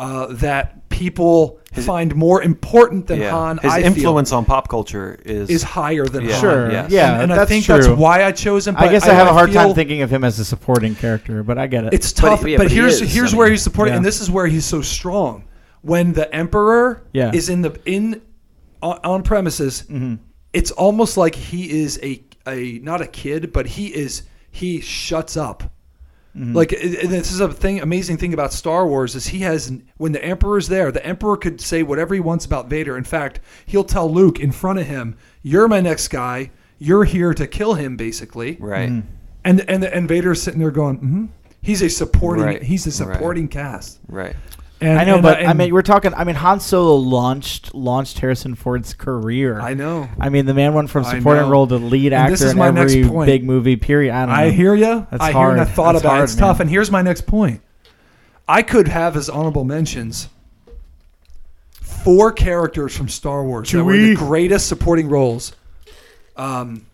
[SPEAKER 4] Uh, that people find more important than
[SPEAKER 2] Yeah.
[SPEAKER 4] Han.
[SPEAKER 2] His
[SPEAKER 4] I feel
[SPEAKER 2] influence on pop culture is,
[SPEAKER 4] is higher than
[SPEAKER 2] Yeah.
[SPEAKER 4] Han.
[SPEAKER 3] Sure.
[SPEAKER 2] Yes.
[SPEAKER 3] Yeah,
[SPEAKER 4] and, and I
[SPEAKER 3] that's
[SPEAKER 4] think
[SPEAKER 3] true.
[SPEAKER 4] that's why I chose him.
[SPEAKER 3] I
[SPEAKER 4] but
[SPEAKER 3] guess I have a hard time
[SPEAKER 4] feel
[SPEAKER 3] thinking of him as a supporting character, but I get it.
[SPEAKER 4] It's
[SPEAKER 2] But he-
[SPEAKER 4] tough, but,
[SPEAKER 2] yeah, but he
[SPEAKER 4] here's
[SPEAKER 2] is,
[SPEAKER 4] here's
[SPEAKER 2] I
[SPEAKER 4] where
[SPEAKER 2] mean-
[SPEAKER 4] he's supporting, and
[SPEAKER 3] Yeah.
[SPEAKER 4] this is where he's so strong. When the emperor
[SPEAKER 3] Yeah.
[SPEAKER 4] is in the in on, on premises,
[SPEAKER 2] Mm-hmm.
[SPEAKER 4] it's almost like he is a a not a kid, but he is he shuts up.
[SPEAKER 2] Mm-hmm.
[SPEAKER 4] Like and and this is a thing, amazing thing about Star Wars is he has when the Emperor's there, the Emperor could say whatever he wants about Vader. In fact, he'll tell Luke in front of him, "You're my next guy. You're here to kill him," basically.
[SPEAKER 2] right.
[SPEAKER 4] And and and Vader's sitting there going, mm-hmm. "He's a supporting.
[SPEAKER 2] Right,
[SPEAKER 4] He's a
[SPEAKER 2] right.
[SPEAKER 4] supporting cast."
[SPEAKER 2] Right.
[SPEAKER 4] And,
[SPEAKER 3] I know,
[SPEAKER 4] and
[SPEAKER 3] but I
[SPEAKER 4] and
[SPEAKER 3] mean, we're talking. I mean, Han Solo launched launched Harrison Ford's career.
[SPEAKER 4] I know.
[SPEAKER 3] I mean, the man went from
[SPEAKER 4] I
[SPEAKER 3] supporting
[SPEAKER 4] know.
[SPEAKER 3] role to lead
[SPEAKER 4] And
[SPEAKER 3] actor
[SPEAKER 4] this is
[SPEAKER 3] in
[SPEAKER 4] my next
[SPEAKER 3] every
[SPEAKER 4] point.
[SPEAKER 3] big movie. Period. I don't know.
[SPEAKER 4] I hear you.
[SPEAKER 3] That's
[SPEAKER 4] I hear and I
[SPEAKER 3] hard.
[SPEAKER 4] thought
[SPEAKER 3] That's
[SPEAKER 4] about it.
[SPEAKER 3] hard,
[SPEAKER 4] It's tough.
[SPEAKER 3] man.
[SPEAKER 4] And here's my next point. I could have as honorable mentions four characters from Star Wars that were in the greatest supporting roles. Um,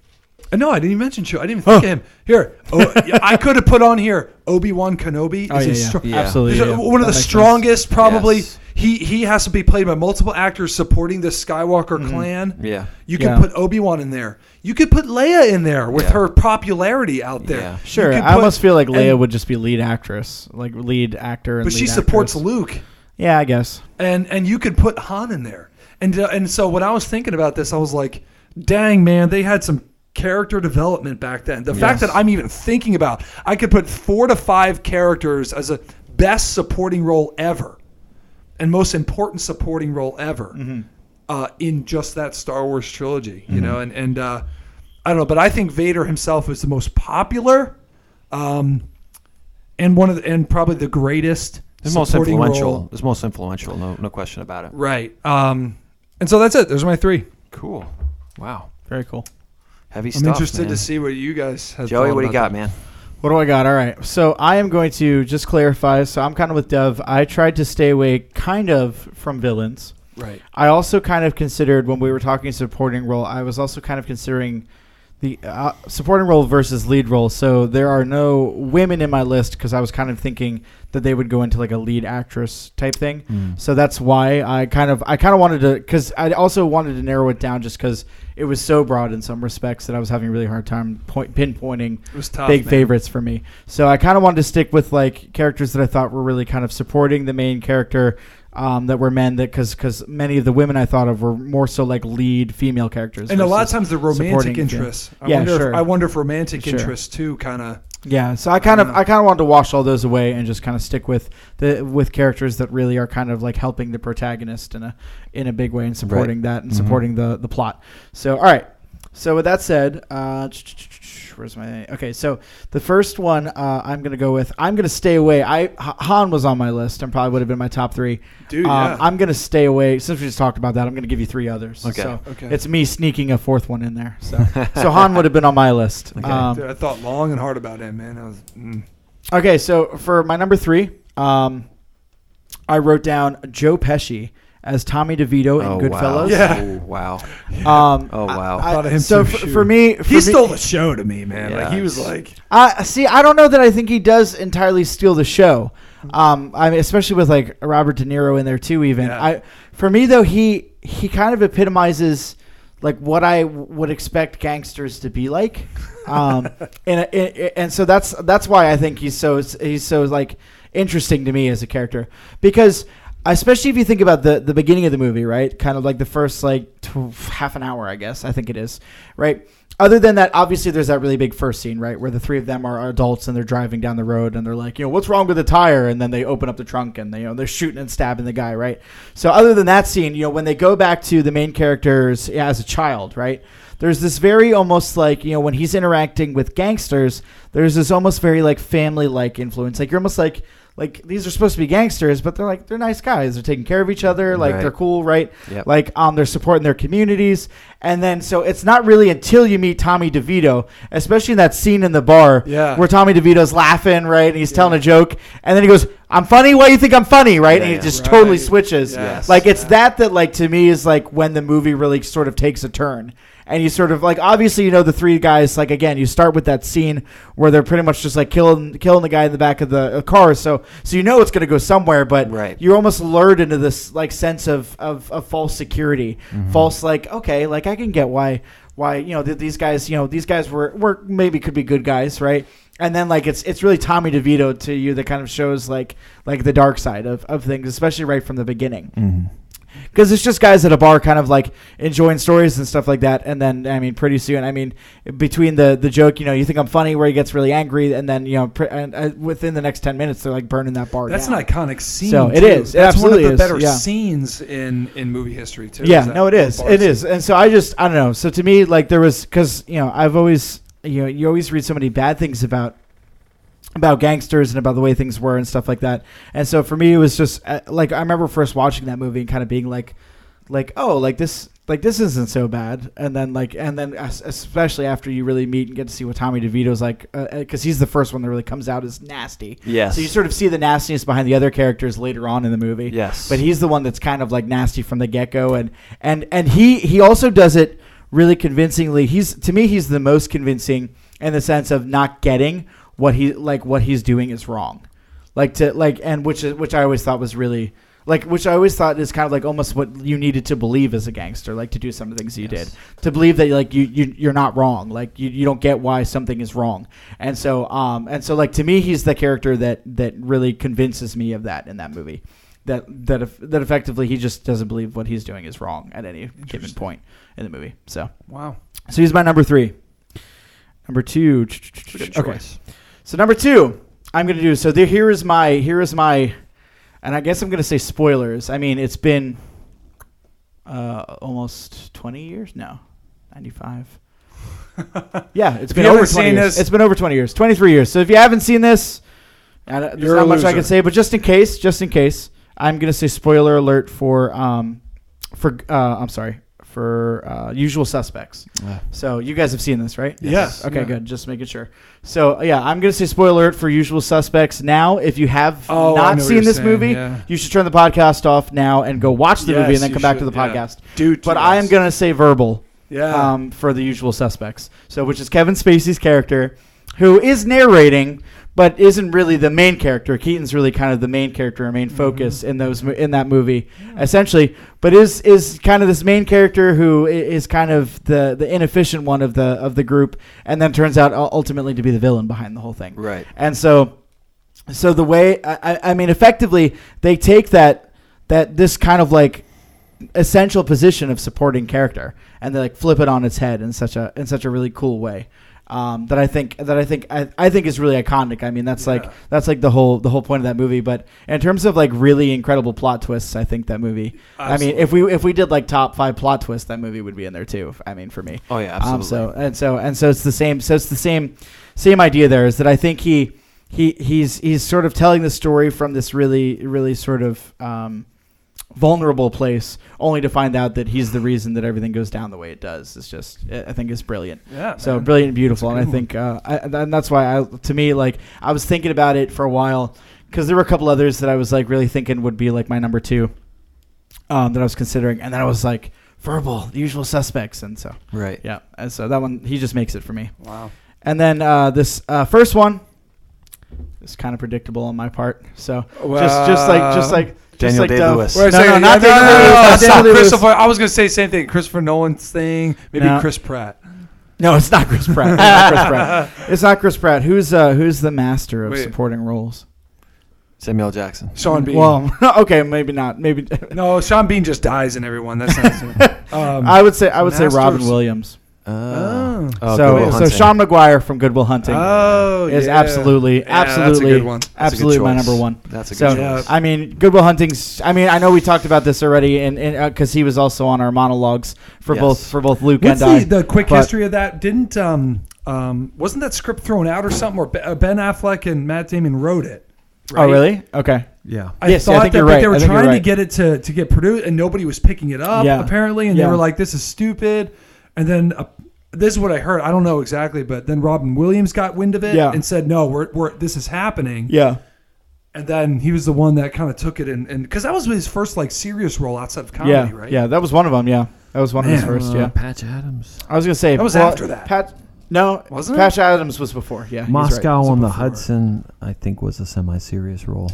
[SPEAKER 4] uh, no, I didn't even mention Chewie. I didn't even think of him. Here, oh, yeah, I could have put on here Obi Wan Kenobi.
[SPEAKER 3] Oh, yeah,
[SPEAKER 4] is a
[SPEAKER 3] yeah.
[SPEAKER 4] str-
[SPEAKER 2] Yeah.
[SPEAKER 3] Absolutely.
[SPEAKER 4] He's a-
[SPEAKER 3] yeah.
[SPEAKER 4] one of
[SPEAKER 3] That
[SPEAKER 4] the
[SPEAKER 3] makes
[SPEAKER 4] strongest, probably.
[SPEAKER 2] Yes.
[SPEAKER 4] He he has to be played by multiple actors supporting the Skywalker clan.
[SPEAKER 2] Yeah.
[SPEAKER 4] you can
[SPEAKER 3] Mm-hmm. Yeah.
[SPEAKER 4] put Obi Wan in there. You could put Leia in there with
[SPEAKER 2] Yeah.
[SPEAKER 4] her popularity out there.
[SPEAKER 2] Yeah.
[SPEAKER 4] You
[SPEAKER 3] sense. Sure.
[SPEAKER 4] could
[SPEAKER 3] I
[SPEAKER 4] put-
[SPEAKER 3] almost feel like Leia
[SPEAKER 4] and-
[SPEAKER 3] would just be lead actress, like lead actor. And
[SPEAKER 4] but she
[SPEAKER 3] lead
[SPEAKER 4] supports
[SPEAKER 3] actress.
[SPEAKER 4] Luke,
[SPEAKER 3] Yeah, I guess.
[SPEAKER 4] and and you could put Han in there. And uh, and so when I was thinking about this, I was like, dang man, they had some character development back then. The fact that I'm even thinking about, I could put four to five characters as a best supporting role ever, and most important supporting role ever.
[SPEAKER 2] Mm-hmm.
[SPEAKER 4] Uh, in just that Star Wars trilogy, you know, and and uh, I don't know, but I think Vader himself is the most popular, um, and one of the, and probably the greatest,
[SPEAKER 2] It's most
[SPEAKER 4] supporting
[SPEAKER 2] influential.
[SPEAKER 4] role.
[SPEAKER 2] It's most influential. No, no question about it.
[SPEAKER 4] right? Um, and so that's it. There's my three.
[SPEAKER 2] Cool. Wow.
[SPEAKER 3] Very cool.
[SPEAKER 2] Heavy
[SPEAKER 4] I'm
[SPEAKER 2] stuff.
[SPEAKER 4] interested
[SPEAKER 2] man.
[SPEAKER 4] to see what you guys have.
[SPEAKER 2] Joey,
[SPEAKER 4] thought
[SPEAKER 2] what do you
[SPEAKER 4] about
[SPEAKER 2] got, man?
[SPEAKER 3] What do I got? All right. So I am going to just clarify. So I'm kind of with Dev. I tried to stay away kind of from villains.
[SPEAKER 4] that. Right.
[SPEAKER 3] I also kind of considered when we were talking supporting role, I was also kind of considering the uh, supporting role versus lead role. So there are no women in my list because I was kind of thinking that they would go into like a lead actress type thing. So that's why I kind of I kind of wanted to because I also wanted to narrow it down just because it was so broad in some respects that I was having a really hard time point, pinpointing
[SPEAKER 4] It was tough.
[SPEAKER 3] big
[SPEAKER 4] man.
[SPEAKER 3] favorites for me. So I kind of wanted to stick with like characters that I thought were really kind of supporting the main character um, that were men that because because many of the women I thought of were more so like lead female characters.
[SPEAKER 4] And a lot of
[SPEAKER 3] versus-
[SPEAKER 4] times the
[SPEAKER 3] supporting
[SPEAKER 4] romantic
[SPEAKER 3] fam-
[SPEAKER 4] interests. I
[SPEAKER 3] Yeah,
[SPEAKER 4] wonder
[SPEAKER 3] sure.
[SPEAKER 4] If, I wonder if romantic
[SPEAKER 3] Sure.
[SPEAKER 4] interests too kind of
[SPEAKER 3] yeah. So I kind of
[SPEAKER 4] don't know.
[SPEAKER 3] I kind of wanted to wash all those away and just kind of stick with the with characters that really are kind of like helping the protagonist in a in a big way and supporting that and
[SPEAKER 4] Mm-hmm.
[SPEAKER 3] supporting the the plot. So all right. So with that said, uh, where's my okay? So the first one uh, I'm gonna go with. I'm gonna stay away. I H- Han was on my list and probably would have been my top three.
[SPEAKER 4] Dude,
[SPEAKER 3] Um,
[SPEAKER 4] yeah.
[SPEAKER 3] I'm gonna stay away. Since we just talked about that, I'm gonna give you three others.
[SPEAKER 2] Okay.
[SPEAKER 3] So
[SPEAKER 4] Okay.
[SPEAKER 3] it's me sneaking a fourth one in there. So so Han would have been on my list. Um,
[SPEAKER 4] Dude, I thought long and hard about him, man. I was, mm.
[SPEAKER 3] Okay, so for my number three, um, I wrote down Joe Pesci as Tommy DeVito in
[SPEAKER 2] Oh, wow.
[SPEAKER 3] Goodfellas.
[SPEAKER 4] Yeah.
[SPEAKER 2] Oh, wow.
[SPEAKER 3] Um,
[SPEAKER 2] Oh, wow.
[SPEAKER 3] I-
[SPEAKER 4] Thought of him
[SPEAKER 3] so
[SPEAKER 4] too,
[SPEAKER 3] for,
[SPEAKER 4] shoot.
[SPEAKER 3] for me, for
[SPEAKER 4] he
[SPEAKER 3] me-
[SPEAKER 4] stole the show to me, man.
[SPEAKER 2] Yeah.
[SPEAKER 4] Like he was like,
[SPEAKER 3] I see. I don't know that I think he does entirely steal the show. Um, I mean, especially with like Robert De Niro in there too. Even
[SPEAKER 4] Yeah.
[SPEAKER 3] I, for me though, he he kind of epitomizes like what I w- would expect gangsters to be like, um, and, and and so that's that's why I think he's so he's so like interesting to me as a character because especially if you think about the the beginning of the movie, right? Kind of like the first like tw- half an hour, I guess I think it is, right? Other than that, obviously there's that really big first scene, right, where the three of them are adults and they're driving down the road and they're like, you know, what's wrong with the tire? And then they open up the trunk and they, you know they're shooting and stabbing the guy, right? So other than that scene, you know, when they go back to the main characters as a child, right? There's this very almost like you know when he's interacting with gangsters, there's this almost very like family like influence. Like you're almost like like these are supposed to be gangsters, but they're like they're nice guys. They're taking care of each other. Like
[SPEAKER 2] Right.
[SPEAKER 3] they're cool, right?
[SPEAKER 2] Yep.
[SPEAKER 3] Like um, they're supporting their communities. And then so it's not really until you meet Tommy DeVito, especially in that scene in the bar
[SPEAKER 4] Yeah.
[SPEAKER 3] where Tommy DeVito's laughing, right? And he's telling a joke, and then he goes, "I'm funny. Why do you think I'm funny?" Right? and he
[SPEAKER 2] Yeah.
[SPEAKER 3] just totally
[SPEAKER 4] Right.
[SPEAKER 3] switches.
[SPEAKER 4] Yes.
[SPEAKER 3] Like it's that that like to me is like when the movie really sort of takes a turn. And you sort of like obviously you know the three guys like again you start with that scene where they're pretty much just like killing killing the guy in the back of the uh, car so so you know it's gonna go somewhere but
[SPEAKER 2] Right.
[SPEAKER 3] you're almost lured into this like sense of of, of false security false like okay like I can get why why you know th- these guys you know these guys were were maybe could be good guys right and then like it's it's really Tommy DeVito to you that kind of shows like like the dark side of, of things, especially right from the beginning. Because it's just guys at a bar, kind of like enjoying stories and stuff like that. And then I mean, pretty soon, I mean, between the the joke, you know, you think I'm funny, where he gets really angry, and then you know, pr- and, uh, within the next ten minutes, they're like burning that bar.
[SPEAKER 4] that's
[SPEAKER 3] down.
[SPEAKER 4] an iconic scene.
[SPEAKER 3] So it
[SPEAKER 4] too.
[SPEAKER 3] is. It
[SPEAKER 4] That's
[SPEAKER 3] absolutely
[SPEAKER 4] one
[SPEAKER 3] is,
[SPEAKER 4] of the better
[SPEAKER 3] yeah.
[SPEAKER 4] scenes in in movie history too.
[SPEAKER 3] Yeah,
[SPEAKER 4] that
[SPEAKER 3] no, it is.
[SPEAKER 4] bar
[SPEAKER 3] It
[SPEAKER 4] scene.
[SPEAKER 3] is. And so I just, I don't know. So to me, like there was, because you know, I've always, you know, you always read so many bad things about about gangsters and about the way things were and stuff like that. And so for me, it was just uh, like I remember first watching that movie and kind of being like, like oh, like this. Like this isn't so bad, and then like, and then es- especially after you really meet and get to see what Tommy DeVito's like, because he's the first one that really comes out as nasty.
[SPEAKER 2] Yes.
[SPEAKER 3] So you sort of see the nastiness behind the other characters later on in the movie.
[SPEAKER 2] Yes.
[SPEAKER 3] But he's the one that's kind of like nasty from the get go, and and and he he also does it really convincingly. He's to me he's the most convincing in the sense of not getting what he like what he's doing is wrong, like to like and which is which I always thought was really. Like, which I always thought is kind of like almost what you needed to believe as a gangster, like to do some of the things you did, to believe that like you, you you're not wrong, like you, you don't get why something is wrong, and so um and so like to me he's the character that that really convinces me of that in that movie. that that eff- that effectively he just doesn't believe what he's doing is wrong at any given
[SPEAKER 4] Interesting.
[SPEAKER 3] point in the movie. So
[SPEAKER 2] Wow.
[SPEAKER 3] so he's my number three. Number two.
[SPEAKER 2] Good
[SPEAKER 3] Okay.
[SPEAKER 2] choice.
[SPEAKER 3] So number two, I'm gonna do. So there, here is my here is my, and I guess I'm gonna say spoilers. I mean, it's been uh, almost 20 years now, 95. yeah, it's been
[SPEAKER 4] you
[SPEAKER 3] over
[SPEAKER 4] haven't
[SPEAKER 3] 20
[SPEAKER 4] seen
[SPEAKER 3] years.
[SPEAKER 4] this-
[SPEAKER 3] It's been over 20 years, 23 years. So if you haven't seen this, I don't- there's
[SPEAKER 4] You're
[SPEAKER 3] not
[SPEAKER 4] a
[SPEAKER 3] much I
[SPEAKER 4] loser.
[SPEAKER 3] can say. But just in case, just in case, I'm gonna say spoiler alert for um for uh, I'm sorry for uh, Usual Suspects. So you guys have seen this, right?
[SPEAKER 4] Yes.
[SPEAKER 3] Okay,
[SPEAKER 4] Yeah.
[SPEAKER 3] good. Just making sure. So yeah, I'm gonna say spoiler alert for Usual Suspects. Now, if you have
[SPEAKER 4] Oh, I know
[SPEAKER 3] not
[SPEAKER 4] what
[SPEAKER 3] seen
[SPEAKER 4] you're
[SPEAKER 3] this
[SPEAKER 4] saying,
[SPEAKER 3] movie,
[SPEAKER 4] yeah.
[SPEAKER 3] you should turn the podcast off now and go watch the movie and
[SPEAKER 4] Yes,
[SPEAKER 3] then
[SPEAKER 4] you
[SPEAKER 3] come back to
[SPEAKER 4] should,
[SPEAKER 3] the
[SPEAKER 4] yeah.
[SPEAKER 3] podcast.
[SPEAKER 4] Dude,
[SPEAKER 3] But I am
[SPEAKER 4] yes.
[SPEAKER 3] gonna say verbal.
[SPEAKER 4] Yeah.
[SPEAKER 3] Um, for the Usual Suspects. So which is Kevin Spacey's character, who is narrating. But isn't really the main character. Keaton's really kind of the main character, or main focus in those mo- in that movie, essentially. But is is kind of this main character who i- is kind of the the inefficient one of the of the group, and then turns out u- ultimately to be the villain behind the whole thing.
[SPEAKER 2] Right.
[SPEAKER 3] And so, so the way I, I- I mean, effectively, they take that that this kind of like essential position of supporting character, and they like flip it on its head in such a in such a really cool way. Um, that I think that I think I, I think is really iconic. I mean, that's like that's like the whole the whole point of that movie. But in terms of like really incredible plot twists, I think that movie. I mean, if we if we did like top five plot twists, that movie would be in there too. I mean, for me.
[SPEAKER 2] Oh, yeah,
[SPEAKER 3] Um, so and so and so it's the same. So it's the same same idea. There is that I think he he he's he's sort of telling the story from this really really sort of. Um, vulnerable place only to find out that he's the reason that everything goes down the way it does it's just i I think it's brilliant
[SPEAKER 4] Yeah,
[SPEAKER 3] so
[SPEAKER 4] man.
[SPEAKER 3] brilliant and beautiful and i think uh, I, and that's why I, to me like i was thinking about it for a while because there were a couple others that i was like really thinking would be like my number two um, that i was considering and then i was like verbal the usual suspects and so
[SPEAKER 2] Right.
[SPEAKER 3] yeah and so that one he just makes it for me
[SPEAKER 2] Wow.
[SPEAKER 3] and then uh, this uh, first one is kind of predictable on my part so just just like just like just
[SPEAKER 2] Daniel
[SPEAKER 3] like uh,
[SPEAKER 2] Day-Lewis.
[SPEAKER 3] the-
[SPEAKER 4] Wait a
[SPEAKER 3] no,
[SPEAKER 4] second.
[SPEAKER 3] no, not
[SPEAKER 4] no, no,
[SPEAKER 3] Daniel
[SPEAKER 4] no, no,
[SPEAKER 3] Day-Lewis,
[SPEAKER 4] no,
[SPEAKER 3] not
[SPEAKER 4] stop.
[SPEAKER 3] Daniel Day-Lewis.
[SPEAKER 4] Christopher. I was gonna say the same thing. Christopher Nolan's thing. Maybe
[SPEAKER 3] No.
[SPEAKER 4] Chris Pratt.
[SPEAKER 3] No, it's not Chris Pratt. It's not Chris Pratt. It's not Chris Pratt. Who's uh, who's the master of
[SPEAKER 4] Wait.
[SPEAKER 3] supporting roles?
[SPEAKER 2] Samuel Jackson.
[SPEAKER 4] Sean Bean.
[SPEAKER 3] Well, okay, maybe not. Maybe
[SPEAKER 4] no, Sean Bean just dies in everyone. That's not. um,
[SPEAKER 3] I would say I would
[SPEAKER 4] Master
[SPEAKER 3] say Robin
[SPEAKER 4] of-
[SPEAKER 3] Williams.
[SPEAKER 4] Oh.
[SPEAKER 2] Good Will
[SPEAKER 3] so so
[SPEAKER 2] Hunting.
[SPEAKER 3] Sean McGuire from Good Will Hunting
[SPEAKER 4] oh,
[SPEAKER 3] is
[SPEAKER 4] yeah.
[SPEAKER 3] absolutely
[SPEAKER 4] Yeah,
[SPEAKER 3] absolutely
[SPEAKER 4] That's a good one.
[SPEAKER 2] That's a good
[SPEAKER 3] absolutely my
[SPEAKER 2] choice.
[SPEAKER 3] number one.
[SPEAKER 2] That's a good
[SPEAKER 3] So
[SPEAKER 2] choice.
[SPEAKER 3] I mean, Goodwill Hunting's. I mean, I know we talked about this already, and because he was also on our monologues for
[SPEAKER 2] Yes.
[SPEAKER 3] both for both Luke
[SPEAKER 4] What's
[SPEAKER 3] and I.
[SPEAKER 4] the, the quick
[SPEAKER 3] but-
[SPEAKER 4] history of that? Didn't um um wasn't that script thrown out or something? Or Be- uh, Ben Affleck and Matt Damon wrote it.
[SPEAKER 3] Oh really? Okay.
[SPEAKER 2] Yeah.
[SPEAKER 4] I
[SPEAKER 3] Yes, yeah, I
[SPEAKER 4] thought
[SPEAKER 3] think
[SPEAKER 4] that,
[SPEAKER 3] you're
[SPEAKER 4] but
[SPEAKER 3] right.
[SPEAKER 4] they were
[SPEAKER 3] I think you're
[SPEAKER 4] trying to
[SPEAKER 3] right.
[SPEAKER 4] get it to to get produced, and nobody was picking it up
[SPEAKER 3] Yeah.
[SPEAKER 4] apparently, and
[SPEAKER 3] Yeah.
[SPEAKER 4] they were like, "This is stupid." And then uh, this is what I heard. I don't know exactly, but then Robin Williams got wind of it
[SPEAKER 3] Yeah.
[SPEAKER 4] and said, "No, we're, we're this is happening."
[SPEAKER 3] Yeah.
[SPEAKER 4] And then he was the one that kind of took it and and because that was his first like serious role outside of comedy,
[SPEAKER 3] Yeah.
[SPEAKER 4] right?
[SPEAKER 3] Yeah. That was one of them. Yeah. That was one of his
[SPEAKER 4] Man.
[SPEAKER 3] first. Yeah.
[SPEAKER 2] Patch Adams.
[SPEAKER 3] I was gonna say
[SPEAKER 4] That was after that.
[SPEAKER 3] Pat, no,
[SPEAKER 4] Wasn't it?
[SPEAKER 3] Patch Adams was before. Yeah, he's right.
[SPEAKER 2] Moscow on the
[SPEAKER 4] before.
[SPEAKER 2] Hudson, I think, was a semi-serious role.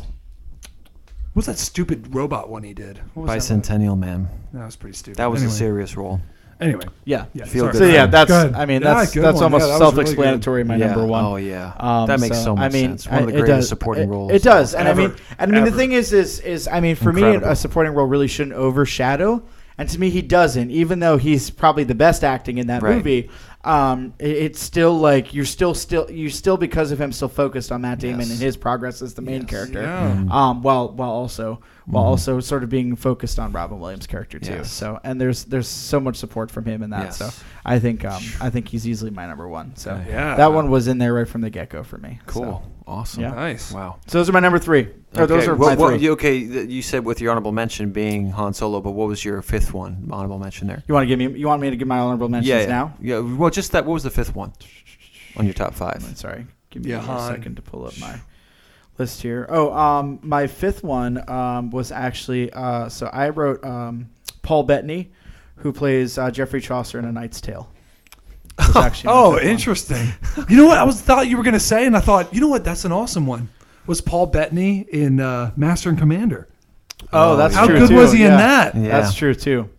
[SPEAKER 4] What's that stupid robot one he did? What was That,
[SPEAKER 2] Bicentennial Man.
[SPEAKER 4] one? that was pretty stupid.
[SPEAKER 2] That was
[SPEAKER 4] anyway.
[SPEAKER 2] a serious role.
[SPEAKER 4] Anyway,
[SPEAKER 3] Yeah.
[SPEAKER 4] yeah.
[SPEAKER 2] Feel
[SPEAKER 4] sorry.
[SPEAKER 2] good.
[SPEAKER 3] So yeah, that's.
[SPEAKER 4] Good.
[SPEAKER 3] I mean,
[SPEAKER 4] Yeah,
[SPEAKER 3] that's
[SPEAKER 4] good
[SPEAKER 3] that's
[SPEAKER 4] one.
[SPEAKER 3] almost
[SPEAKER 4] Yeah, that was really good.
[SPEAKER 3] self-explanatory. my
[SPEAKER 2] Yeah.
[SPEAKER 3] number one.
[SPEAKER 2] Oh yeah.
[SPEAKER 3] Um,
[SPEAKER 2] that makes so,
[SPEAKER 3] I
[SPEAKER 2] much
[SPEAKER 3] mean,
[SPEAKER 2] sense. One of
[SPEAKER 3] I-
[SPEAKER 2] the
[SPEAKER 3] it
[SPEAKER 2] greatest
[SPEAKER 3] does-
[SPEAKER 2] supporting
[SPEAKER 3] it-
[SPEAKER 2] roles.
[SPEAKER 3] It does, and I
[SPEAKER 4] Ever.
[SPEAKER 3] mean, and I mean, the
[SPEAKER 4] Ever.
[SPEAKER 3] thing is, is, is I mean, for me,
[SPEAKER 2] Incredible.
[SPEAKER 3] a supporting role really shouldn't overshadow, and to me, he doesn't. Even though he's probably the best acting in that
[SPEAKER 2] Right.
[SPEAKER 3] movie, um, it- it's still like you're still still you still because of him still focused on Matt Damon
[SPEAKER 2] Yes.
[SPEAKER 3] and his progress as the main character,
[SPEAKER 4] Yeah.
[SPEAKER 3] um, while while also while also sort of being focused on Robin Williams' character too.
[SPEAKER 2] Mm-hmm. Yes.
[SPEAKER 3] So and there's there's so much support from him in that.
[SPEAKER 2] Yes.
[SPEAKER 3] So I think um, I think he's easily my number one. So
[SPEAKER 2] Okay.
[SPEAKER 4] Yeah.
[SPEAKER 3] that one was in there right from the get go for me.
[SPEAKER 2] Cool.
[SPEAKER 3] So.
[SPEAKER 2] Awesome.
[SPEAKER 3] Yeah.
[SPEAKER 4] Nice.
[SPEAKER 2] Wow.
[SPEAKER 3] So those are my number three. Or Oh, those are
[SPEAKER 2] What-
[SPEAKER 3] my
[SPEAKER 2] what-
[SPEAKER 3] three.
[SPEAKER 2] you-
[SPEAKER 3] You,
[SPEAKER 2] okay, th- you said with your honorable mention being Han Solo, but what was your fifth one honorable mention there?
[SPEAKER 3] want to give me? You want me to give my honorable mentions
[SPEAKER 2] yeah, yeah.
[SPEAKER 3] now?
[SPEAKER 2] Yeah. Well, just that. What was the fifth one on your top
[SPEAKER 3] I'm
[SPEAKER 2] five?
[SPEAKER 3] sorry. Give me
[SPEAKER 4] Yeah,
[SPEAKER 3] a
[SPEAKER 4] hon.
[SPEAKER 3] second to pull up my list here. Oh, um, my fifth one um, was actually uh, so I wrote um, Paul Bettany, who plays uh, Jeffrey Chaucer in A Knight's Tale. Was actually my
[SPEAKER 4] Oh,
[SPEAKER 3] fifth one.
[SPEAKER 4] interesting. you know what? I was thought you were gonna say, and I thought, you know what? That's an awesome one. Was Paul Bettany in uh, Master and Commander?
[SPEAKER 3] Oh,
[SPEAKER 2] Oh,
[SPEAKER 3] that's
[SPEAKER 2] yeah.
[SPEAKER 4] How
[SPEAKER 3] true.
[SPEAKER 4] good
[SPEAKER 3] too,
[SPEAKER 4] was he in
[SPEAKER 3] yeah.
[SPEAKER 4] that?
[SPEAKER 2] Yeah.
[SPEAKER 3] That's true too.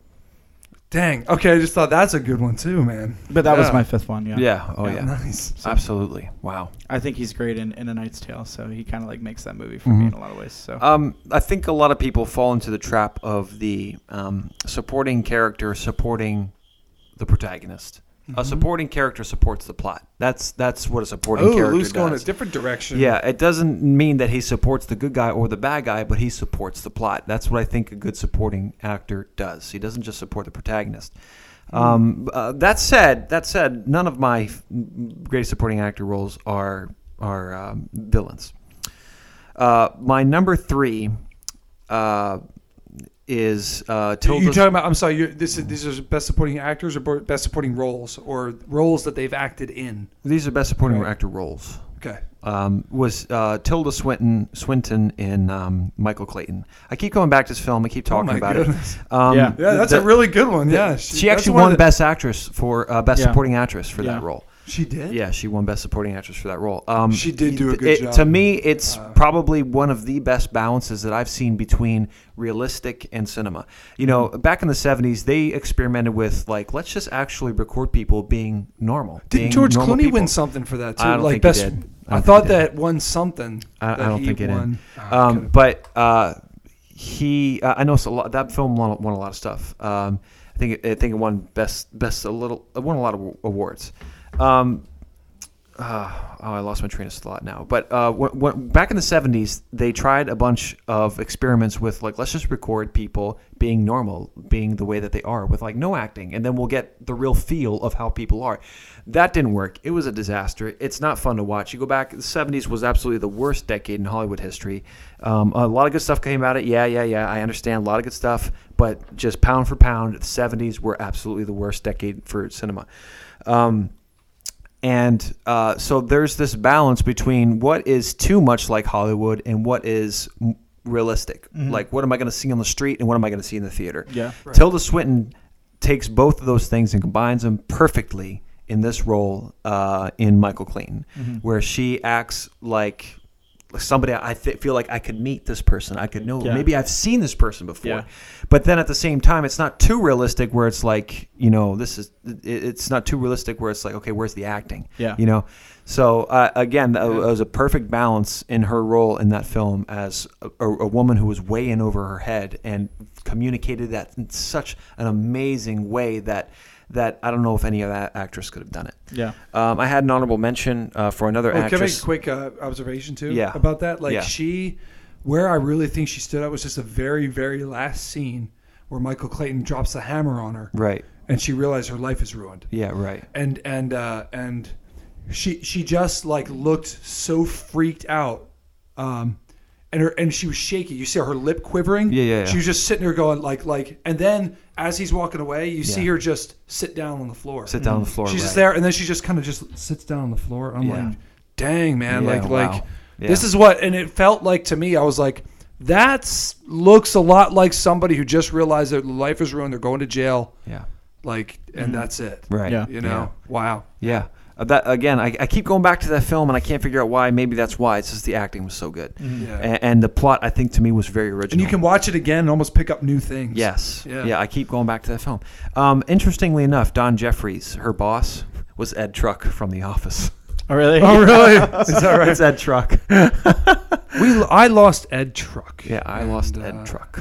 [SPEAKER 4] Dang. Okay, I just thought that's a good one too, man.
[SPEAKER 3] But that was
[SPEAKER 4] Yeah.
[SPEAKER 3] my fifth one. Yeah.
[SPEAKER 2] Yeah. Oh
[SPEAKER 4] Yeah,
[SPEAKER 2] yeah.
[SPEAKER 4] Nice.
[SPEAKER 2] Absolutely. Wow.
[SPEAKER 3] I think he's great in, in A Knight's Tale, so he kind of like makes that movie for me in a lot of ways. So
[SPEAKER 2] Um, I think a lot of people fall into the trap of the um, supporting character supporting the protagonist. A supporting character supports the plot. That's that's what a supporting
[SPEAKER 4] Oh,
[SPEAKER 2] character
[SPEAKER 4] Luke's
[SPEAKER 2] does.
[SPEAKER 4] going a different direction.
[SPEAKER 2] Yeah, it doesn't mean that he supports the good guy or the bad guy, but he supports the plot. That's what I think a good supporting actor does. He doesn't just support the protagonist. Um, uh, that said, that said, none of my f- greatest supporting actor roles are are um, villains. Uh, my number three uh, is uh,
[SPEAKER 4] You
[SPEAKER 2] Tilda.
[SPEAKER 4] you talking about? I'm sorry. You're, this is, these are best supporting actors or bo- best supporting roles or roles that they've acted in.
[SPEAKER 2] These are best supporting actor roles.
[SPEAKER 4] Okay.
[SPEAKER 2] um, was uh, Tilda Swinton Swinton in um, Michael Clayton. I keep going back to this film. I keep talking
[SPEAKER 4] Oh my
[SPEAKER 2] about
[SPEAKER 4] goodness.
[SPEAKER 2] it. Um,
[SPEAKER 3] Yeah.
[SPEAKER 4] Yeah, that's a
[SPEAKER 2] the-
[SPEAKER 4] really good one.
[SPEAKER 2] the-
[SPEAKER 4] Yeah,
[SPEAKER 2] she,
[SPEAKER 4] that's
[SPEAKER 2] actually
[SPEAKER 4] one of
[SPEAKER 2] won
[SPEAKER 4] the-
[SPEAKER 2] Best Actress for uh, Best
[SPEAKER 3] Yeah.
[SPEAKER 2] Supporting Actress for that
[SPEAKER 3] Yeah.
[SPEAKER 2] role.
[SPEAKER 4] She did.
[SPEAKER 2] Yeah, she won Best Supporting Actress for that role. Um,
[SPEAKER 4] She did do a good
[SPEAKER 2] it-
[SPEAKER 4] job. Uh,
[SPEAKER 2] To me, it's probably one of the best balances that I've seen between realistic and cinema. You know,
[SPEAKER 4] Mm-hmm.
[SPEAKER 2] back in the '70s, they experimented with like, let's just actually record people being normal.
[SPEAKER 4] Didn't
[SPEAKER 2] being
[SPEAKER 4] George
[SPEAKER 2] normal
[SPEAKER 4] Clooney
[SPEAKER 2] people.
[SPEAKER 4] win something for that too?
[SPEAKER 2] I don't
[SPEAKER 4] like
[SPEAKER 2] think he
[SPEAKER 4] best.
[SPEAKER 2] did. I
[SPEAKER 4] I,
[SPEAKER 2] don't
[SPEAKER 4] thought
[SPEAKER 2] think he did.
[SPEAKER 4] that won something.
[SPEAKER 2] I,
[SPEAKER 4] that
[SPEAKER 2] I don't
[SPEAKER 4] he
[SPEAKER 2] think it
[SPEAKER 4] won.
[SPEAKER 2] did.
[SPEAKER 4] Ah,
[SPEAKER 2] Um,
[SPEAKER 4] could've-
[SPEAKER 2] but uh, he, uh, I know it's a lot. That film won, won a lot of stuff. Um, I think it, I think it won best best a little. It won a lot of awards. Um, uh, oh, I lost my train of thought now. But uh, when, when, back in the '70s, they tried a bunch of experiments with like, let's just record people being normal, being the way that they are, with like no acting, and then we'll get the real feel of how people are. That didn't work. It was a disaster. It's not fun to watch. You go back. The '70s was absolutely the worst decade in Hollywood history. Um, a lot of good stuff came out of it. Yeah, yeah, yeah. I understand a lot of good stuff, but just pound for pound, the '70s were absolutely the worst decade for cinema. Um, and uh, so there's this balance between what is too much like Hollywood and what is m- realistic. Like, what am I going to see on the street and what am I going to see in the theater?
[SPEAKER 3] Mm-hmm. Yeah.
[SPEAKER 2] Tilda Swinton takes both of those things and combines them perfectly in this role uh, in Michael Clayton,
[SPEAKER 3] Mm-hmm.
[SPEAKER 2] where she acts like somebody I th- feel like I could meet this person. I could know
[SPEAKER 3] Yeah.
[SPEAKER 2] maybe I've seen this person before.
[SPEAKER 3] Yeah.
[SPEAKER 2] But then at the same time, it's not too realistic where it's like, you know, this is, it, it's not too realistic where it's like, okay, where's the acting?
[SPEAKER 3] Yeah.
[SPEAKER 2] You know? So uh, again, that was a perfect balance in her role in that film as a, a, a woman who was way in over her head and communicated that in such an amazing way that, that I don't know if any other actress could have done it.
[SPEAKER 3] yeah,
[SPEAKER 2] Um, I had an honorable mention uh, for another
[SPEAKER 4] Oh, can I make
[SPEAKER 2] actress.
[SPEAKER 4] a quick uh, observation too?
[SPEAKER 2] Yeah.
[SPEAKER 4] About that, like
[SPEAKER 2] Yeah.
[SPEAKER 4] she, where I really think she stood out was just the very, very last scene where Michael Clayton drops the hammer on her,
[SPEAKER 2] right.
[SPEAKER 4] and she realized her life is ruined.
[SPEAKER 2] Yeah, right.
[SPEAKER 4] and and uh, and she she just like looked so freaked out, um, and her and she was shaky. You see her lip quivering.
[SPEAKER 2] Yeah, yeah, yeah.
[SPEAKER 4] She was just sitting there going like like, and then as he's walking away, you see
[SPEAKER 2] Yeah.
[SPEAKER 4] her just sit down on the floor.
[SPEAKER 2] Sit down on the floor.
[SPEAKER 4] Mm-hmm. She's just
[SPEAKER 2] right.
[SPEAKER 4] there, and then she just kind of just sits down on the floor. I'm
[SPEAKER 2] Yeah.
[SPEAKER 4] like, dang man,
[SPEAKER 2] Yeah,
[SPEAKER 4] like
[SPEAKER 2] wow.
[SPEAKER 4] like
[SPEAKER 2] Yeah.
[SPEAKER 4] this is what, and it felt like to me, I was like. That's looks a lot like somebody who just realized their life is ruined. They're going to jail,
[SPEAKER 2] Yeah.
[SPEAKER 4] like, and that's it.
[SPEAKER 2] Right.
[SPEAKER 3] Yeah.
[SPEAKER 4] You know, wow.
[SPEAKER 2] Yeah. Uh, that again, I, I keep going back to that film, and I can't figure out why. Maybe that's why. It's just the acting was so good,
[SPEAKER 4] Yeah.
[SPEAKER 2] and, and the plot I think to me was very original.
[SPEAKER 4] And you can watch it again and almost pick up new things.
[SPEAKER 2] yes, yeah.
[SPEAKER 4] Yeah.
[SPEAKER 2] I keep going back to that film. Um, interestingly enough, Don Jeffries, her boss, was Ed Truck from The Office.
[SPEAKER 3] oh really?
[SPEAKER 4] really?
[SPEAKER 2] Is that right? it's Ed Truck.
[SPEAKER 4] we I lost Ed Truck.
[SPEAKER 2] Yeah, I lost
[SPEAKER 4] And,
[SPEAKER 2] Ed
[SPEAKER 4] uh,
[SPEAKER 2] Truck.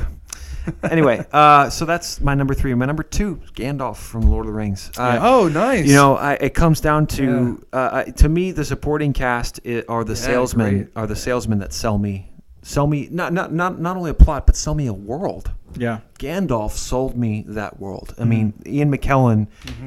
[SPEAKER 2] anyway, uh, so that's my number three. My number two, Gandalf from Lord of the Rings. Uh,
[SPEAKER 4] Oh, nice.
[SPEAKER 2] You know, I, it comes down to uh, I- to me the supporting cast i are the
[SPEAKER 4] Yeah,
[SPEAKER 2] salesmen
[SPEAKER 4] great.
[SPEAKER 2] are the salesmen that sell me sell me not not not not only a plot but sell me a world.
[SPEAKER 3] Yeah,
[SPEAKER 2] Gandalf sold me that world.
[SPEAKER 4] Mm-hmm.
[SPEAKER 2] I mean, Ian McKellen.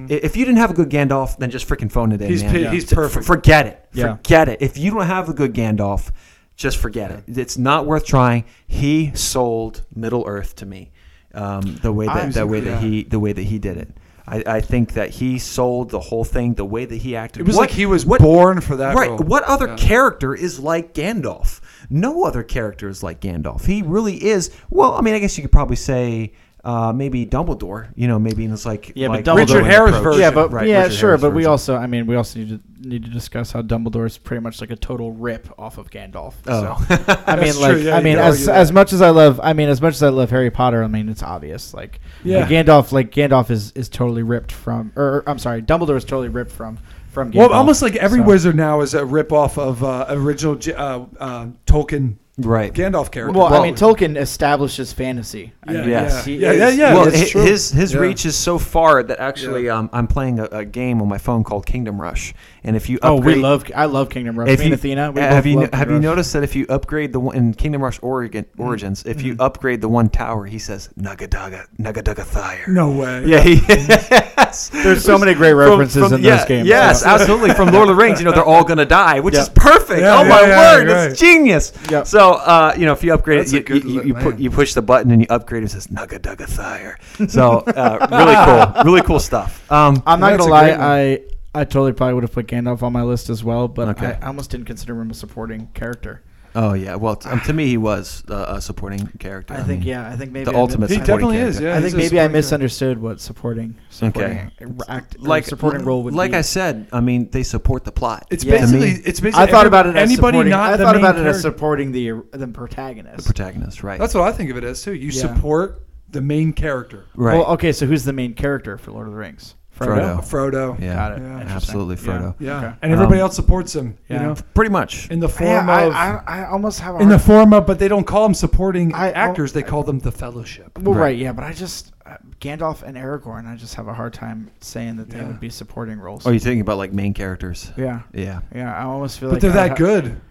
[SPEAKER 2] i- If you didn't have a good Gandalf, then just freaking phone it in,
[SPEAKER 4] He's
[SPEAKER 2] man.
[SPEAKER 4] pi- Yeah. he's
[SPEAKER 2] F-
[SPEAKER 4] perfect.
[SPEAKER 2] forget it.
[SPEAKER 3] Yeah.
[SPEAKER 2] Forget it. If you don't have a good Gandalf, just forget it. It's not worth trying. He sold Middle Earth to me. Um, the way
[SPEAKER 4] I
[SPEAKER 2] that, that way
[SPEAKER 4] agree.
[SPEAKER 2] that he the way that he did it. I, I think that he sold the whole thing. The way that he acted.
[SPEAKER 4] it was
[SPEAKER 2] What-
[SPEAKER 4] like he was
[SPEAKER 2] what-
[SPEAKER 4] born for that
[SPEAKER 2] right.
[SPEAKER 4] role.
[SPEAKER 2] What other
[SPEAKER 4] Yeah.
[SPEAKER 2] character is like Gandalf? No other character is like Gandalf. He really is. Well, I mean, I guess you could probably say uh, maybe Dumbledore. You know, maybe it's like
[SPEAKER 3] Yeah, but
[SPEAKER 2] like
[SPEAKER 3] Dumbledore-
[SPEAKER 4] Richard Harris
[SPEAKER 2] approach.
[SPEAKER 4] version.
[SPEAKER 3] Yeah, but
[SPEAKER 2] Right,
[SPEAKER 3] yeah,
[SPEAKER 2] Richard
[SPEAKER 3] sure.
[SPEAKER 2] Harris
[SPEAKER 3] but we
[SPEAKER 2] version.
[SPEAKER 3] also, I mean, we also need to need to discuss how Dumbledore's pretty much like a total rip off of Gandalf.
[SPEAKER 2] Oh.
[SPEAKER 3] So, I mean,
[SPEAKER 4] That's
[SPEAKER 3] like,
[SPEAKER 4] true, yeah,
[SPEAKER 3] I
[SPEAKER 4] you
[SPEAKER 3] mean,
[SPEAKER 4] could
[SPEAKER 3] as
[SPEAKER 4] argue that.
[SPEAKER 3] as much as I love, I mean, as much as I love Harry Potter, I mean, it's obvious. Like,
[SPEAKER 4] Yeah.
[SPEAKER 3] Gandalf, like Gandalf is is totally ripped from, or, or, I'm sorry, Dumbledore is totally ripped from from Gandalf.
[SPEAKER 4] Well, almost like every
[SPEAKER 3] So-
[SPEAKER 4] wizard now is a ripoff of uh, original J- uh, uh, Tolkien
[SPEAKER 2] right.
[SPEAKER 4] Gandalf character.
[SPEAKER 3] Well, I mean, Tolkien establishes fantasy. I
[SPEAKER 4] Yeah,
[SPEAKER 3] mean,
[SPEAKER 2] yes.
[SPEAKER 3] he
[SPEAKER 4] yeah,
[SPEAKER 3] is-
[SPEAKER 4] yeah, yeah,
[SPEAKER 2] well,
[SPEAKER 4] that's
[SPEAKER 2] hi-
[SPEAKER 4] true.
[SPEAKER 2] his his
[SPEAKER 4] Yeah.
[SPEAKER 2] reach is so far that actually um, I'm playing a, a game on my phone called Kingdom Rush, and if you
[SPEAKER 3] Oh,
[SPEAKER 2] upgrade,
[SPEAKER 3] we love. I love Kingdom Rush.
[SPEAKER 2] If
[SPEAKER 3] Me and
[SPEAKER 2] you-
[SPEAKER 3] Athena. We
[SPEAKER 2] have
[SPEAKER 3] both
[SPEAKER 2] you
[SPEAKER 3] love
[SPEAKER 2] have
[SPEAKER 3] Kingdom
[SPEAKER 2] you
[SPEAKER 3] Rush. Mm-hmm.
[SPEAKER 2] noticed that if you upgrade the one in Kingdom Rush Oregon, Origins, if you upgrade the one tower, he says Nagadaga Nagadaga Thyre.
[SPEAKER 4] no way.
[SPEAKER 2] Yeah, he, yes.
[SPEAKER 3] There's so many great references in
[SPEAKER 2] yeah,
[SPEAKER 3] those games.
[SPEAKER 2] Yes,
[SPEAKER 3] so-
[SPEAKER 2] absolutely. From Lord of the Rings, you know, they're all going to die, which is perfect.
[SPEAKER 4] Yeah,
[SPEAKER 2] oh
[SPEAKER 4] yeah,
[SPEAKER 2] my
[SPEAKER 4] yeah,
[SPEAKER 2] word,
[SPEAKER 4] you're
[SPEAKER 2] that's
[SPEAKER 4] right.
[SPEAKER 2] genius.
[SPEAKER 3] Yep.
[SPEAKER 2] So, uh, you know, if you upgrade
[SPEAKER 4] That's a
[SPEAKER 2] it, you,
[SPEAKER 4] good
[SPEAKER 2] you,
[SPEAKER 4] li-
[SPEAKER 2] you, put,
[SPEAKER 4] man.
[SPEAKER 2] you push the button and you upgrade it, it says Nugga Dugga Thyre. So, uh, really cool. Really cool stuff. Um,
[SPEAKER 3] I'm not
[SPEAKER 4] That's
[SPEAKER 3] gonna
[SPEAKER 4] a
[SPEAKER 3] lie,
[SPEAKER 4] great one.
[SPEAKER 3] I I totally probably would have put Gandalf on my list as well, but
[SPEAKER 2] Okay.
[SPEAKER 3] I almost didn't consider him a supporting character.
[SPEAKER 2] oh, yeah. Well, t- um, to me, he was uh, a supporting character.
[SPEAKER 3] I, think
[SPEAKER 2] mean,
[SPEAKER 3] yeah, I think maybe
[SPEAKER 2] The
[SPEAKER 3] I
[SPEAKER 2] ultimate
[SPEAKER 4] He
[SPEAKER 3] mis- I,
[SPEAKER 2] supporting
[SPEAKER 3] think-
[SPEAKER 4] definitely
[SPEAKER 2] character.
[SPEAKER 4] is. Yeah,
[SPEAKER 3] I
[SPEAKER 4] he's
[SPEAKER 3] think
[SPEAKER 4] a
[SPEAKER 3] maybe I
[SPEAKER 4] supporting character.
[SPEAKER 3] misunderstood what supporting supporting act,
[SPEAKER 2] Like,
[SPEAKER 3] supporting role would
[SPEAKER 2] like
[SPEAKER 3] be.
[SPEAKER 2] I said, I mean, they support the plot.
[SPEAKER 4] It's
[SPEAKER 3] Yeah.
[SPEAKER 4] basically
[SPEAKER 2] To me-
[SPEAKER 4] it's basically
[SPEAKER 3] I thought about it
[SPEAKER 4] every-
[SPEAKER 3] as
[SPEAKER 4] anybody
[SPEAKER 3] supporting-
[SPEAKER 4] not
[SPEAKER 3] I
[SPEAKER 4] the
[SPEAKER 3] thought
[SPEAKER 4] main
[SPEAKER 3] about it
[SPEAKER 4] character.
[SPEAKER 3] as supporting the the
[SPEAKER 2] the
[SPEAKER 3] protagonist.
[SPEAKER 2] protagonist, right?
[SPEAKER 4] That's what I think of it as too. You
[SPEAKER 3] Yeah.
[SPEAKER 4] support the main character,
[SPEAKER 2] right.
[SPEAKER 3] Well, okay, so who's the main character for Lord of the Rings?
[SPEAKER 2] Frodo.
[SPEAKER 4] Frodo.
[SPEAKER 2] yeah.
[SPEAKER 3] Got it.
[SPEAKER 4] Yeah.
[SPEAKER 3] Interesting.
[SPEAKER 2] Absolutely,
[SPEAKER 3] Yeah.
[SPEAKER 2] Frodo.
[SPEAKER 4] Yeah,
[SPEAKER 3] Okay.
[SPEAKER 4] and everybody
[SPEAKER 2] Um,
[SPEAKER 4] else supports him.
[SPEAKER 3] yeah.
[SPEAKER 4] You know,
[SPEAKER 2] Pretty much.
[SPEAKER 4] in the form
[SPEAKER 3] Yeah, I,
[SPEAKER 4] of
[SPEAKER 3] I, I almost have a
[SPEAKER 4] in
[SPEAKER 3] hard
[SPEAKER 4] the form of, but they don't call them supporting
[SPEAKER 3] I-
[SPEAKER 4] actors. They call them the Fellowship.
[SPEAKER 3] Well,
[SPEAKER 2] Right.
[SPEAKER 3] right. yeah, but I just uh, Gandalf and Aragorn. I just have a hard time saying that they
[SPEAKER 4] Yeah.
[SPEAKER 3] would be supporting roles.
[SPEAKER 2] Oh, you're thinking about like main characters.
[SPEAKER 3] yeah,
[SPEAKER 2] Yeah.
[SPEAKER 3] yeah. I almost feel
[SPEAKER 4] But
[SPEAKER 3] like uh,
[SPEAKER 4] they're
[SPEAKER 3] I
[SPEAKER 4] that
[SPEAKER 3] ha-
[SPEAKER 4] good.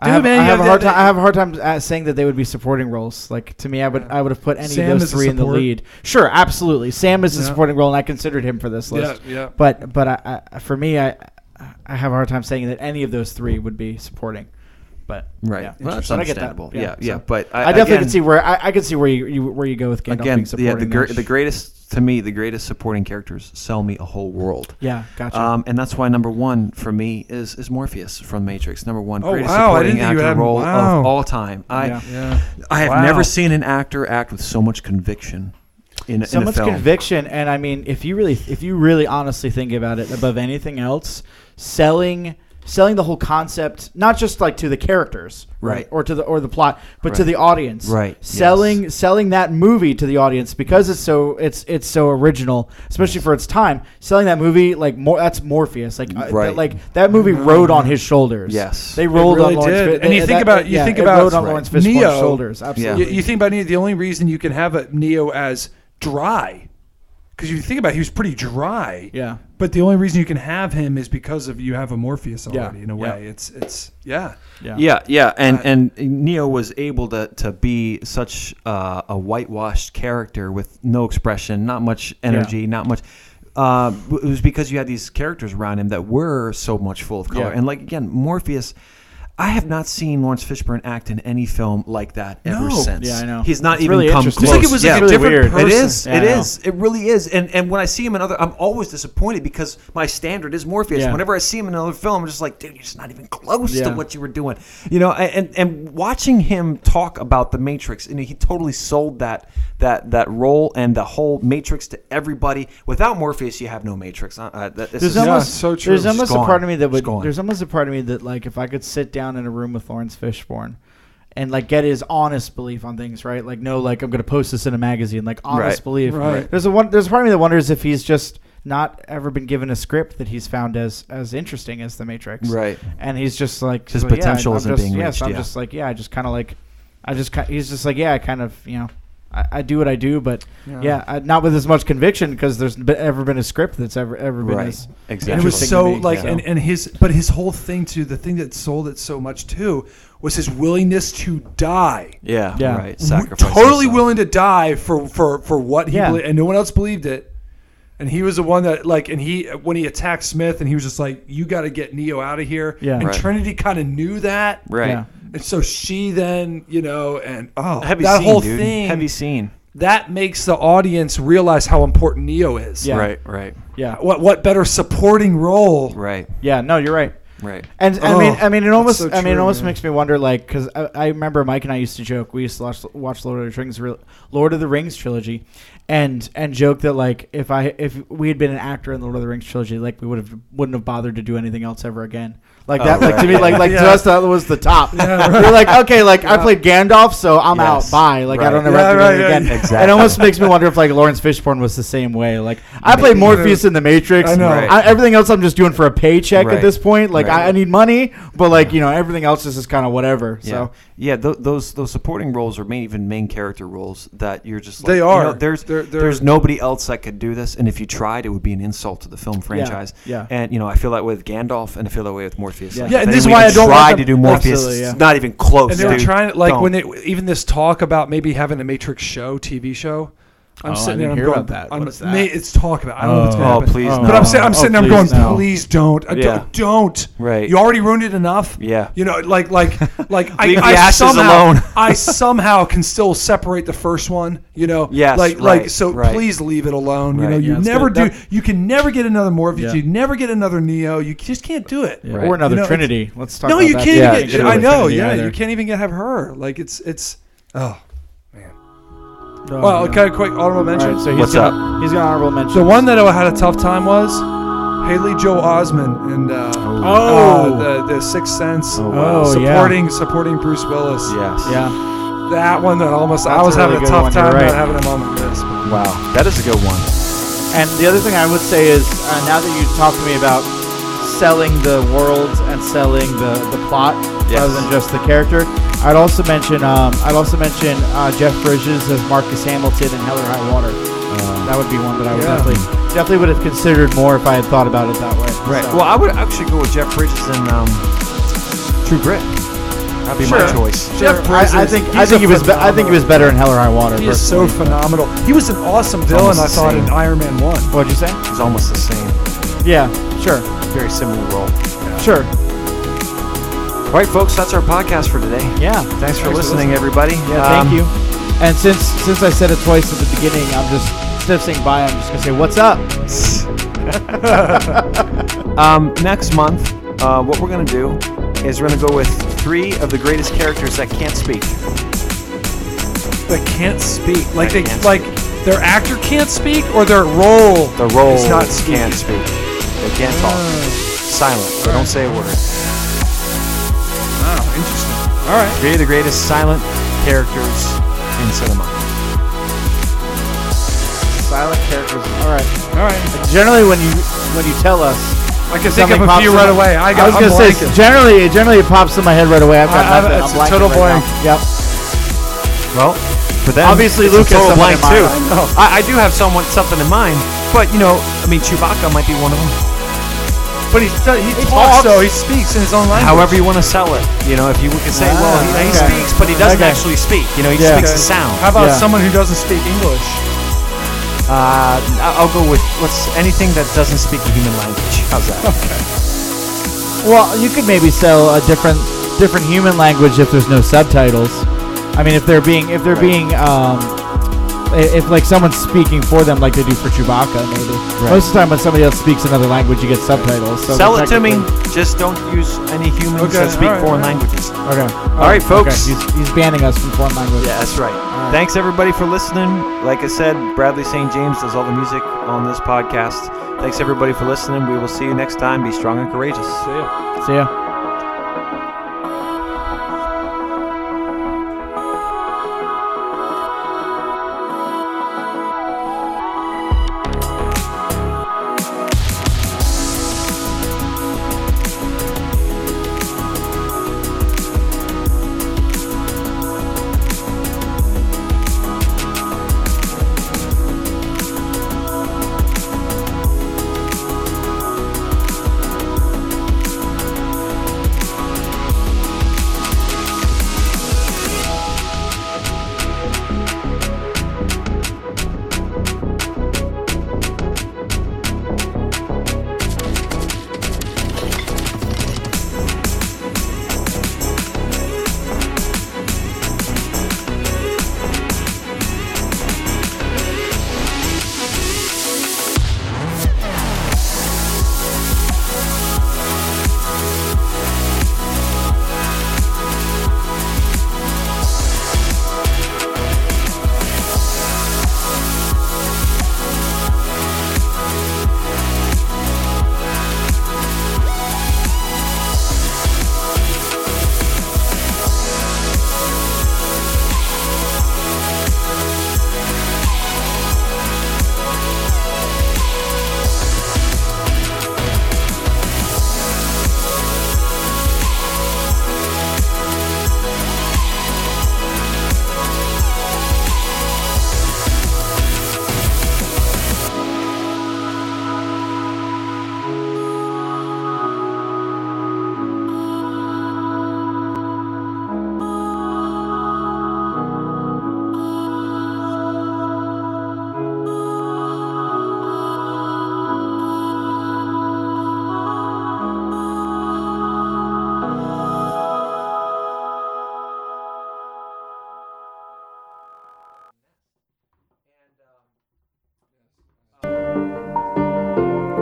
[SPEAKER 3] I
[SPEAKER 4] Dude,
[SPEAKER 3] have,
[SPEAKER 4] man,
[SPEAKER 3] I
[SPEAKER 4] you
[SPEAKER 3] have
[SPEAKER 4] know,
[SPEAKER 3] a hard
[SPEAKER 4] they-
[SPEAKER 3] time. I have a hard time uh, saying that they would be supporting roles. Like to me, I would I would have put any
[SPEAKER 4] Sam
[SPEAKER 3] of
[SPEAKER 4] is
[SPEAKER 3] those
[SPEAKER 4] a
[SPEAKER 3] three in the
[SPEAKER 4] support.
[SPEAKER 3] lead. Sure, absolutely. Sam is a
[SPEAKER 4] Yeah.
[SPEAKER 3] supporting role, and I considered him for this list.
[SPEAKER 4] Yeah, yeah.
[SPEAKER 3] But but I, I, for me, I I have a hard time saying that any of those three would be supporting. But
[SPEAKER 2] Right.
[SPEAKER 3] yeah.
[SPEAKER 2] Well, that's
[SPEAKER 3] But I get that.
[SPEAKER 2] understandable. Yeah, yeah.
[SPEAKER 3] so.
[SPEAKER 2] But I,
[SPEAKER 3] I, definitely
[SPEAKER 2] again,
[SPEAKER 3] can see where I, I can see where you, you where you go with Gandalf
[SPEAKER 2] again.
[SPEAKER 3] being supporting.
[SPEAKER 2] Yeah, the gr-
[SPEAKER 3] there.
[SPEAKER 2] the greatest to me, the greatest supporting characters sell me a whole world.
[SPEAKER 3] Yeah, gotcha.
[SPEAKER 2] Um, and that's why number one for me is is Morpheus from Matrix. Number one,
[SPEAKER 4] Oh,
[SPEAKER 2] greatest
[SPEAKER 4] wow, I
[SPEAKER 2] supporting
[SPEAKER 4] didn't think you
[SPEAKER 2] actor
[SPEAKER 4] had-
[SPEAKER 2] role
[SPEAKER 4] wow.
[SPEAKER 2] of all time. I
[SPEAKER 3] Yeah.
[SPEAKER 4] Yeah.
[SPEAKER 2] I have
[SPEAKER 4] Wow.
[SPEAKER 2] never seen an actor act with so much conviction in, a-
[SPEAKER 3] so
[SPEAKER 2] in a
[SPEAKER 3] much
[SPEAKER 2] film.
[SPEAKER 3] conviction and i mean if you really if you really honestly think about it above anything else selling selling the whole concept not just like to the characters
[SPEAKER 2] Right.
[SPEAKER 3] or to the or the plot but to
[SPEAKER 2] Right.
[SPEAKER 3] the audience
[SPEAKER 2] Right,
[SPEAKER 3] selling selling that movie to the audience because it's so it's it's so original especially for its time selling that movie like more that's morpheus like uh, that-
[SPEAKER 2] Right.
[SPEAKER 3] like that movie rode on his shoulders
[SPEAKER 2] Yes.
[SPEAKER 3] they rolled
[SPEAKER 4] really
[SPEAKER 3] on Lawrence
[SPEAKER 4] did.
[SPEAKER 3] Fishburne's
[SPEAKER 4] And you think about- you think about-
[SPEAKER 3] rode on
[SPEAKER 4] Right.
[SPEAKER 3] Lawrence Fishburne's
[SPEAKER 4] Neo-
[SPEAKER 3] shoulders absolutely
[SPEAKER 4] You, you think about Neo, the only reason you can have a Neo as dry, because you think about it, he was pretty dry.
[SPEAKER 3] Yeah.
[SPEAKER 4] But the only reason you can have him is because of you have a Morpheus
[SPEAKER 3] Yeah,
[SPEAKER 4] already in a
[SPEAKER 3] yeah.
[SPEAKER 4] way. It's it's yeah.
[SPEAKER 2] Yeah, yeah, and and Neo was able to to be such uh, a whitewashed character with no expression, not much energy, not much. Uh, it was because you had these characters around him that were so much full of color,
[SPEAKER 3] Yeah.
[SPEAKER 2] and like again, Morpheus. I have not seen Lawrence Fishburne act in any film like that ever
[SPEAKER 4] No.
[SPEAKER 2] since.
[SPEAKER 3] Yeah, I know.
[SPEAKER 2] He's not
[SPEAKER 3] It's
[SPEAKER 2] even
[SPEAKER 3] really
[SPEAKER 2] come close.
[SPEAKER 3] interesting. It's like it was like
[SPEAKER 2] yeah.
[SPEAKER 3] a It's really different weird.
[SPEAKER 2] It
[SPEAKER 3] person.
[SPEAKER 2] is.
[SPEAKER 3] Yeah,
[SPEAKER 2] it
[SPEAKER 3] I know.
[SPEAKER 2] is. It really is. And and when I see him in other, I'm always disappointed because my standard is Morpheus.
[SPEAKER 3] Yeah.
[SPEAKER 2] Whenever I see him in another film, I'm just like, dude, you're just not even close to
[SPEAKER 3] Yeah.
[SPEAKER 2] what you were doing. You know, and and watching him talk about the Matrix, and he totally sold that that that role and the whole Matrix to everybody. Without Morpheus, you have no Matrix. Uh, uh, that, this
[SPEAKER 3] There's
[SPEAKER 2] is
[SPEAKER 4] Yeah,
[SPEAKER 3] almost
[SPEAKER 4] so true.
[SPEAKER 3] There's
[SPEAKER 4] It's
[SPEAKER 3] almost a
[SPEAKER 2] gone.
[SPEAKER 3] part of me that
[SPEAKER 2] It's
[SPEAKER 3] would.
[SPEAKER 2] gone.
[SPEAKER 3] There's almost a part of me that like if I could sit down in a room with Lawrence Fishburne, and like get his honest belief on things, right? Like no, like I'm gonna post this in a magazine, like honest
[SPEAKER 2] Right.
[SPEAKER 3] belief.
[SPEAKER 4] Right.
[SPEAKER 3] There's a one. There's a part of me that wonders if he's just not ever been given a script that he's found as as interesting as the Matrix,
[SPEAKER 2] Right.
[SPEAKER 3] And he's just like
[SPEAKER 2] His
[SPEAKER 3] well, yeah,
[SPEAKER 2] potential
[SPEAKER 3] I'm
[SPEAKER 2] isn't
[SPEAKER 3] just-
[SPEAKER 2] being
[SPEAKER 3] yes,
[SPEAKER 2] reached,
[SPEAKER 3] I'm
[SPEAKER 2] yeah.
[SPEAKER 3] just like yeah, I just kind of like, I just ki- he's just like yeah, I kind of you know. I, I do what I do, but yeah, I, not with as much conviction because there's be- ever been a script that's ever ever been
[SPEAKER 2] Right.
[SPEAKER 3] as
[SPEAKER 2] Exactly.
[SPEAKER 4] And it was
[SPEAKER 3] interesting
[SPEAKER 4] so
[SPEAKER 3] to me,
[SPEAKER 4] like
[SPEAKER 3] so.
[SPEAKER 4] and, and his but his whole thing too, the thing that sold it so much too was his willingness to die.
[SPEAKER 2] yeah,
[SPEAKER 3] Yeah.
[SPEAKER 2] right.
[SPEAKER 4] w-
[SPEAKER 2] Sacrifice
[SPEAKER 4] totally
[SPEAKER 2] himself.
[SPEAKER 4] willing to die for for for what he
[SPEAKER 3] Yeah.
[SPEAKER 4] believed, and no one else believed it. And he was the one that like, and he when he attacked Smith, and he was just like, "You got to get Neo out of here."
[SPEAKER 3] Yeah.
[SPEAKER 4] and
[SPEAKER 3] Right.
[SPEAKER 4] Trinity kind of knew that,
[SPEAKER 2] Right.
[SPEAKER 3] Yeah.
[SPEAKER 4] and so she then, you know, and oh,
[SPEAKER 2] Heavy
[SPEAKER 4] that
[SPEAKER 2] scene,
[SPEAKER 4] whole
[SPEAKER 2] dude.
[SPEAKER 4] thing
[SPEAKER 2] Heavy scene.
[SPEAKER 4] that makes the audience realize how important Neo is.
[SPEAKER 3] Yeah.
[SPEAKER 2] Right. Right.
[SPEAKER 3] Yeah.
[SPEAKER 4] What what better supporting role?
[SPEAKER 2] Right.
[SPEAKER 3] Yeah. No, you're right.
[SPEAKER 2] Right.
[SPEAKER 3] And I
[SPEAKER 4] Oh,
[SPEAKER 3] mean, I mean, it
[SPEAKER 4] that's
[SPEAKER 3] almost,
[SPEAKER 4] so
[SPEAKER 3] I mean, it
[SPEAKER 4] true,
[SPEAKER 3] almost
[SPEAKER 4] man.
[SPEAKER 3] makes me wonder, like, because I, I remember Mike and I used to joke. We used to watch, watch Lord of the Rings, re- Lord of the Rings trilogy, and and joke that like if I if we had been an actor in the Lord of the Rings trilogy, like we would have wouldn't have bothered to do anything else ever again. Like
[SPEAKER 2] Oh,
[SPEAKER 3] that, like to
[SPEAKER 2] right.
[SPEAKER 3] me, like like to
[SPEAKER 4] Yeah.
[SPEAKER 3] us that was the top. We're like, okay, like I played Gandalf, so I'm
[SPEAKER 2] Yes.
[SPEAKER 3] out. Bye. Like
[SPEAKER 2] Right.
[SPEAKER 3] I don't ever
[SPEAKER 4] Yeah,
[SPEAKER 3] have to do
[SPEAKER 4] right,
[SPEAKER 3] anything
[SPEAKER 4] yeah.
[SPEAKER 3] again.
[SPEAKER 2] Exactly.
[SPEAKER 3] It almost makes me wonder if like Lawrence Fishburne was the same way. Like I played Morpheus in The Matrix.
[SPEAKER 4] I know.
[SPEAKER 2] Right.
[SPEAKER 3] I- everything else I'm just doing for a paycheck
[SPEAKER 2] Right.
[SPEAKER 3] at this point. Like
[SPEAKER 2] Right.
[SPEAKER 3] I, I need money, but like you know everything else is just kind of whatever.
[SPEAKER 2] Yeah.
[SPEAKER 3] So
[SPEAKER 2] yeah, tho- those those supporting roles or main even main character roles that you're just like,
[SPEAKER 4] They
[SPEAKER 2] you
[SPEAKER 4] are.
[SPEAKER 2] know, there's
[SPEAKER 4] They're- they're-
[SPEAKER 2] there's nobody else that could do this, and if you tried, it would be an insult to the film franchise.
[SPEAKER 3] yeah.
[SPEAKER 2] And you know, I feel that way with Gandalf, and I feel that way with Morpheus.
[SPEAKER 3] Yeah.
[SPEAKER 2] Like,
[SPEAKER 4] Yeah,
[SPEAKER 2] if
[SPEAKER 4] and this is
[SPEAKER 2] anyone
[SPEAKER 4] why
[SPEAKER 2] can
[SPEAKER 4] I don't
[SPEAKER 2] try
[SPEAKER 4] want
[SPEAKER 2] to
[SPEAKER 4] them-
[SPEAKER 2] do Morpheus.
[SPEAKER 3] Absolutely, yeah.
[SPEAKER 2] It's not even close.
[SPEAKER 4] and they were
[SPEAKER 2] dude.
[SPEAKER 4] trying to like
[SPEAKER 2] Don't.
[SPEAKER 4] when they even this talk about maybe having a Matrix show, TV show. I'm
[SPEAKER 3] Oh, I
[SPEAKER 4] sitting there.
[SPEAKER 3] didn't
[SPEAKER 4] I'm
[SPEAKER 3] hear
[SPEAKER 4] going,
[SPEAKER 3] about that.
[SPEAKER 4] I'm,
[SPEAKER 3] What is that?
[SPEAKER 4] Nate, it's talk about. I don't know what's going
[SPEAKER 2] Oh,
[SPEAKER 4] to happen.
[SPEAKER 2] please, no.
[SPEAKER 4] But I'm, sitting. I'm
[SPEAKER 3] Oh,
[SPEAKER 4] sitting there. I'm going.
[SPEAKER 3] please, no.
[SPEAKER 4] Please don't. I
[SPEAKER 2] Yeah.
[SPEAKER 4] don't. Don't.
[SPEAKER 2] Right.
[SPEAKER 4] You already ruined it enough.
[SPEAKER 2] Yeah.
[SPEAKER 4] You know, like, like, like. I,
[SPEAKER 2] Leave the
[SPEAKER 4] I
[SPEAKER 2] ashes
[SPEAKER 4] somehow,
[SPEAKER 2] alone.
[SPEAKER 4] I somehow can still separate the first one. You know.
[SPEAKER 2] Yes,
[SPEAKER 4] Like,
[SPEAKER 2] right,
[SPEAKER 4] like. So
[SPEAKER 2] right.
[SPEAKER 4] please leave it alone. You
[SPEAKER 2] Right,
[SPEAKER 4] know. You
[SPEAKER 3] yeah, that's
[SPEAKER 4] never
[SPEAKER 3] good.
[SPEAKER 4] do.
[SPEAKER 3] That-
[SPEAKER 4] you can never get another Morpheus.
[SPEAKER 3] Yeah.
[SPEAKER 4] You never get another Neo. You just can't do it.
[SPEAKER 3] Yeah,
[SPEAKER 2] Right.
[SPEAKER 3] or another
[SPEAKER 4] You know, it's-
[SPEAKER 3] Trinity. Let's talk.
[SPEAKER 4] No,
[SPEAKER 3] about
[SPEAKER 4] you
[SPEAKER 3] that.
[SPEAKER 4] can't
[SPEAKER 2] Yeah,
[SPEAKER 4] even
[SPEAKER 2] you
[SPEAKER 4] get.
[SPEAKER 2] can't
[SPEAKER 4] I
[SPEAKER 2] do
[SPEAKER 4] know. Yeah, you can't even get have her. Like it's it's. Oh,
[SPEAKER 3] Oh,
[SPEAKER 4] well,
[SPEAKER 3] yeah.
[SPEAKER 4] kind of quick honorable
[SPEAKER 3] All
[SPEAKER 4] mention.
[SPEAKER 3] right, so he's
[SPEAKER 2] What's
[SPEAKER 3] gonna, He's got honorable mention.
[SPEAKER 4] the one that I had a tough time was Haley Joel Osment and uh,
[SPEAKER 3] Oh.
[SPEAKER 4] uh, the the Sixth Sense. uh,
[SPEAKER 2] Oh, wow.
[SPEAKER 3] Oh, yeah.
[SPEAKER 4] supporting supporting Bruce Willis.
[SPEAKER 2] Yes.
[SPEAKER 3] Yeah.
[SPEAKER 4] That one that almost I
[SPEAKER 3] That's
[SPEAKER 4] was
[SPEAKER 3] a really
[SPEAKER 4] having a
[SPEAKER 3] good
[SPEAKER 4] tough
[SPEAKER 3] one, you're
[SPEAKER 4] time
[SPEAKER 3] right.
[SPEAKER 4] not having a moment with this.
[SPEAKER 2] Wow. That is a good one.
[SPEAKER 3] And the other thing I would say is uh, now that you talk to me about selling the world and selling the, the plot
[SPEAKER 2] Yes.
[SPEAKER 3] rather than just the character, I'd also mention um, I'd also mention uh, Jeff Bridges as Marcus Hamilton in Hell or High Water.
[SPEAKER 2] Uh.
[SPEAKER 3] that would be one that I would
[SPEAKER 4] Yeah.
[SPEAKER 3] definitely definitely would have considered more if I had thought about it that way.
[SPEAKER 2] Right.
[SPEAKER 3] So-
[SPEAKER 2] Well, I would actually go with Jeff Bridges and um, True Grit. That'd be my
[SPEAKER 4] Sure.
[SPEAKER 2] choice.
[SPEAKER 4] Jeff Bridges,
[SPEAKER 3] I, I think I
[SPEAKER 4] he's
[SPEAKER 3] think he
[SPEAKER 4] a
[SPEAKER 3] was be- I think he was better in Hell or High Water.
[SPEAKER 4] He is so
[SPEAKER 3] personally.
[SPEAKER 4] phenomenal. He was an awesome villain. I
[SPEAKER 2] almost the
[SPEAKER 4] thought
[SPEAKER 2] same.
[SPEAKER 4] in Iron Man One.
[SPEAKER 3] What'd you say?
[SPEAKER 2] It's almost the same.
[SPEAKER 3] Yeah, sure,
[SPEAKER 2] Very similar role.
[SPEAKER 3] sure.
[SPEAKER 2] All right, folks. That's our podcast for today.
[SPEAKER 3] Yeah,
[SPEAKER 2] Thanks for
[SPEAKER 4] Thanks for
[SPEAKER 2] listening,
[SPEAKER 4] listening.
[SPEAKER 2] everybody.
[SPEAKER 3] Yeah,
[SPEAKER 2] Um,
[SPEAKER 3] thank you. And since since I said it twice at the beginning, I'm just instead of saying bye, I'm just gonna say what's up.
[SPEAKER 2] Um, next month, uh, what we're going to do is we're going to go with three of the greatest characters that can't speak.
[SPEAKER 4] that can't speak. Like
[SPEAKER 2] That
[SPEAKER 4] they
[SPEAKER 2] can't
[SPEAKER 4] like their actor can't speak or their role.
[SPEAKER 2] The role
[SPEAKER 4] is not speak.
[SPEAKER 2] can't speak. Ah. They can't talk. Silent. They don't say a word.
[SPEAKER 4] Oh, interesting. All right.
[SPEAKER 2] Three of the greatest silent characters in cinema.
[SPEAKER 3] Silent characters. All right.
[SPEAKER 4] All right.
[SPEAKER 3] Generally, when you when you tell us,
[SPEAKER 4] I can think of
[SPEAKER 3] something
[SPEAKER 4] a
[SPEAKER 3] pops
[SPEAKER 4] few
[SPEAKER 3] in
[SPEAKER 4] right
[SPEAKER 3] my-
[SPEAKER 4] away. I, got,
[SPEAKER 3] was gonna
[SPEAKER 4] I'm
[SPEAKER 3] say
[SPEAKER 4] blanking.
[SPEAKER 3] generally it generally it pops in my head right away. I've got
[SPEAKER 4] I- I've-
[SPEAKER 3] nothing.
[SPEAKER 4] it's a
[SPEAKER 3] I'm blanking
[SPEAKER 4] total
[SPEAKER 3] right now.
[SPEAKER 4] blank.
[SPEAKER 3] Yep.
[SPEAKER 2] Well, for them,
[SPEAKER 3] Obviously,
[SPEAKER 2] it's a
[SPEAKER 3] Luke has
[SPEAKER 2] total
[SPEAKER 3] someone
[SPEAKER 2] blank too.
[SPEAKER 3] in mind. I
[SPEAKER 4] know.
[SPEAKER 2] I, I do have someone something in mind, but you know, I mean, Chewbacca might be one of them.
[SPEAKER 4] But he, st- he, talks,
[SPEAKER 2] talks.
[SPEAKER 4] though. He speaks in his own language.
[SPEAKER 2] However you want to sell it, you know, if you can say,
[SPEAKER 3] Ah,
[SPEAKER 2] well, he, he
[SPEAKER 3] okay.
[SPEAKER 2] speaks, but he doesn't
[SPEAKER 3] Okay.
[SPEAKER 2] actually speak. You know, he
[SPEAKER 3] Yeah.
[SPEAKER 2] just
[SPEAKER 4] Okay.
[SPEAKER 2] makes a sound.
[SPEAKER 4] How about
[SPEAKER 3] Yeah.
[SPEAKER 4] someone who doesn't speak English?
[SPEAKER 2] Uh, I- I'll go with what's anything that doesn't speak a human language. How's that?
[SPEAKER 3] Well, you could maybe sell a different different human language if there's no subtitles. I mean, if they're being if they're
[SPEAKER 2] Right.
[SPEAKER 3] being um, i- if like someone's speaking for them, like they do for Chewbacca, maybe. Most of the time, when somebody else speaks another language, you get subtitles. So
[SPEAKER 2] Sell it to me.
[SPEAKER 3] technically-
[SPEAKER 2] Just don't use any humans
[SPEAKER 4] Okay,
[SPEAKER 2] that speak
[SPEAKER 4] alright,
[SPEAKER 2] foreign
[SPEAKER 4] alright.
[SPEAKER 2] languages.
[SPEAKER 3] Okay. All
[SPEAKER 2] right, folks.
[SPEAKER 3] He's, he's banning us from foreign language.
[SPEAKER 2] Yeah, that's right. Thanks everybody for listening. Like I said, Bradley St. James does all the music on this podcast. Thanks everybody for listening. We will see you next time. Be strong and courageous.
[SPEAKER 3] See ya.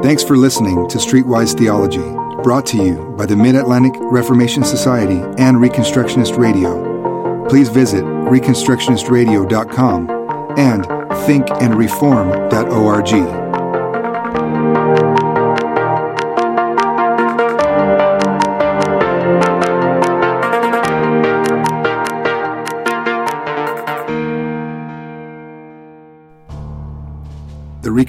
[SPEAKER 1] Thanks for listening to Streetwise Theology, brought to you by the Mid Atlantic Reformation Society and Reconstructionist Radio. Please visit ReconstructionistRadio.com and thinkandreform.org. The